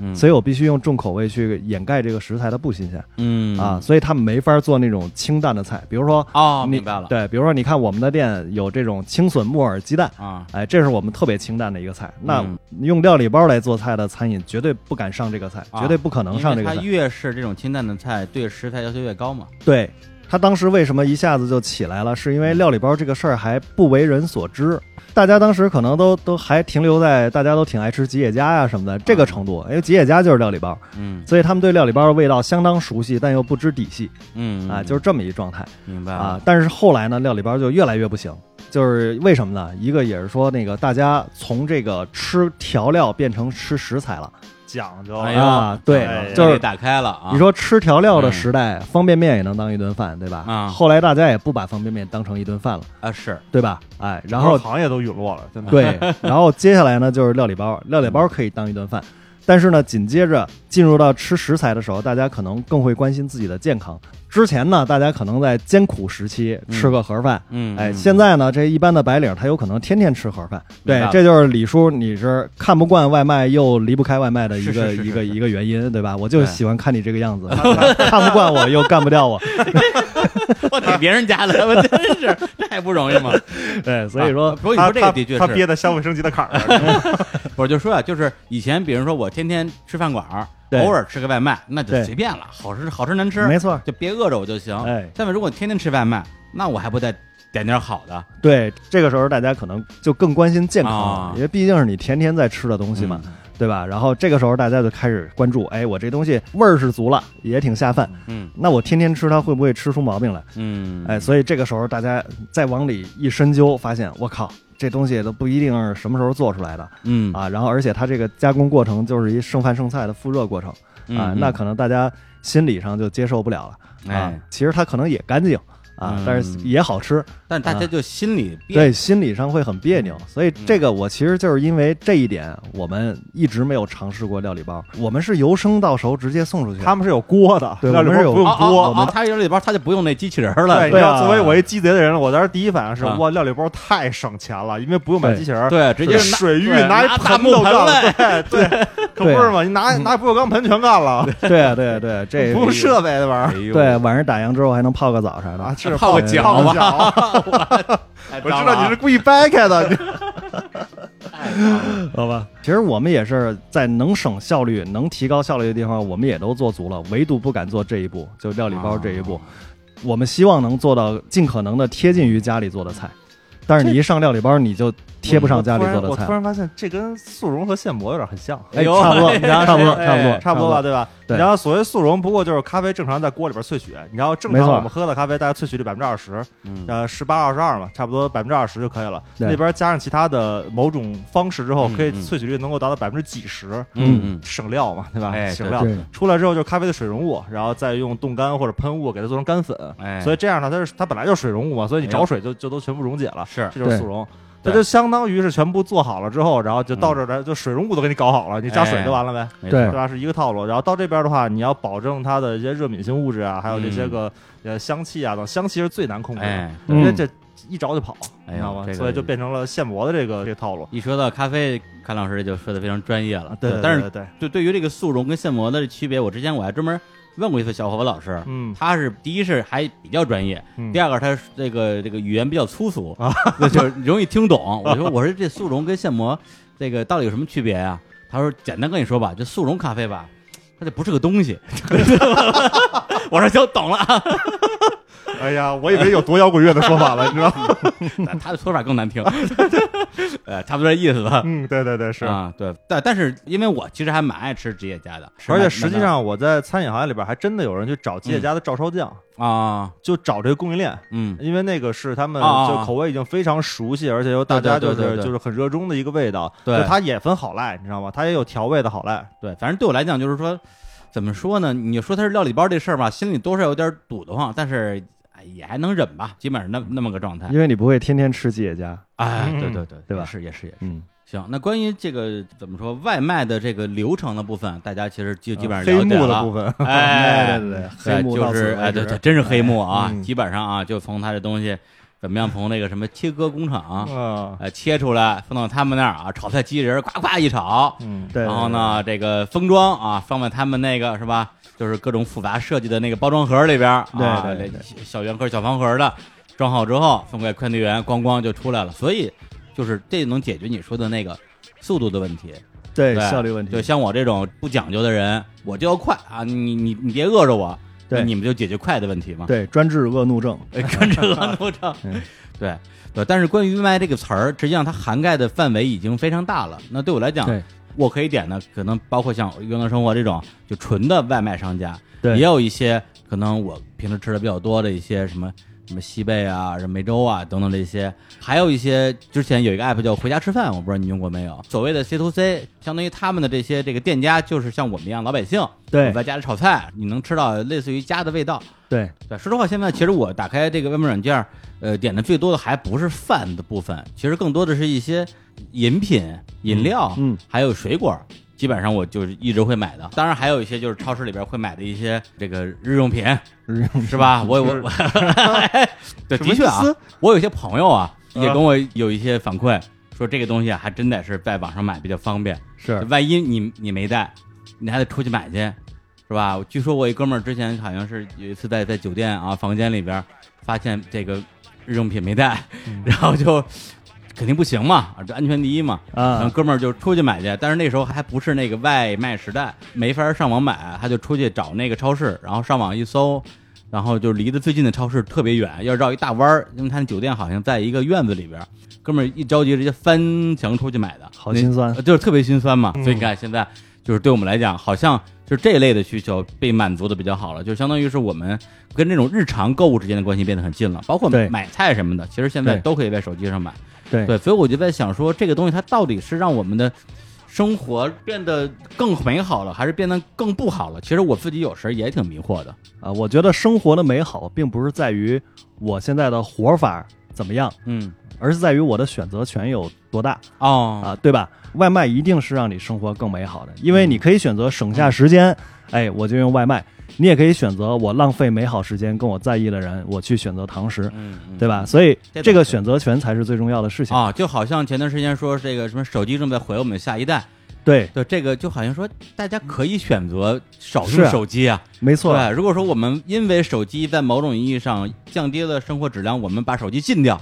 S1: 嗯，
S3: 所
S1: 以
S3: 以我必须用重口味去掩盖这个食材的不新鲜、
S1: 嗯
S3: 啊，所以他们没法做那种清淡的菜，比如说
S1: 哦，
S3: 你
S1: 明白了
S3: 对，比如说你看我们的店有这种青笋木耳鸡蛋。
S1: 啊，
S3: 哎，这是我们特别清淡的一个菜。那
S1: 嗯
S3: 用料理包来做菜的餐饮，绝对不敢上这个菜，
S1: 啊
S3: 绝对不可能上这
S1: 因
S3: 个
S1: 为
S3: 菜
S1: 它。越是这种清淡的菜，对食材要求越高嘛。
S3: 对他当时为什么一下子就起来了，是因为料理包这个事儿还不为人所知，大家当时可能都都还停留在大家都挺爱吃吉野家呀、什么的这个程度，因为吉野家就是料理包，
S1: 嗯
S3: 所以他们对料理包的味道相当熟悉，但又不知底细
S1: 嗯
S3: 啊，就是
S1: 是
S3: 这么一状态
S1: 明白
S3: 啊。但是后来呢，料理包就越来越不行。就是为什么呢？一个也是说那个大家从这个吃调料变成吃食材了，
S2: 讲究
S1: 哎呦
S3: 啊对
S2: 哎呀
S3: 就是
S1: 打开了啊。
S3: 你说吃调料的时代，方便面也能当一顿饭，对吧？
S1: 啊
S3: 后来大家也不把方便面当成一顿饭了，
S1: 啊是
S3: 对吧？哎，然后
S2: 整个行业都陨落了，真的。
S3: 对，然后接下来呢就是料理包，料理包可以当一顿饭，但是呢，紧接着进入到吃食材的时候，大家可能更会关心自己的健康。之前呢，大家可能在艰苦时期吃个盒饭。
S1: 嗯
S3: 哎，
S1: 嗯
S3: 现在呢，这一般的白领他有可能天天吃盒饭，
S1: 明白
S3: 对
S1: 了，
S3: 这就是李叔，你是看不惯外卖又离不开外卖的一个
S1: 是是是
S3: 一个
S1: 是是
S3: 一个原因，对吧？我就
S1: 对
S3: 喜欢看你这个 样子，看不惯我又干不掉我，
S1: 我给别人家的，我真是这还不容易吗？
S3: 对，所以说
S1: 啊，不过你
S2: 他
S1: 说这
S2: 他
S1: 个的确
S2: 他
S1: 是，
S2: 憋在消费升级的坎儿上，
S1: 我就说啊，就是以前比如说我天天吃饭馆儿，
S3: 对
S1: 偶尔吃个外卖，那就
S3: 对
S1: 随便了，好吃好吃难吃，
S3: 没错，
S1: 就别饿着我就行。
S3: 哎，
S1: 但是如果天天吃外卖，那我还不得点点好的？
S3: 对，这个时候大家可能就更关心健康了，
S1: 啊嗯
S3: 因为毕竟是你天天在吃的东西嘛，对吧？然后这个时候大家就开始关注，哎，我这东西味儿是足了，也挺下饭，
S1: 嗯
S3: 那我天天吃它会不会吃出毛病来？
S1: 嗯，
S3: 哎，所以这个时候大家再往里一深究，发现我靠，这东西都不一定是什么时候做出来的
S1: 嗯
S3: 啊。然后而且它这个加工过程就是一剩饭剩菜的复热过程啊，
S1: 嗯
S3: 那可能大家心理上就接受不了了啊
S1: 哎。
S3: 其实它可能也干净啊
S1: 嗯，
S3: 但是也好吃，
S1: 但大家就心里憋
S3: 对，心理上会很别
S2: 嗯
S3: 扭。所以这个我其实就是因为这一点，我们一直没有尝试过料理包，我们是由生到熟直接送出去的。
S2: 他们是有锅的，
S3: 对
S2: 料理
S3: 我们是有
S2: 包不
S1: 哦
S2: 用
S1: 哦
S2: 锅。
S1: 哦哦，他有里边他就不用那机器人了是
S2: 对，
S1: 吧，
S2: 你知
S3: 对
S2: 道，
S3: 啊
S2: 作为我一鸡贼的人，我当时第一反应是，
S1: 啊
S2: 哇，料理包太省钱了，因为不用买
S3: 对
S2: 机器人儿，
S1: 对，直接拿
S2: 水域
S1: 对
S2: 拿一
S1: 拿大
S2: 盆
S1: 木
S2: 都
S1: 盆
S2: 干了，
S1: 来
S2: 对对，可
S3: 对
S2: 不是嘛，你拿
S3: 嗯
S2: 拿不锈钢盆全干了，
S3: 对对对，这
S2: 不用设备那玩意
S1: 哎呦
S3: 对，晚上打烊之后还能泡个澡啥
S2: 儿
S3: 的
S2: 啊，，是
S1: 泡个脚
S2: 泡个
S1: 吧
S2: 脚
S1: 太
S2: 我
S1: 脏
S2: 知
S1: 了
S2: 道
S1: 啊
S2: 你是故意掰开的，你
S1: 太脏了
S3: 好吧。其实我们也是在能省效率、能提高效率的地方，我们也都做足了，唯独不敢做这一步，就料理包这一步。
S2: 啊
S3: 我们希望能做到尽可能的贴近于家里做的菜，但是你一上料理包，你就 贴不上家里做的
S2: 我突然我
S3: 菜
S2: 突。然发现，这跟速溶和现磨有点很像。
S1: 哎
S3: 哎，
S1: 呦
S3: 差不多，
S1: 哎
S3: 差不多，
S2: 哎
S3: 差不多，
S2: 差不多吧，。对吧？
S3: 对
S2: 然后所谓速溶，不过就是咖啡正常在锅里边萃取，你要正
S3: 没
S2: 常
S3: 错
S2: 我们喝的咖啡大概萃取率百分之二十，
S1: 嗯
S2: 呃，十八二十二嘛，差不多百分之二十就可以了。
S3: 对
S2: 那边加上其他的某种方式之后，
S1: 嗯
S2: 可以
S1: 嗯
S2: 萃取率能够达到百分之几十，
S1: 嗯嗯，
S2: 省料嘛，对吧？
S1: 哎
S2: 省
S1: 对
S2: 料。
S3: 对，
S2: 出来之后就是咖啡的水溶物，然后再用冻干或者喷雾给它做成干粉，
S1: 哎，
S2: 所
S1: 以
S2: 以这样呢，它是它本来就是水溶物嘛，所以你
S1: 哎
S2: 找水就就都全部溶解了，
S1: 是
S2: 这就是
S3: 对
S2: 速溶。这
S1: 对嗯
S2: 就相当于是全部做好了之后，然后就到这儿来，就水溶物都给你搞好了，你加水就完了呗。
S1: 没
S3: 对
S1: 错
S2: 对吧？是一个套路。然后到这边的话，你要保证它的一些热敏性物质啊，还有这些个呃香气啊等，香气是最难控制的，
S1: 嗯哎，
S2: 因为
S3: 嗯
S2: 这一着就跑，你
S1: 哎呦
S2: 知道吗
S1: 这？个
S2: 所以就变成了现磨的这个这个套路。
S1: 一说到咖啡，阚老师就说的非常专业了。
S2: 对，对
S1: 但是
S2: 对对，
S1: 对
S2: 对
S1: 对于这个速溶跟现磨的区别，我之前我还专门问过一次小伙伴老师，
S2: 嗯，
S1: 他是第一是还比较专业，
S2: 嗯啊
S1: 第二个他这个这个语言比较粗俗，对 就是容易听懂。我说我说这速溶跟现磨这个到底有什么区别啊？他说简单跟你说吧，就速溶咖啡吧，它这不是个东西。 我说行，懂了 啊。
S2: 哎呀，我以为有多摇滚乐的说法了，你知道 吗？
S1: 他的说法更难听， 呃，差不多这意思吧。
S2: 嗯，对对对，是。
S1: 啊，对，但但是因为我其实还蛮爱吃吉野家的，
S2: 而且
S1: 蛮
S2: 实际上，我在餐饮行业里边还真的有人去找
S1: 嗯
S2: 吉野家的照烧酱，
S1: 啊，
S2: 就找这个供应链，
S1: 嗯，
S2: 因为那个是他们
S1: 啊啊啊
S2: 就口味已经非常熟悉，而且又大家
S1: 对
S2: 就
S1: 对对对
S2: 是
S1: 对
S2: 就是很热衷的一个味道。
S1: 对
S2: 就它也分好赖，你知道吗？它也有调味的好赖。
S1: 对，反正对我来讲就是说，怎么说呢？你说它是料理包这事儿吧，心里多少有点堵得慌，但是哎也还能忍吧，基本上那那么个状态。
S3: 因为你不会天天吃吉野家，
S1: 哎，
S2: 嗯
S1: 对对对，
S3: 对吧
S1: 也是也是也是。
S3: 嗯，
S1: 行，那关于这个怎么说外卖的这个流程的部分，大家其实
S3: 嗯
S1: 就基
S3: 呃
S1: 本上了
S2: 黑
S1: 解
S2: 幕
S1: 了。
S2: 的部分，
S1: 哎，
S3: 对对对，
S1: 对
S3: 黑幕到
S1: 就
S3: 此
S1: 是
S3: 为
S1: 哎，
S3: 止
S1: 对对，真是黑幕啊！
S2: 嗯
S1: 基本上啊，就从他这东西怎么样，从那个什么切割工厂
S2: 嗯
S1: 呃切出来，放到他们那儿啊，炒菜机器人儿呱呱一炒，
S2: 嗯，
S3: 对，
S1: 然后呢，这个封装啊，放在他们那个是吧，就是各种复杂设计的那个包装盒里边儿，
S3: 对
S1: 啊
S3: 对对
S1: 这小圆盒、小方盒的，装好之后送给快递员，咣咣就出来了。所以就是这能解决你说的那个速度的问题。
S3: 对
S1: 对啊
S3: 对效率问题，
S1: 就像我这种不讲究的人，我就要快啊，你你你别饿着我，
S3: 对
S1: 那你们就解决快的问题嘛。
S3: 对专治恶怒症，
S1: 对，跟这个流程
S3: 嗯，
S1: 对对。但是关于“卖”这个词儿，实际上它涵盖的范围已经非常大了。那对我来讲，
S3: 对
S1: 我可以点的可能包括像原来生活这种就纯的外卖商家，
S3: 对
S1: 也有一些可能我平时吃的比较多的一些什么什么西贝啊、什么梅州啊等等这些，还有一些之前有一个 app 叫回家吃饭，我不知道你用过没有？所谓的 C to C，相当于他们的这些这个店家就是像我们一样老百姓，
S3: 对
S1: 我在家里炒菜，你能吃到类似于家的味道。
S3: 对
S1: 对，说实话，现在其实我打开这个外卖软件儿，呃，点的最多的还不是饭的部分，其实更多的是一些饮品、饮料，
S3: 嗯嗯
S1: 还有水果儿。基本上我就是一直会买的，当然还有一些就是超市里边会买的一些这个日用品，
S3: 日用
S1: 是吧？我我 我，对，
S2: 什
S1: 的
S2: 么意
S1: 确啊
S2: 思，
S1: 我有些朋友啊也
S2: 啊
S1: 跟我有一些反馈，说这个东西啊还真得是在网上买比较方便，
S3: 是
S1: 万一你你没带，你还得出去买去，是吧？据说我一哥们儿之前好像是有一次在在酒店啊房间里边儿发现这个日用品没带， 然后就肯定不行嘛，啊这安全第一嘛。然后
S3: 啊，
S1: 哥们儿就出去买去，但是那时候还不是那个外卖时代，没法上网买，他就出去找那个超市，然后上网一搜，然后就离得最近的超市特别远，要绕一大弯儿，因为他那酒店好像在一个院子里边儿。哥们儿一着急，直接翻墙出去买的，
S3: 好心酸
S1: 那就是特别心酸嘛。
S2: 嗯
S1: 所以你看，现在就是对我们来讲，好像就是这一类的需求被满足的比较好了，就相当于是我们跟这种日常购物之间的关系变得很近了，包括
S3: 对
S1: 买菜什么的，其实现在
S3: 对
S1: 都可以在手机上买。
S3: 对
S1: 对，所以我就在想说，这个东西它到底是让我们的生活变得更美好了，还是变得更不好了？其实我自己有时候也挺迷惑的。
S3: 啊，我觉得生活的美好并不是在于我现在的活法怎么样，
S1: 嗯，
S3: 而是在于我的选择权有多大
S1: 哦，
S3: 啊，对吧？外卖一定是让你生活更美好的，因为你可以选择省
S1: 嗯
S3: 下时间，哎，我就用外卖；你也可以选择我浪费美好时间跟我在意的人，我去选择堂食，
S1: 嗯，嗯
S3: 对吧？？所以
S1: 这倒
S3: 这个
S1: 是
S3: 选择权才是最重要的事情。
S1: 啊，就好像前段时间说这个什么手机正在毁我们下一代，
S3: 对，
S1: 对这个就好像说大家可以选择少
S3: 是
S1: 用
S3: 啊
S1: 手机啊，
S3: 没错，
S1: 对，如果说我们因为手机在某种意义上降低了生活质量，我们把手机禁掉，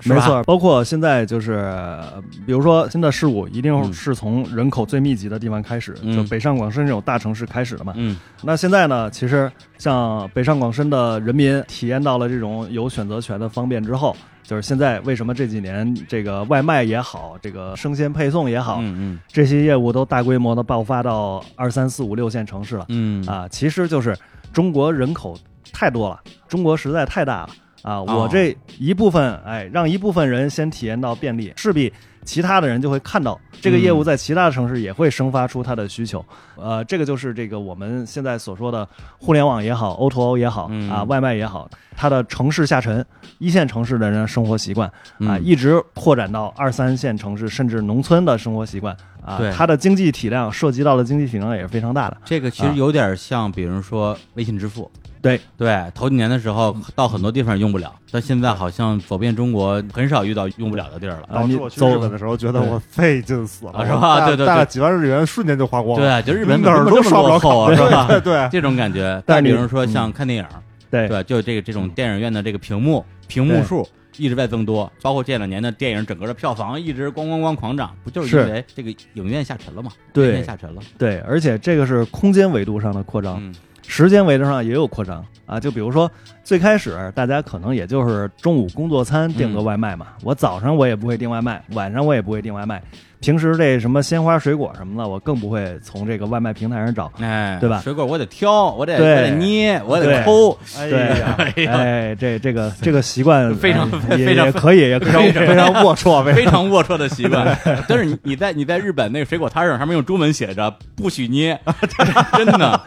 S1: 是吧
S3: 没错，，包括现在就是，呃比如说新的事物一定
S1: 嗯
S3: 是从人口最密集的地方开始，
S1: 嗯
S3: 就北上广深这种大城市开始的嘛。
S1: 嗯
S3: 那现在呢，其实像北上广深的人民体验到了这种有选择权的方便之后，就是现在为什么这几年这个外卖也好，这个生鲜配送也好，
S1: 嗯
S3: 这些业务都大规模的爆发到二三四五六线城市了。
S1: 嗯嗯，
S3: 啊，其实就是中国人口太多了，中国实在太大了啊！我
S1: 哦
S3: 这一部分，哎，让一部分人先体验到便利，势必其他的人就会看到这个业务
S1: 嗯
S3: 在其他的城市也会生发出它的需求。呃，这个就是这个我们现在所说的互联网也好，O to O 也好
S1: 嗯
S3: 啊，外卖也好，它的城市下沉，一线城市的人的生活习惯啊，
S1: 嗯
S3: 一直扩展到二三线城市甚至农村的生活习惯啊
S1: 对，
S3: 它的经济体量涉及到的经济体量也是非常大的。
S1: 这个其实有点像，比如说微信支付。
S3: 啊对
S1: 对，头几年的时候到很多地方用不了，但现在好像走遍中国很少遇到用不了的地儿了。
S3: 啊
S2: 导
S3: 你
S2: 致我去
S3: 走
S2: 日本的时候，觉得
S3: 对
S2: 我费劲死了，
S1: 啊是吧
S2: 我大
S1: 对对对
S2: 大概几万日元瞬间就花光了，
S1: 对，啊就日本
S2: 连本儿
S1: 怎么
S2: 都
S1: 这
S2: 刷
S1: 么
S2: 不
S1: 落
S2: 了
S1: 后
S2: 卡，
S1: 啊，是吧？
S2: 对 对
S1: 这种感 觉。再
S3: 但是
S1: 比
S3: 你
S1: 如说像
S3: 嗯
S1: 看电影，
S3: 对
S1: 对，就这个这种电影院的这个屏幕屏幕
S3: 对
S1: 数一直在增多，包括这两年的电影整个的票房一直咣咣咣狂涨，不就是
S3: 是
S1: 因为这个影院下沉了嘛？
S3: 对
S1: 影院下沉了。
S3: 对，而且这个是空间维度上的扩张，
S1: 嗯
S3: 时间维度上也有扩张啊。就比如说最开始大家可能也就是中午工作餐订个
S1: 嗯
S3: 外卖嘛，我早上我也不会订外卖，晚上我也不会订外卖，平时这什么鲜花水果什么的，我更不会从这个外卖平台上找。
S1: 哎，
S3: 对吧
S1: 水果我得挑，我得我
S3: 对
S1: 得捏，我得
S3: 对
S1: 抠，
S2: 哎
S3: 对
S2: 呀，
S1: 哎呀
S3: 哎，这 这个这个习惯
S1: 非常
S3: 哎也
S1: 非常
S3: 也可以，也可
S1: 非
S3: 以
S1: 常
S3: 非常龌龊，
S1: 非常龌龊的习 惯。但是你你在你在日本那个水果摊上，上面用中文写着“不许捏”， 真的。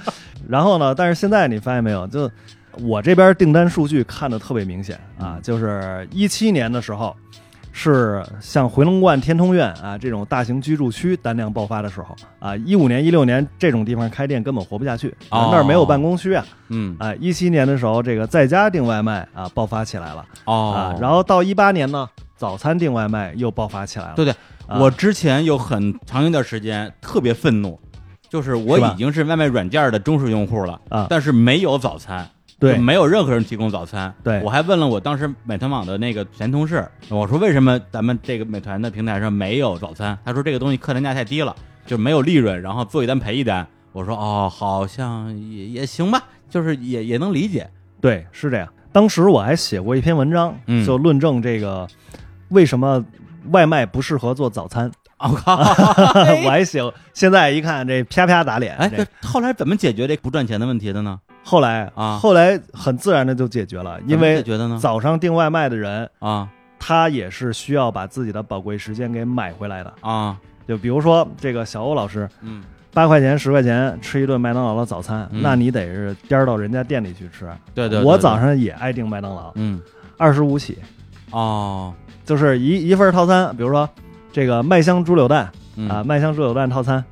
S3: 然后呢，但是现在你发现没有，就我这边订单数据看的特别明显啊，
S1: 嗯
S3: 就是一七年的时候，是像回龙观、天通苑啊这种大型居住区单量爆发的时候啊，一五年、一六年这种地方开店根本活不下去，
S1: 哦
S3: 啊、那儿没有办公区啊
S1: 嗯
S3: 啊，一七年的时候，这个在家订外卖啊爆发起来了啊
S1: 哦，，
S3: 然后到一八年呢，早餐订外卖又爆发起来了，
S1: 对对，
S3: 啊
S1: 我之前有很长一段时间特别愤怒，就是我
S3: 是吧
S1: 已经是外卖软件的忠实用户了
S3: 啊
S1: 但是没有早餐。
S3: 对
S1: 就没有任何人提供早餐。
S3: 对
S1: 我还问了我当时美团网的那个前同事，我说为什么咱们这个美团的平台上没有早餐？他说这个东西客单价太低了，就没有利润，然后做一单赔一单。我说哦，好像也也行吧，就是也也能理解。
S3: 对，是这样。当时我还写过一篇文章，
S1: 嗯
S3: 就论证这个为什么外卖不适合做早餐。
S1: 啊我 靠！
S3: 我还写过，现在一看这啪啪打脸。
S1: 哎，
S3: 这
S1: 这后来怎么解决这不赚钱的问题的呢？
S3: 后来
S1: 啊
S3: 后来很自然的就解决了，因
S1: 怎么解
S3: 为
S1: 决的呢？
S3: 早上订外卖的人，
S1: 啊
S3: 他也是需要把自己的宝贵时间给买回来的。
S1: 啊，
S3: 就比如说这个小欧老师，
S1: 嗯，
S3: 八块钱十块钱吃一顿麦当劳的早餐，
S1: 嗯
S3: 那你得是颠儿到人家店里去吃。
S1: 对对对
S3: 我
S1: 对
S3: 早上也爱订麦当劳，
S1: 嗯
S3: 二十五起。
S1: 哦
S3: 就是一一份儿套餐，比如说这个麦香猪柳蛋
S1: 嗯
S3: 啊，麦香猪柳蛋套餐，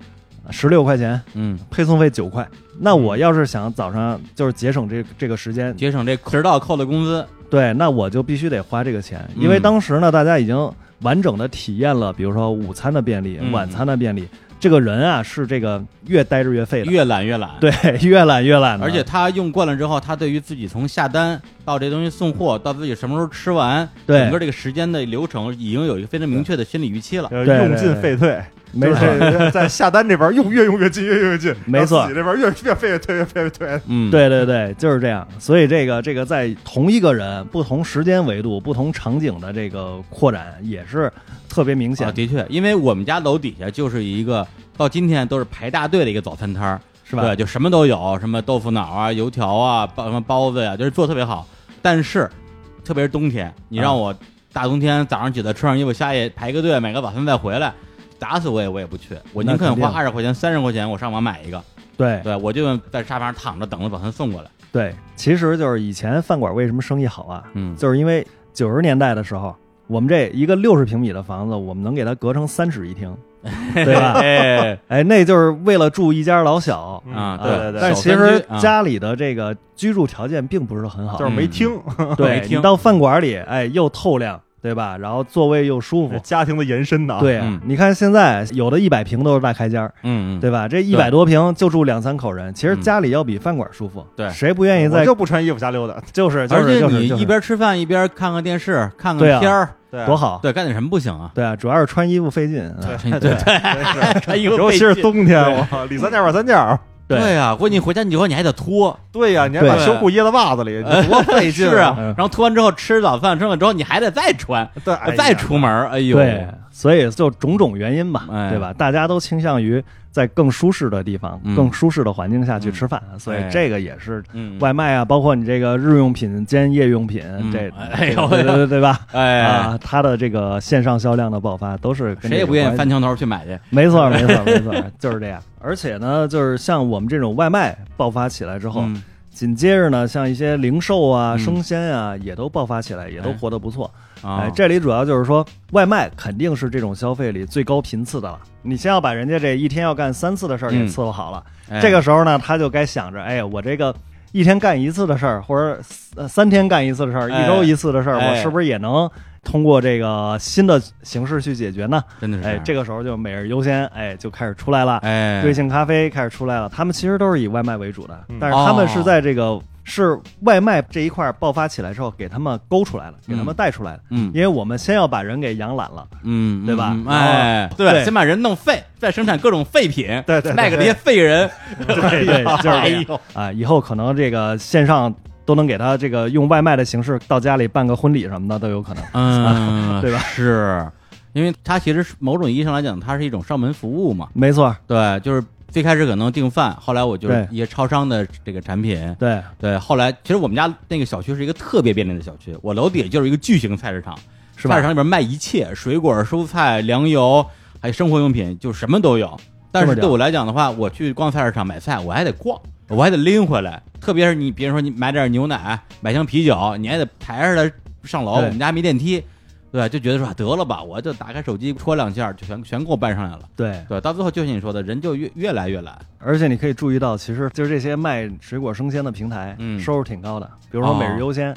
S3: 十六块钱，
S1: 嗯，
S3: 配送费九块。那我要是想早上就是节省这这个时间，
S1: 节省这迟到扣的工资。
S3: 对，那我就必须得花这个钱，
S1: 嗯
S3: 因为当时呢，大家已经完整的体验了，比如说午餐的便利
S1: 嗯，
S3: 晚餐的便利。这个人啊，是这个越待着越废的，
S1: 越懒越懒，
S3: 对，越懒越懒的，
S1: 而且他用惯了之后，他对于自己从下单到这东西送货到自己什么时候吃完，
S3: 对
S1: 整个这个时间的流程已经有一个非常明确的心理预期了。
S2: 呃
S3: 对对
S2: 用进
S3: 对
S2: 废退，
S3: 没错，
S2: 错，在下单这边用越用越近，越用越近，
S3: 没错
S2: 然后自己这边越越费越退越费越退，
S1: 嗯，，
S3: 对对对，就是这样。所以这个这个在同一个人、不同时间维度、不同场景的这个扩展也是特别明显
S1: 啊，的确，因为我们家楼底下就是一个到今天都是排大队的一个早餐摊儿，
S3: 是吧
S1: 对，就什么都有，什么豆腐脑啊、油条啊、包什么包子呀、就是做得特别好。但是，特
S3: 嗯
S1: 别是冬天，你让我大冬天早上起来穿上衣服下去排个队买个早餐再回来，打死我也我也不去，我
S3: 那
S1: 宁肯
S3: 肯定
S1: 花二十块钱、三十块钱，我上网买一个，
S3: 对
S1: 对我就在沙发上躺着等着把它送过来。
S3: 对，其实就是以前饭馆为什么生意好啊，
S1: 嗯，
S3: 就是因为九十年代的时候，我们这一个六十平米的房子，我们能给它隔成三室一厅， 对吧？
S1: 哎
S3: 哎，那就是为了住一家老小。
S1: 啊，
S3: 啊
S1: 对，
S3: 但是其
S1: 小三
S3: 实
S1: 居啊
S3: 家里的这个居住条件并不是很好，
S2: 就是
S1: 嗯
S2: 没听，，
S1: 没
S3: 对
S1: 听
S3: 你到饭馆里，哎，又透亮，对吧？然后座位又舒服
S2: 家庭的延伸呢啊。
S3: 对啊、
S1: 嗯
S3: 你看现在有的一百平都是大开间儿，
S1: 嗯嗯，
S3: 对吧？这一百多平就住两三口人，其实家里要比饭馆舒服。
S1: 对
S3: 谁不愿意
S2: 我
S3: 在
S2: 就不穿衣服瞎溜达，
S3: 就是就
S1: 而
S3: 是
S1: 且
S3: 就是
S1: 你
S3: 就是
S1: 一边吃饭一边看看电视，看
S3: 对
S1: 看
S3: 啊
S1: 片儿，
S2: 对
S3: 多好？
S1: 对，干点什么不行 啊？
S3: 对啊，主要是穿衣服费劲。啊
S2: 对
S1: 对对对， 穿衣服
S2: 尤
S1: 费
S2: 其是
S1: 劲
S2: 冬天，我里三件外三件儿。
S3: 对
S1: 对啊，关键回家你以后你还得脱，
S2: 对呀，你还把
S1: 对
S2: 秋裤掖到袜 子里，你多费劲
S1: 是啊，
S3: 嗯
S1: 然后脱完之后吃早饭，吃完之后你还得再穿，
S2: 对，哎呀
S1: 再出门儿，哎呦，
S3: 对，所以就种种原因吧，
S1: 哎
S3: 对吧？大家都倾向于在更舒适的地方、
S1: 嗯哎
S3: 更舒适的环境下去吃饭，所以这个也是
S1: 嗯，
S3: 外卖啊，包括你这个日用品兼夜用品，这
S1: 哎呦
S3: 对对对对吧？
S1: 哎，
S3: 啊，它的这个线上销量的爆发都是跟
S1: 谁也
S3: 这个
S1: 不愿
S3: 关
S1: 意
S3: 系
S1: 翻墙头去买去，
S3: 没错，没错，没错，就是这样。而且呢，就是像我们这种外卖爆发起来之后，
S1: 嗯
S3: 紧接着呢，像一些零售啊、
S1: 嗯哎
S3: 生鲜啊，也都爆发起来，也都活得不错。
S1: 啊
S3: 哎，，这里主要就是说，外卖肯定是这种消费里最高频次的了。你先要把人家这一天要干三次的事儿给
S1: 嗯
S3: 伺候好了，
S1: 哎
S3: 这个时候呢，他就该想着，哎，我这个。一天干一次的事儿，或者呃三天干一次的事儿，
S1: 哎
S3: 一周一次的事儿，
S1: 哎
S3: 我是不是也能通过这个新的形式去解决呢？
S1: 真的嗯是
S3: 哎，这
S1: 个
S3: 个时候就每日优先，哎，就开始出来了。
S1: 哎，
S3: 瑞幸咖啡开始出来了，他们其实都是以外卖为主的
S2: 嗯，
S3: 但是他们是
S1: 哦
S3: 在这个是外卖这一块爆发起来之后，给他们勾出来了，给他们
S1: 嗯
S3: 带出来了。
S1: 嗯
S3: 因为我们先要把人给养懒 了，
S1: 嗯，
S3: 对吧
S1: 嗯
S3: 然后
S1: 哎，对，
S3: 对
S1: 先把人弄废，再生产各种废品，
S2: 对对对
S1: 卖给那些废人，
S3: 对对，就是这
S1: 哎
S3: 样
S1: 呦，
S3: 啊。以后可能这个线上都能给他这个用外卖的形式到家里办个婚礼什么的都有可能。
S1: 嗯，
S3: 对吧
S1: 是因为它其实是某种意义上来讲，它是一种上门服务嘛，
S3: 没错，
S1: 对，就是。最开始可能订饭，后来我就是
S3: 对
S1: 一些超商的这个产品，
S3: 对，
S1: 对，后来其实我们家那个小区是一个特别便利的小区，我楼底下就是一个巨型菜市场，
S3: 是
S1: 菜
S3: 吧
S1: 市？场里边卖一切，水果、蔬菜、粮油，还有生活用品，就什么都有。但
S3: 这
S1: 是
S3: 么屌
S1: 对我来讲的话，我去逛菜市场买菜，我还得逛，我还得拎回来。特别是你，比如说你买点牛奶，买箱啤酒，你还得抬着它上楼，我
S3: 对
S1: 们家没电梯，对，就觉得说啊得了吧，我就打开手机戳两下，就 全全给我办上来了。
S3: 对，
S1: 对，到最后就像你说的，人就越越来越懒。
S3: 而且你可以注意到，其实就是这些卖水果生鲜的平台，
S1: 嗯哦
S3: 收入挺高的。比如说每日优鲜，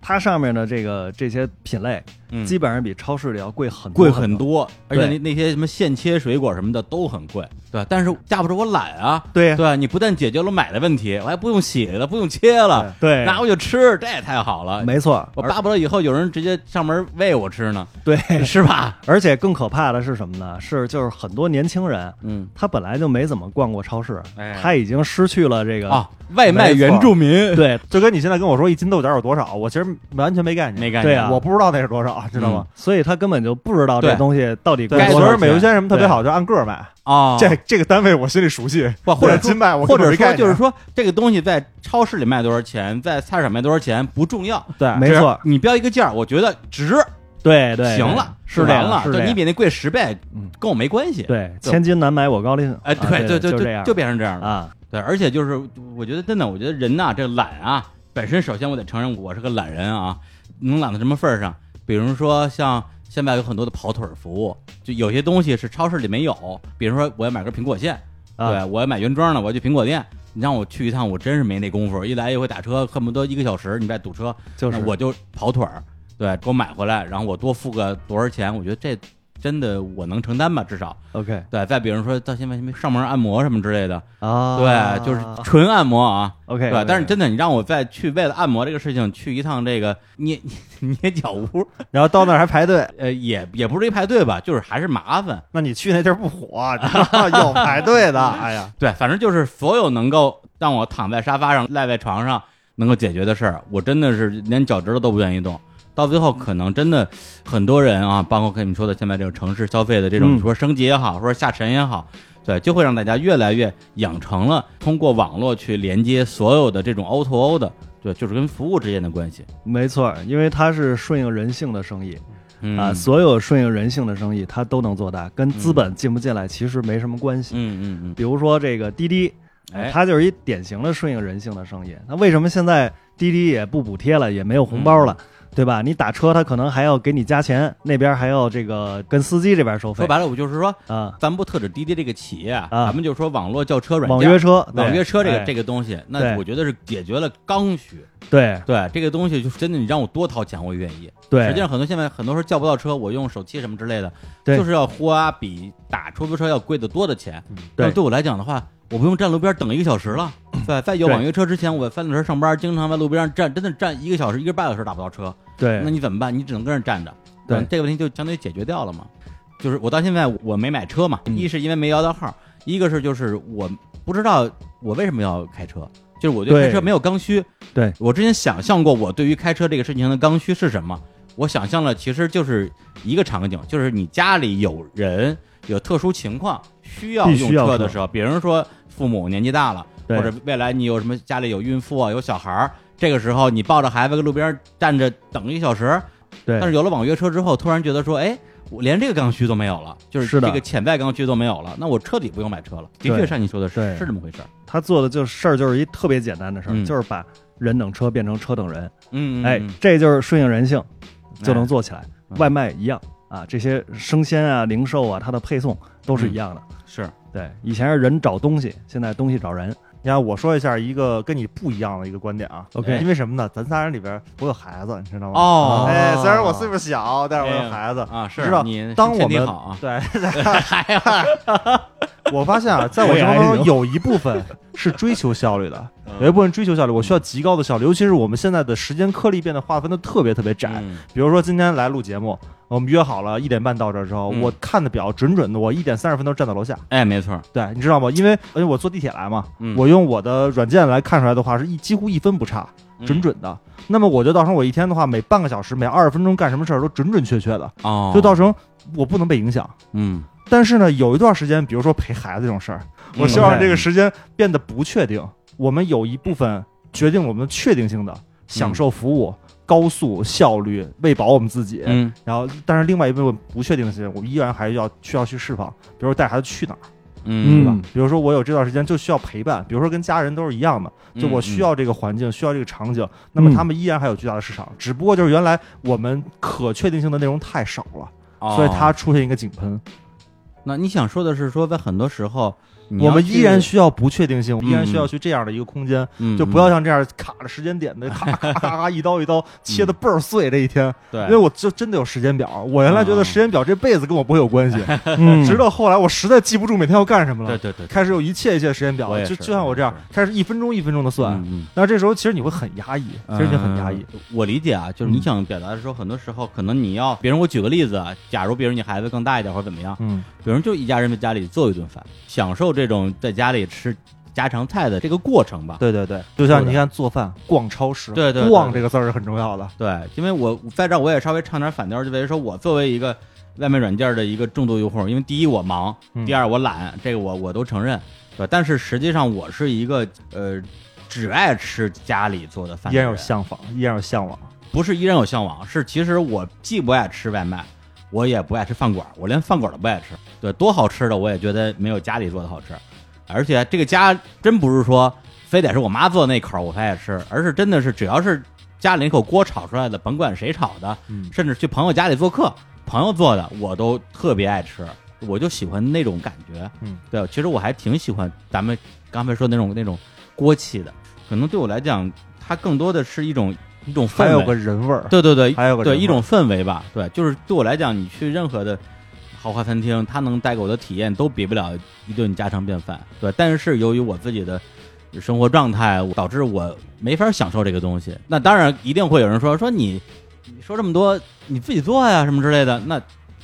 S3: 它上面的这个这些品类，
S1: 嗯，
S3: 基本上比超市里要贵很多
S1: 贵
S3: 很
S1: 很
S3: 多。
S1: 多，而且那
S3: 对
S1: 那些什么现切水果什么的都很贵，对吧。但是架不住我懒啊，
S3: 对呀
S1: 对吧你不但解决了我买的问题，我还不用洗了，不用切了，
S3: 对，
S1: 拿回去吃，这也太好了。
S3: 没错，
S1: 我
S3: 而
S1: 巴不得以后有人直接上门喂我吃 呢，
S3: 对，
S1: 是吧？
S3: 而且更可怕的是什么呢？是就是很多年轻人，
S1: 嗯
S3: 他本来就没怎么逛过超市，
S1: 哎
S3: 他已经失去了这个、
S1: 啊，外卖原住民
S3: 对
S2: 就跟你现在跟我说一斤豆角有多少，我其实完全没概念，
S1: 没概念
S3: 对啊
S2: 我不知道那是多少，知道
S1: 嗯
S2: 吗？
S3: 所以他根本就不知道这
S1: 对
S3: 东西到底贵
S1: 该
S2: 对，
S3: 嗯多
S2: 所
S1: 多少
S3: 少
S2: 以美
S1: 钱
S2: 优先什么特别
S3: 对
S2: 好，就按个儿买。
S1: 啊，
S2: 这这个单位我心里熟悉，
S1: 不或者
S2: 对
S1: 说
S2: 金麦我
S1: 或
S2: 根本
S1: 者
S2: 没
S1: 说
S2: 概
S1: 就是
S2: 念
S1: 说这个东西在超市里卖多少钱，在菜市场卖多少钱不重要，
S2: 对
S3: 没错，
S1: 你标一个价儿，我觉得值，
S3: 对对，
S1: 行了，
S3: 是这
S1: 完
S3: 样
S1: 了，
S3: 是这
S1: 对你
S3: 样，
S1: 比那贵十倍
S3: 嗯，
S1: 跟我没关系。
S3: 对，
S1: 就
S3: 千金难买我高兴，
S1: 哎，
S3: 啊
S1: 对对，
S3: 对就这
S1: 就
S3: 样
S1: 就变成这样了。
S3: 啊，
S1: 对，而且就是我觉得真的，我觉得人呐、这懒啊，本身首先我得承认我是个懒人啊，能懒到什么份儿上？比如说像现在有很多的跑腿儿服务，就有些东西是超市里没有，比如说我要买根苹果线，
S3: 啊
S1: 对我要买原装的，我要去苹果店。你让我去一趟，我真是没那功夫，一来一回打车，恨不得一个小时，你再堵车，
S3: 就是
S1: 那我就跑腿儿，对，给我买回来，然后我多付个多少钱，我觉得这真的我能承担吧，至少
S3: OK
S1: 对。再比如说到现在什么上门按摩什么之类的，
S3: 啊，
S1: 对，就是纯按摩啊。
S3: OK，
S1: 对，但是真的，你让我再去为了按摩这个事情去一趟这个捏 捏脚屋，
S2: 然后到那儿还排队，
S1: 呃，也也不是一排队吧，就是还是麻烦。
S2: 那你去那地儿不
S1: 啊
S2: 火，你知道吗有排队的，哎呀，
S1: 对，反正就是所有能够让我躺在沙发上、赖在床上能够解决的事儿，我真的是连脚趾头都不愿意动。到最后，可能真的很多人啊，包括跟你说的现在这种城市消费的这种，
S3: 嗯
S1: 你说升级也好，说下沉也好，对，就会让大家越来越养成了通过网络去连接所有的这种 O to O 的，对，就是跟服务之间的关系。
S3: 没错，因为它是顺应人性的生意。
S1: 嗯
S3: 啊，所有顺应人性的生意它都能做大，跟资本进不进来其实没什么关系。
S1: 嗯嗯
S3: 比如说这个滴滴，
S1: 嗯，哎，
S3: 它就是一典型的顺应人性的生意。那为什么现在滴滴也不补贴了，也没有红包了，
S1: 嗯
S3: 对吧？你打车，它可能还要给你加钱，那边还要这个跟司机这边收费
S1: 说白了，我就是说，
S3: 啊，
S1: 咱不特指滴滴这个企业，啊咱们就说网络轿车软件、
S3: 网约车，对
S1: 网约车这个
S3: 哎
S1: 这个东西，那
S3: 对
S1: 我觉得是解决了刚需。
S3: 对
S1: 对这个东西，就是真的，你让我多掏钱，我愿意。
S3: 对，
S1: 实际上，很多现在很多时候叫不到车，我用手机什么之类的，
S3: 对嗯
S1: 就是要花比打出租车要贵得多的钱。
S3: 对
S1: 那对我来讲的话，我不用站路边等一个小时 了。对，在有
S3: 对
S1: 网约车之前，我三轮车上班，经常在路边上站，真的站一个小时、一个半小时打不到车，
S3: 对，
S1: 那你怎么办？你只能跟那儿站着。
S3: 对
S1: 嗯这个问题就相当于解决掉了嘛。就是我到现在我没买车嘛，
S3: 嗯
S1: 一是因为没摇到号，一个是就是我不知道我为什么要开车，就是我对
S3: 对
S1: 开车没有刚需。
S3: 对
S1: 我之前想象过我对于开车这个事情的刚需是什么，我想象了其实就是一个场景，就是你家里有人有特殊情况需要
S3: 必
S1: 用
S3: 须要
S1: 车的
S3: 车
S1: 时候，比如说父母年纪大了，
S3: 对
S1: 或者未来你有什么家里有孕妇啊有小孩儿，这个时候你抱着孩子跟路边站着等一小时，
S3: 对
S1: 但是有了网约车之后，突然觉得说，哎，我连这个刚需都没有了，就是
S3: 是的
S1: 这个潜在刚需都没有了，那我彻底不用买车了。的
S3: 对
S1: 确，像你说的是
S3: 对
S1: 是这么回事儿。
S3: 他做的就是事儿，就是一特别简单的事儿，
S1: 嗯
S3: 就是把人等车变成车等人，
S1: 嗯，嗯
S3: 哎
S1: 嗯，
S3: 这就是顺应人性，
S1: 哎
S3: 就能做起来。
S1: 嗯
S3: 外卖一样啊，这些生鲜啊、零售啊，它的配送都是一样的。
S1: 哎是
S3: 对，以前是人找东西，现在东西 找人。
S2: 你看，我说一下一个跟你不一样的一个观点啊。
S3: OK
S2: 因为什么呢？咱仨人里边，我有孩子，你知道吗？
S1: 哦
S2: 哎，虽然我岁数小，但是我有孩子。
S1: 啊，是
S2: 知道
S1: 你
S2: 当我
S1: 身体
S2: 们
S1: 好啊，
S2: 对，
S1: 还有
S2: 我发现啊，在我生活当中有一部分是追求效率的，
S1: 嗯
S2: 有一部分追求效率，我需要极高的效率，尤其是我们现在的时间颗粒变得划分的特别特别窄。
S1: 嗯
S2: 比如说今天来录节目，我们约好了一点半到这儿之后，
S1: 嗯
S2: 我看的表准准的，我一点三十分都站到楼下。
S1: 哎，没错，
S2: 对，你知道吗？因为因为我坐地铁来嘛，
S1: 嗯
S2: 我用我的软件来看出来的话，是一几乎一分不差，
S1: 嗯
S2: 准准的。那么我就造成我一天的话，每半个小时、每二十分钟干什么事儿都准准确确的，
S1: 嗯哦，
S2: 就造成我不能被影响。
S1: 嗯，
S2: 但是呢，有一段时间，比如说陪孩子这种事儿，嗯我希望这
S1: 嗯
S2: 个时间变得不确定。我们有一部分决定我们确定性的
S1: 嗯
S2: 享受服务、高速、效率，喂饱我们自己。
S1: 嗯
S2: 然后，但是另外一部分不确定性，我们依然还要需要去释放，比如说带孩子去哪儿，对
S1: 嗯
S2: 吧
S3: 嗯？
S2: 比如说我有这段时间就需要陪伴，比如说跟家人都是一样的，
S1: 嗯
S2: 就我需要这个环境，需要这个场景，那么他们依然还有巨大的市场，只不过就是原来我们可确定性的内容太少了，
S1: 哦
S2: 所以它出现一个井喷。
S1: 那你想说的是说，在很多时候你
S2: 我
S1: 要
S2: 们
S1: 去
S2: 依然需要不确定性，
S1: 嗯
S2: 依然需要去这样的一个空间，
S1: 嗯
S2: 就不要
S1: 嗯
S2: 像这样卡着时间点的，咔咔咔咔一刀一刀切的倍儿碎。这一天，因
S1: 嗯
S2: 为
S1: 对，嗯
S2: 我就真的有时间表，我原来觉得时间表这辈子跟我不会有关系，
S3: 嗯
S2: 直到后来我实在记不住每天要干什么
S1: 对
S2: 了，
S1: 对对，
S2: 开始有一切一切时间表
S1: 我，也
S2: 就是就像我这样
S1: 我也，
S2: 开始一分钟一分钟的算。
S1: 嗯嗯
S2: 那这时候其实你会很压抑，其实你很压抑。
S1: 嗯。我理解啊，就是你
S2: 嗯
S1: 想表达的时候，很多时候可能你要，比如我举个例子啊，假如比如你孩子更大一点或者怎么样，
S2: 嗯，
S1: 比如就一家人在家里做一顿饭，享受这种在家里吃家常菜的这个过程吧。
S2: 对对对，就像你看做饭、逛超市，
S1: 对对对
S2: 逛这个字儿是很重要的。
S1: 对，因为我在这儿我也稍微唱点反调，就比如说我作为一个外卖软件的一个重度用户，因为第一我忙，
S2: 嗯
S1: 第二我懒，这个我我都承认，对吧。但是实际上我是一个呃。只爱吃家里做的饭
S2: 依
S1: 的人，
S2: 然有向往，依然有向往。
S1: 不是依然有向往，是其实我既不爱吃外卖，我也不爱吃饭馆，我连饭馆都不爱吃。对，多好吃的我也觉得没有家里做的好吃，而且这个家真不是说非得是我妈做的那口儿我才爱吃，而是真的是只要是家里那口锅炒出来的，甭管谁炒的，
S2: 嗯，
S1: 甚至去朋友家里做客，朋友做的我都特别爱吃，我就喜欢那种感觉。
S2: 嗯，
S1: 对，其实我还挺喜欢咱们刚才说的那种那种锅气的，可能对我来讲，它更多的是一种一种氛
S2: 还
S1: 围，
S2: 有个人味儿，
S1: 对对对，
S2: 还有个
S1: 对
S2: 人
S1: 一
S2: 味儿
S1: 种氛围吧，对，就是对我来讲，你去任何的豪华餐厅，它能带给我的体验都比不了一顿家常便饭，对。但是由于我自己的生活状态，导致我没法享受这个东西。那当然，一定会有人说说你你说这么多，你自己做呀什么之类的，那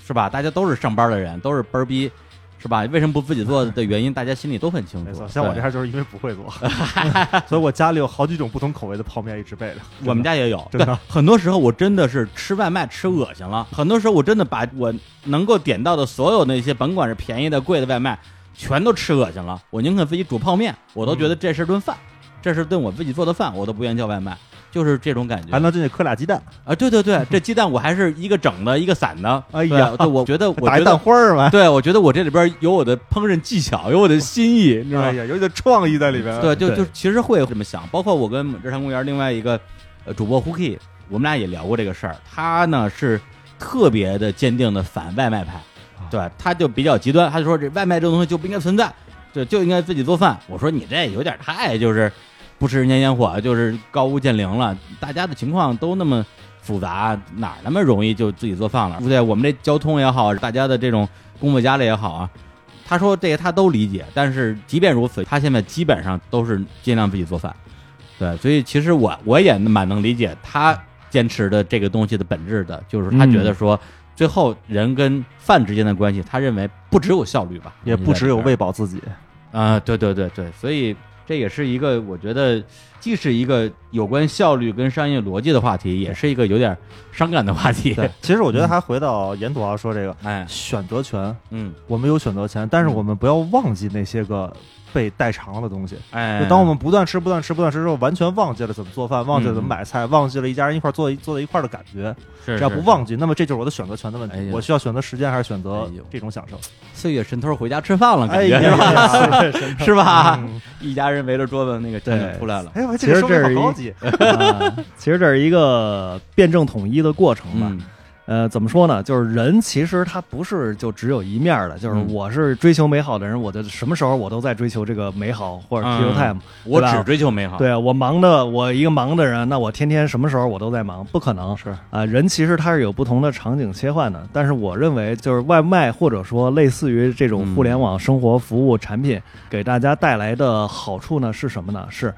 S1: 是吧？大家都是上班的人，都是班儿逼。是吧？为什么不自己做的原因，大家心里都很清楚。
S2: 没错，像我
S1: 对
S2: 这，样就是因为不会做， 所以我家里有好几种不同口味的泡面一直备着。
S1: 我们家也有。
S2: 真的
S1: 对，很多时候我真的是吃外卖吃恶心了，很多时候我真的把我能够点到的所有那些，甭管是便宜的、贵的外卖，全都吃恶心了。
S2: 嗯
S1: 我宁可自己煮泡面，我都觉得这是顿饭，这是顿我自己做的饭，我都不愿意叫外卖。就是这种感觉
S2: 还能进去磕俩鸡蛋，
S1: 啊！对对对，这鸡蛋我还是一个整的，一个散的。
S2: 哎
S1: 对
S2: 呀
S1: 对我觉得我
S2: 打
S1: 觉
S2: 一蛋
S1: 得，
S2: 花 儿吧。
S1: 对我觉得我这里边有我的烹饪技巧，有我的心意，你知道吗
S2: 哎？呀，有点创意在里边。
S1: 对，就
S3: 对
S1: 就其实会有这么想，包括我跟日坛公园另外一个呃主播胡 K，我们俩也聊过这个事儿。他呢是特别的坚定的反外卖派，对，他就比较极端，他就说这外卖这种东西就不应该存在，对，就应该自己做饭。我说你这有点太就是不食人间烟火，就是高屋建瓴了。大家的情况都那么复杂，哪儿那么容易就自己做饭
S2: 嗯
S1: 了？对，我们这交通也好，大家的这种工作压力也好啊，他说这个他都理解，但是即便如此，他现在基本上都是尽量自己做饭。对，所以其实我我也蛮能理解他坚持的这个东西的本质的，就是他
S3: 嗯
S1: 觉得说，最后人跟饭之间的关系，他认为不只有效率吧，
S2: 也不只有
S1: 味
S2: 喂饱自己。
S1: 啊、对对对对，所以这也是一个我觉得既是一个有关效率跟商业逻辑的话题，也是一个有点伤感的话题。
S2: 对，其实我觉得还回到严土豪说这个
S1: 哎，
S2: 选择权，
S1: 嗯，
S2: 我们有选择权，但是我们不要忘记那些个被代偿了的东西。
S1: 哎，
S2: 就当我们不断吃、不断吃、不断吃之后，完全忘记了怎么做饭，忘记了怎么买菜，忘记了一家人一块儿坐坐在一块儿的感觉。
S1: 嗯是
S2: 只要
S1: 是
S2: 不忘记，那么这就是我的选择权的问
S1: 哎
S2: 题
S1: 呀。
S2: 我需要选择时间还是选择
S1: 哎呦
S2: 这种享受？
S1: 岁月神偷回家吃饭了，感觉、
S2: 呀，
S1: 哎是吧？
S2: 嗯
S1: 一家人围着桌子那个真的
S3: 对
S1: 出来了。
S2: 哎，我
S3: 其
S2: 这个
S3: 实
S2: 说
S3: 这
S2: 法
S3: 是一
S2: 好高级。
S3: 啊其实这是一个辩证统一的过程吧。
S1: 嗯
S3: 呃，怎么说呢？就是人其实他不是就只有一面儿的，就是
S1: 嗯
S3: 我是追求美好的人，我的什么时候我都在追求这个美好或者 pure
S1: 嗯
S3: time。
S1: 我
S3: 对吧
S1: 只追求美好。
S3: 对啊我忙的，我一个忙的人，那我天天什么时候我都在忙，不可能
S2: 是
S3: 啊、人其实他是有不同的场景切换的，但是我认为就是外卖或者说类似于这种互联网生活服务产品给大家带来的好处呢是什么呢？是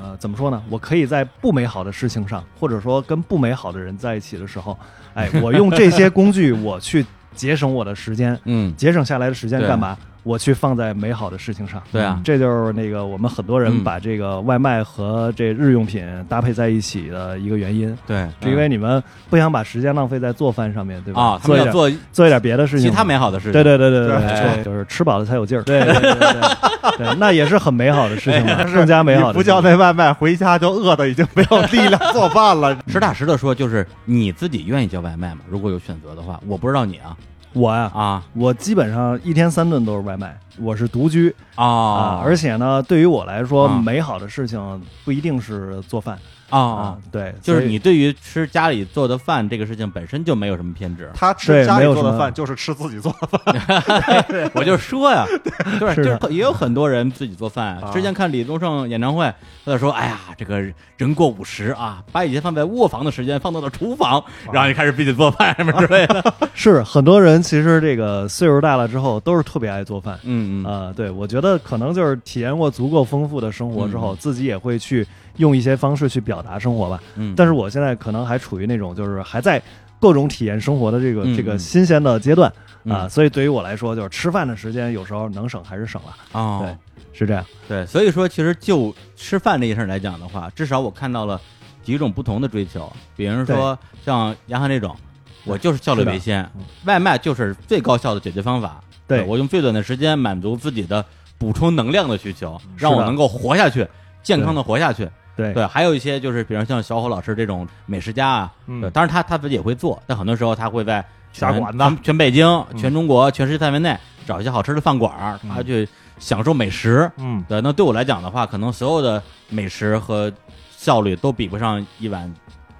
S3: 呃怎么说呢？我可以在不美好的事情上，或者说跟不美好的人在一起的时候，哎，我用这些工具我去节省我的时间，
S1: 嗯，
S3: 节省下来的时间
S1: 对
S3: 干嘛？我去放在美好的事情上。嗯
S1: 对啊
S3: 这就是那个我们很多
S1: 嗯
S3: 人把这个外卖和这日用品搭配在一起的一个原因，
S1: 对，
S3: 是因为你们不想把时间浪费在做饭上面，对吧？
S1: 啊，他
S3: 做
S1: 们
S3: 一
S1: 要
S3: 点
S1: 做
S3: 做一点别的事情，
S1: 其他。美好的事情。
S3: 对对对对对，
S1: 对
S3: 对就是吃饱了才有劲儿。对对对对， 对那也是很美好的事
S1: 哎
S3: 情嘛，啊更加美好
S2: 哎你
S3: 的。
S2: 不叫那外卖，回家就饿的已经没有力量做饭 了。，
S1: 实打实的说，就是你自己愿意叫外卖吗？如果有选择的话，我不知道你啊
S3: 我呀，
S1: 啊
S3: 我基本上一天三顿都是外卖，我是独居，啊，
S1: 啊
S3: 而且呢，对于我来说，
S1: 啊
S3: 美好的事情不一定是做饭
S1: 啊啊，，
S3: 对，
S1: 就是
S3: 所以
S1: 你对于吃家里做的饭这个事情本身就没有什么 偏执
S2: 他吃
S3: 对
S2: 家
S3: 没
S2: 里
S3: 有
S2: 做
S3: 什
S2: 的
S3: 么
S2: 饭就是吃自己做的饭，
S1: 我就说呀，对，就是
S3: 的
S1: 很也有很多人自己做饭啊。
S2: 啊
S1: 之前看李宗盛演唱会，他就说：“哎呀，这个人过五十啊，把以前放在卧房的时间放到了厨房，然后就开始自己做饭什么之类的。
S3: 是很多人其实这个岁数大了之后，都是特别爱做饭”。
S1: 嗯嗯，
S3: 啊、对，我觉得可能就是体验过足够丰富的生活之后，自己也会去用一些方式去表达生活吧。
S1: 嗯
S3: 但是我现在可能还处于那种就是还在各种体验生活的这个、
S1: 嗯
S3: 这
S1: 嗯
S3: 个新鲜的阶段
S1: 嗯
S3: 啊、所以对于我来说，就是吃饭的时间有时候能省还是省了，
S1: 哦，
S3: 是这样。
S1: 对，所以说其实就吃饭这一事儿来讲的话，至少我看到了几种不同的追求，比如说像杨涵这种，我就是效率为先
S3: 嗯，
S1: 外卖就是最高效的解决方法。
S3: 对
S1: 我用最短的时间满足自己的补充能量的需求，
S3: 是的
S1: 让我能够活下去，健康的活下去。
S3: 对
S1: 对，还有一些就是，比如像小火老师这种美食家啊，
S2: 嗯
S1: 对当然他他自己也会做，但很多时候他会在全
S2: 下馆子嗯
S1: 全全北京、全中国、全世界范围内找一些好吃的饭馆儿，
S3: 嗯
S1: 他去享受美食。
S2: 嗯，
S1: 对，那对我来讲的话，可能所有的美食和效率都比不上一碗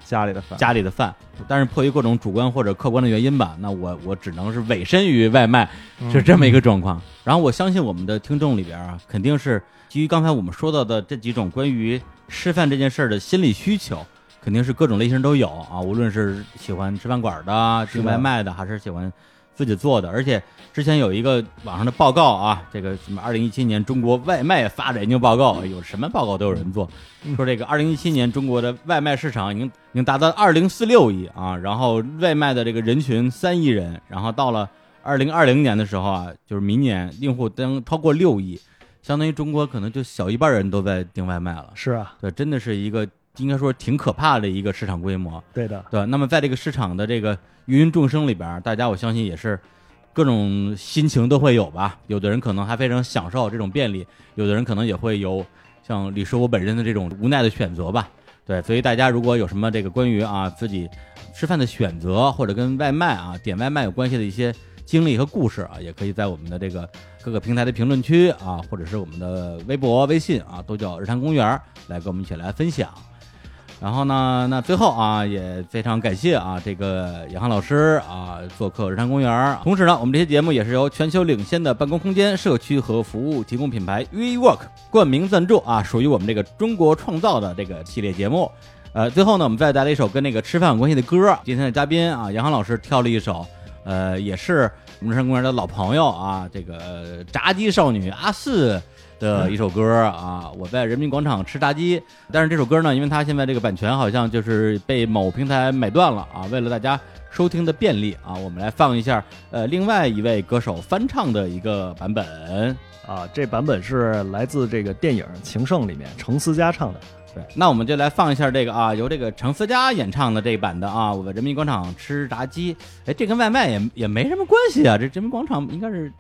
S2: 家里的饭。
S1: 家里的饭，但是迫于各种主观或者客观的原因吧，那我我只能是委身于外卖，
S3: 嗯
S1: 是这么一个状况。然后我相信我们的听众里边啊，肯定是基于刚才我们说到的这几种关于吃饭这件事儿的心理需求，肯定是各种类型都有啊，无论是喜欢吃饭馆的、
S3: 是
S1: 订
S3: 的
S1: 外卖的，还是喜欢自己做的。而且之前有一个网上的报告啊，这个什么二零一七年中国外卖发展研究报告，有什么报告都有人做，说这个二零一七年中国的外卖市场已经已经达到二零四六亿啊，然后外卖的这个人群三亿人，然后到了二零二零年的时候啊，就是明年用户将超过六亿，相当于中国可能就小一半人都在订外卖了。
S3: 是啊，
S1: 对，真的是一个应该说挺可怕的一个市场规模。
S3: 对的，
S1: 对，那么在这个市场的这个芸芸众生里边儿，大家我相信也是各种心情都会有吧。有的人可能还非常享受这种便利，有的人可能也会有像李叔我本人的这种无奈的选择吧。对，所以大家如果有什么这个关于啊自己吃饭的选择，或者跟外卖啊点外卖有关系的一些经历和故事啊，也可以在我们的这个各个平台的评论区啊，或者是我们的微博、微信啊，都叫日坛公园儿来跟我们一起来分享。然后呢，那最后啊，也非常感谢啊，这个杨航老师啊，做客日坛公园儿。同时呢，我们这些节目也是由全球领先的办公空间、社区和服务提供品牌 WeWork 冠名赞助啊，属于我们这个中国创造的这个系列节目。呃，最后呢，我们再带来一首跟那个吃饭有关系的歌儿。今天的嘉宾啊，杨航老师挑了一首，呃，也是我们日坛公园的老朋友啊，这个呃炸鸡少女阿四。的一首歌啊，我在人民广场吃炸鸡。但是这首歌呢，因为它现在这个版权好像就是被某平台买断了啊。为了大家收听的便利啊，我们来放一下呃另外一位歌手翻唱的一个版本。
S3: 啊，这版本是来自这个电影《情圣》里面程思佳唱的。
S1: 对，那我们就来放一下这个啊，由这个程思佳演唱的这一版的啊，我在人民广场吃炸鸡。哎，这跟外卖也也没什么关系啊，这人民广场应该是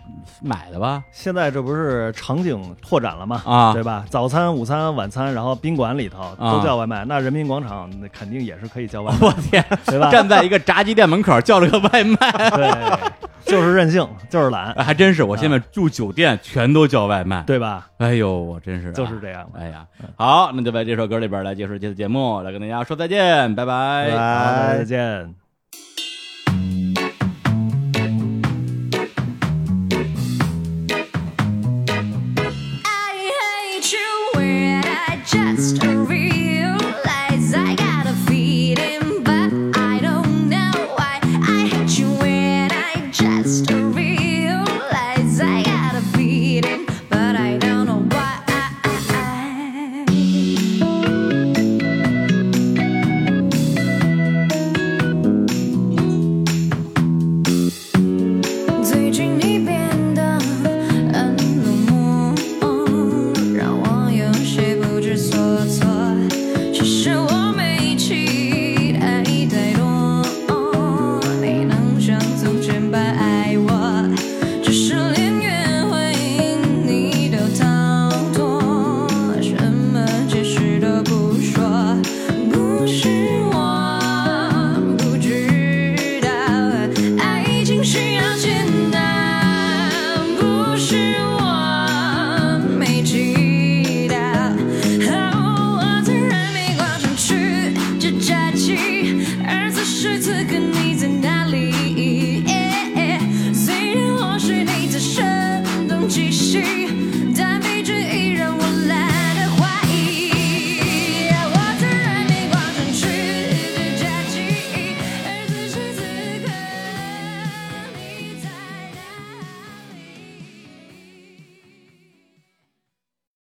S1: 买的吧？
S3: 现在这不是场景拓展了吗？
S1: 啊
S3: 对吧？早餐、午餐、晚餐，然后宾馆里头
S1: 啊
S3: 都叫外卖，那人民广场那肯定也是可以叫外卖，
S1: 我天，
S3: 对吧？
S1: 站在一个炸鸡店门口叫了个外卖，
S3: 对，就是任性，就是懒，
S1: 还真是。我现在住酒店全都叫外卖。
S3: 对吧？
S1: 哎呦，我真是啊
S3: 就是这样。
S1: 哎呀，好，那就在这首歌里边来结束这次节目，来跟大家说再见，拜拜
S3: 好，那再见。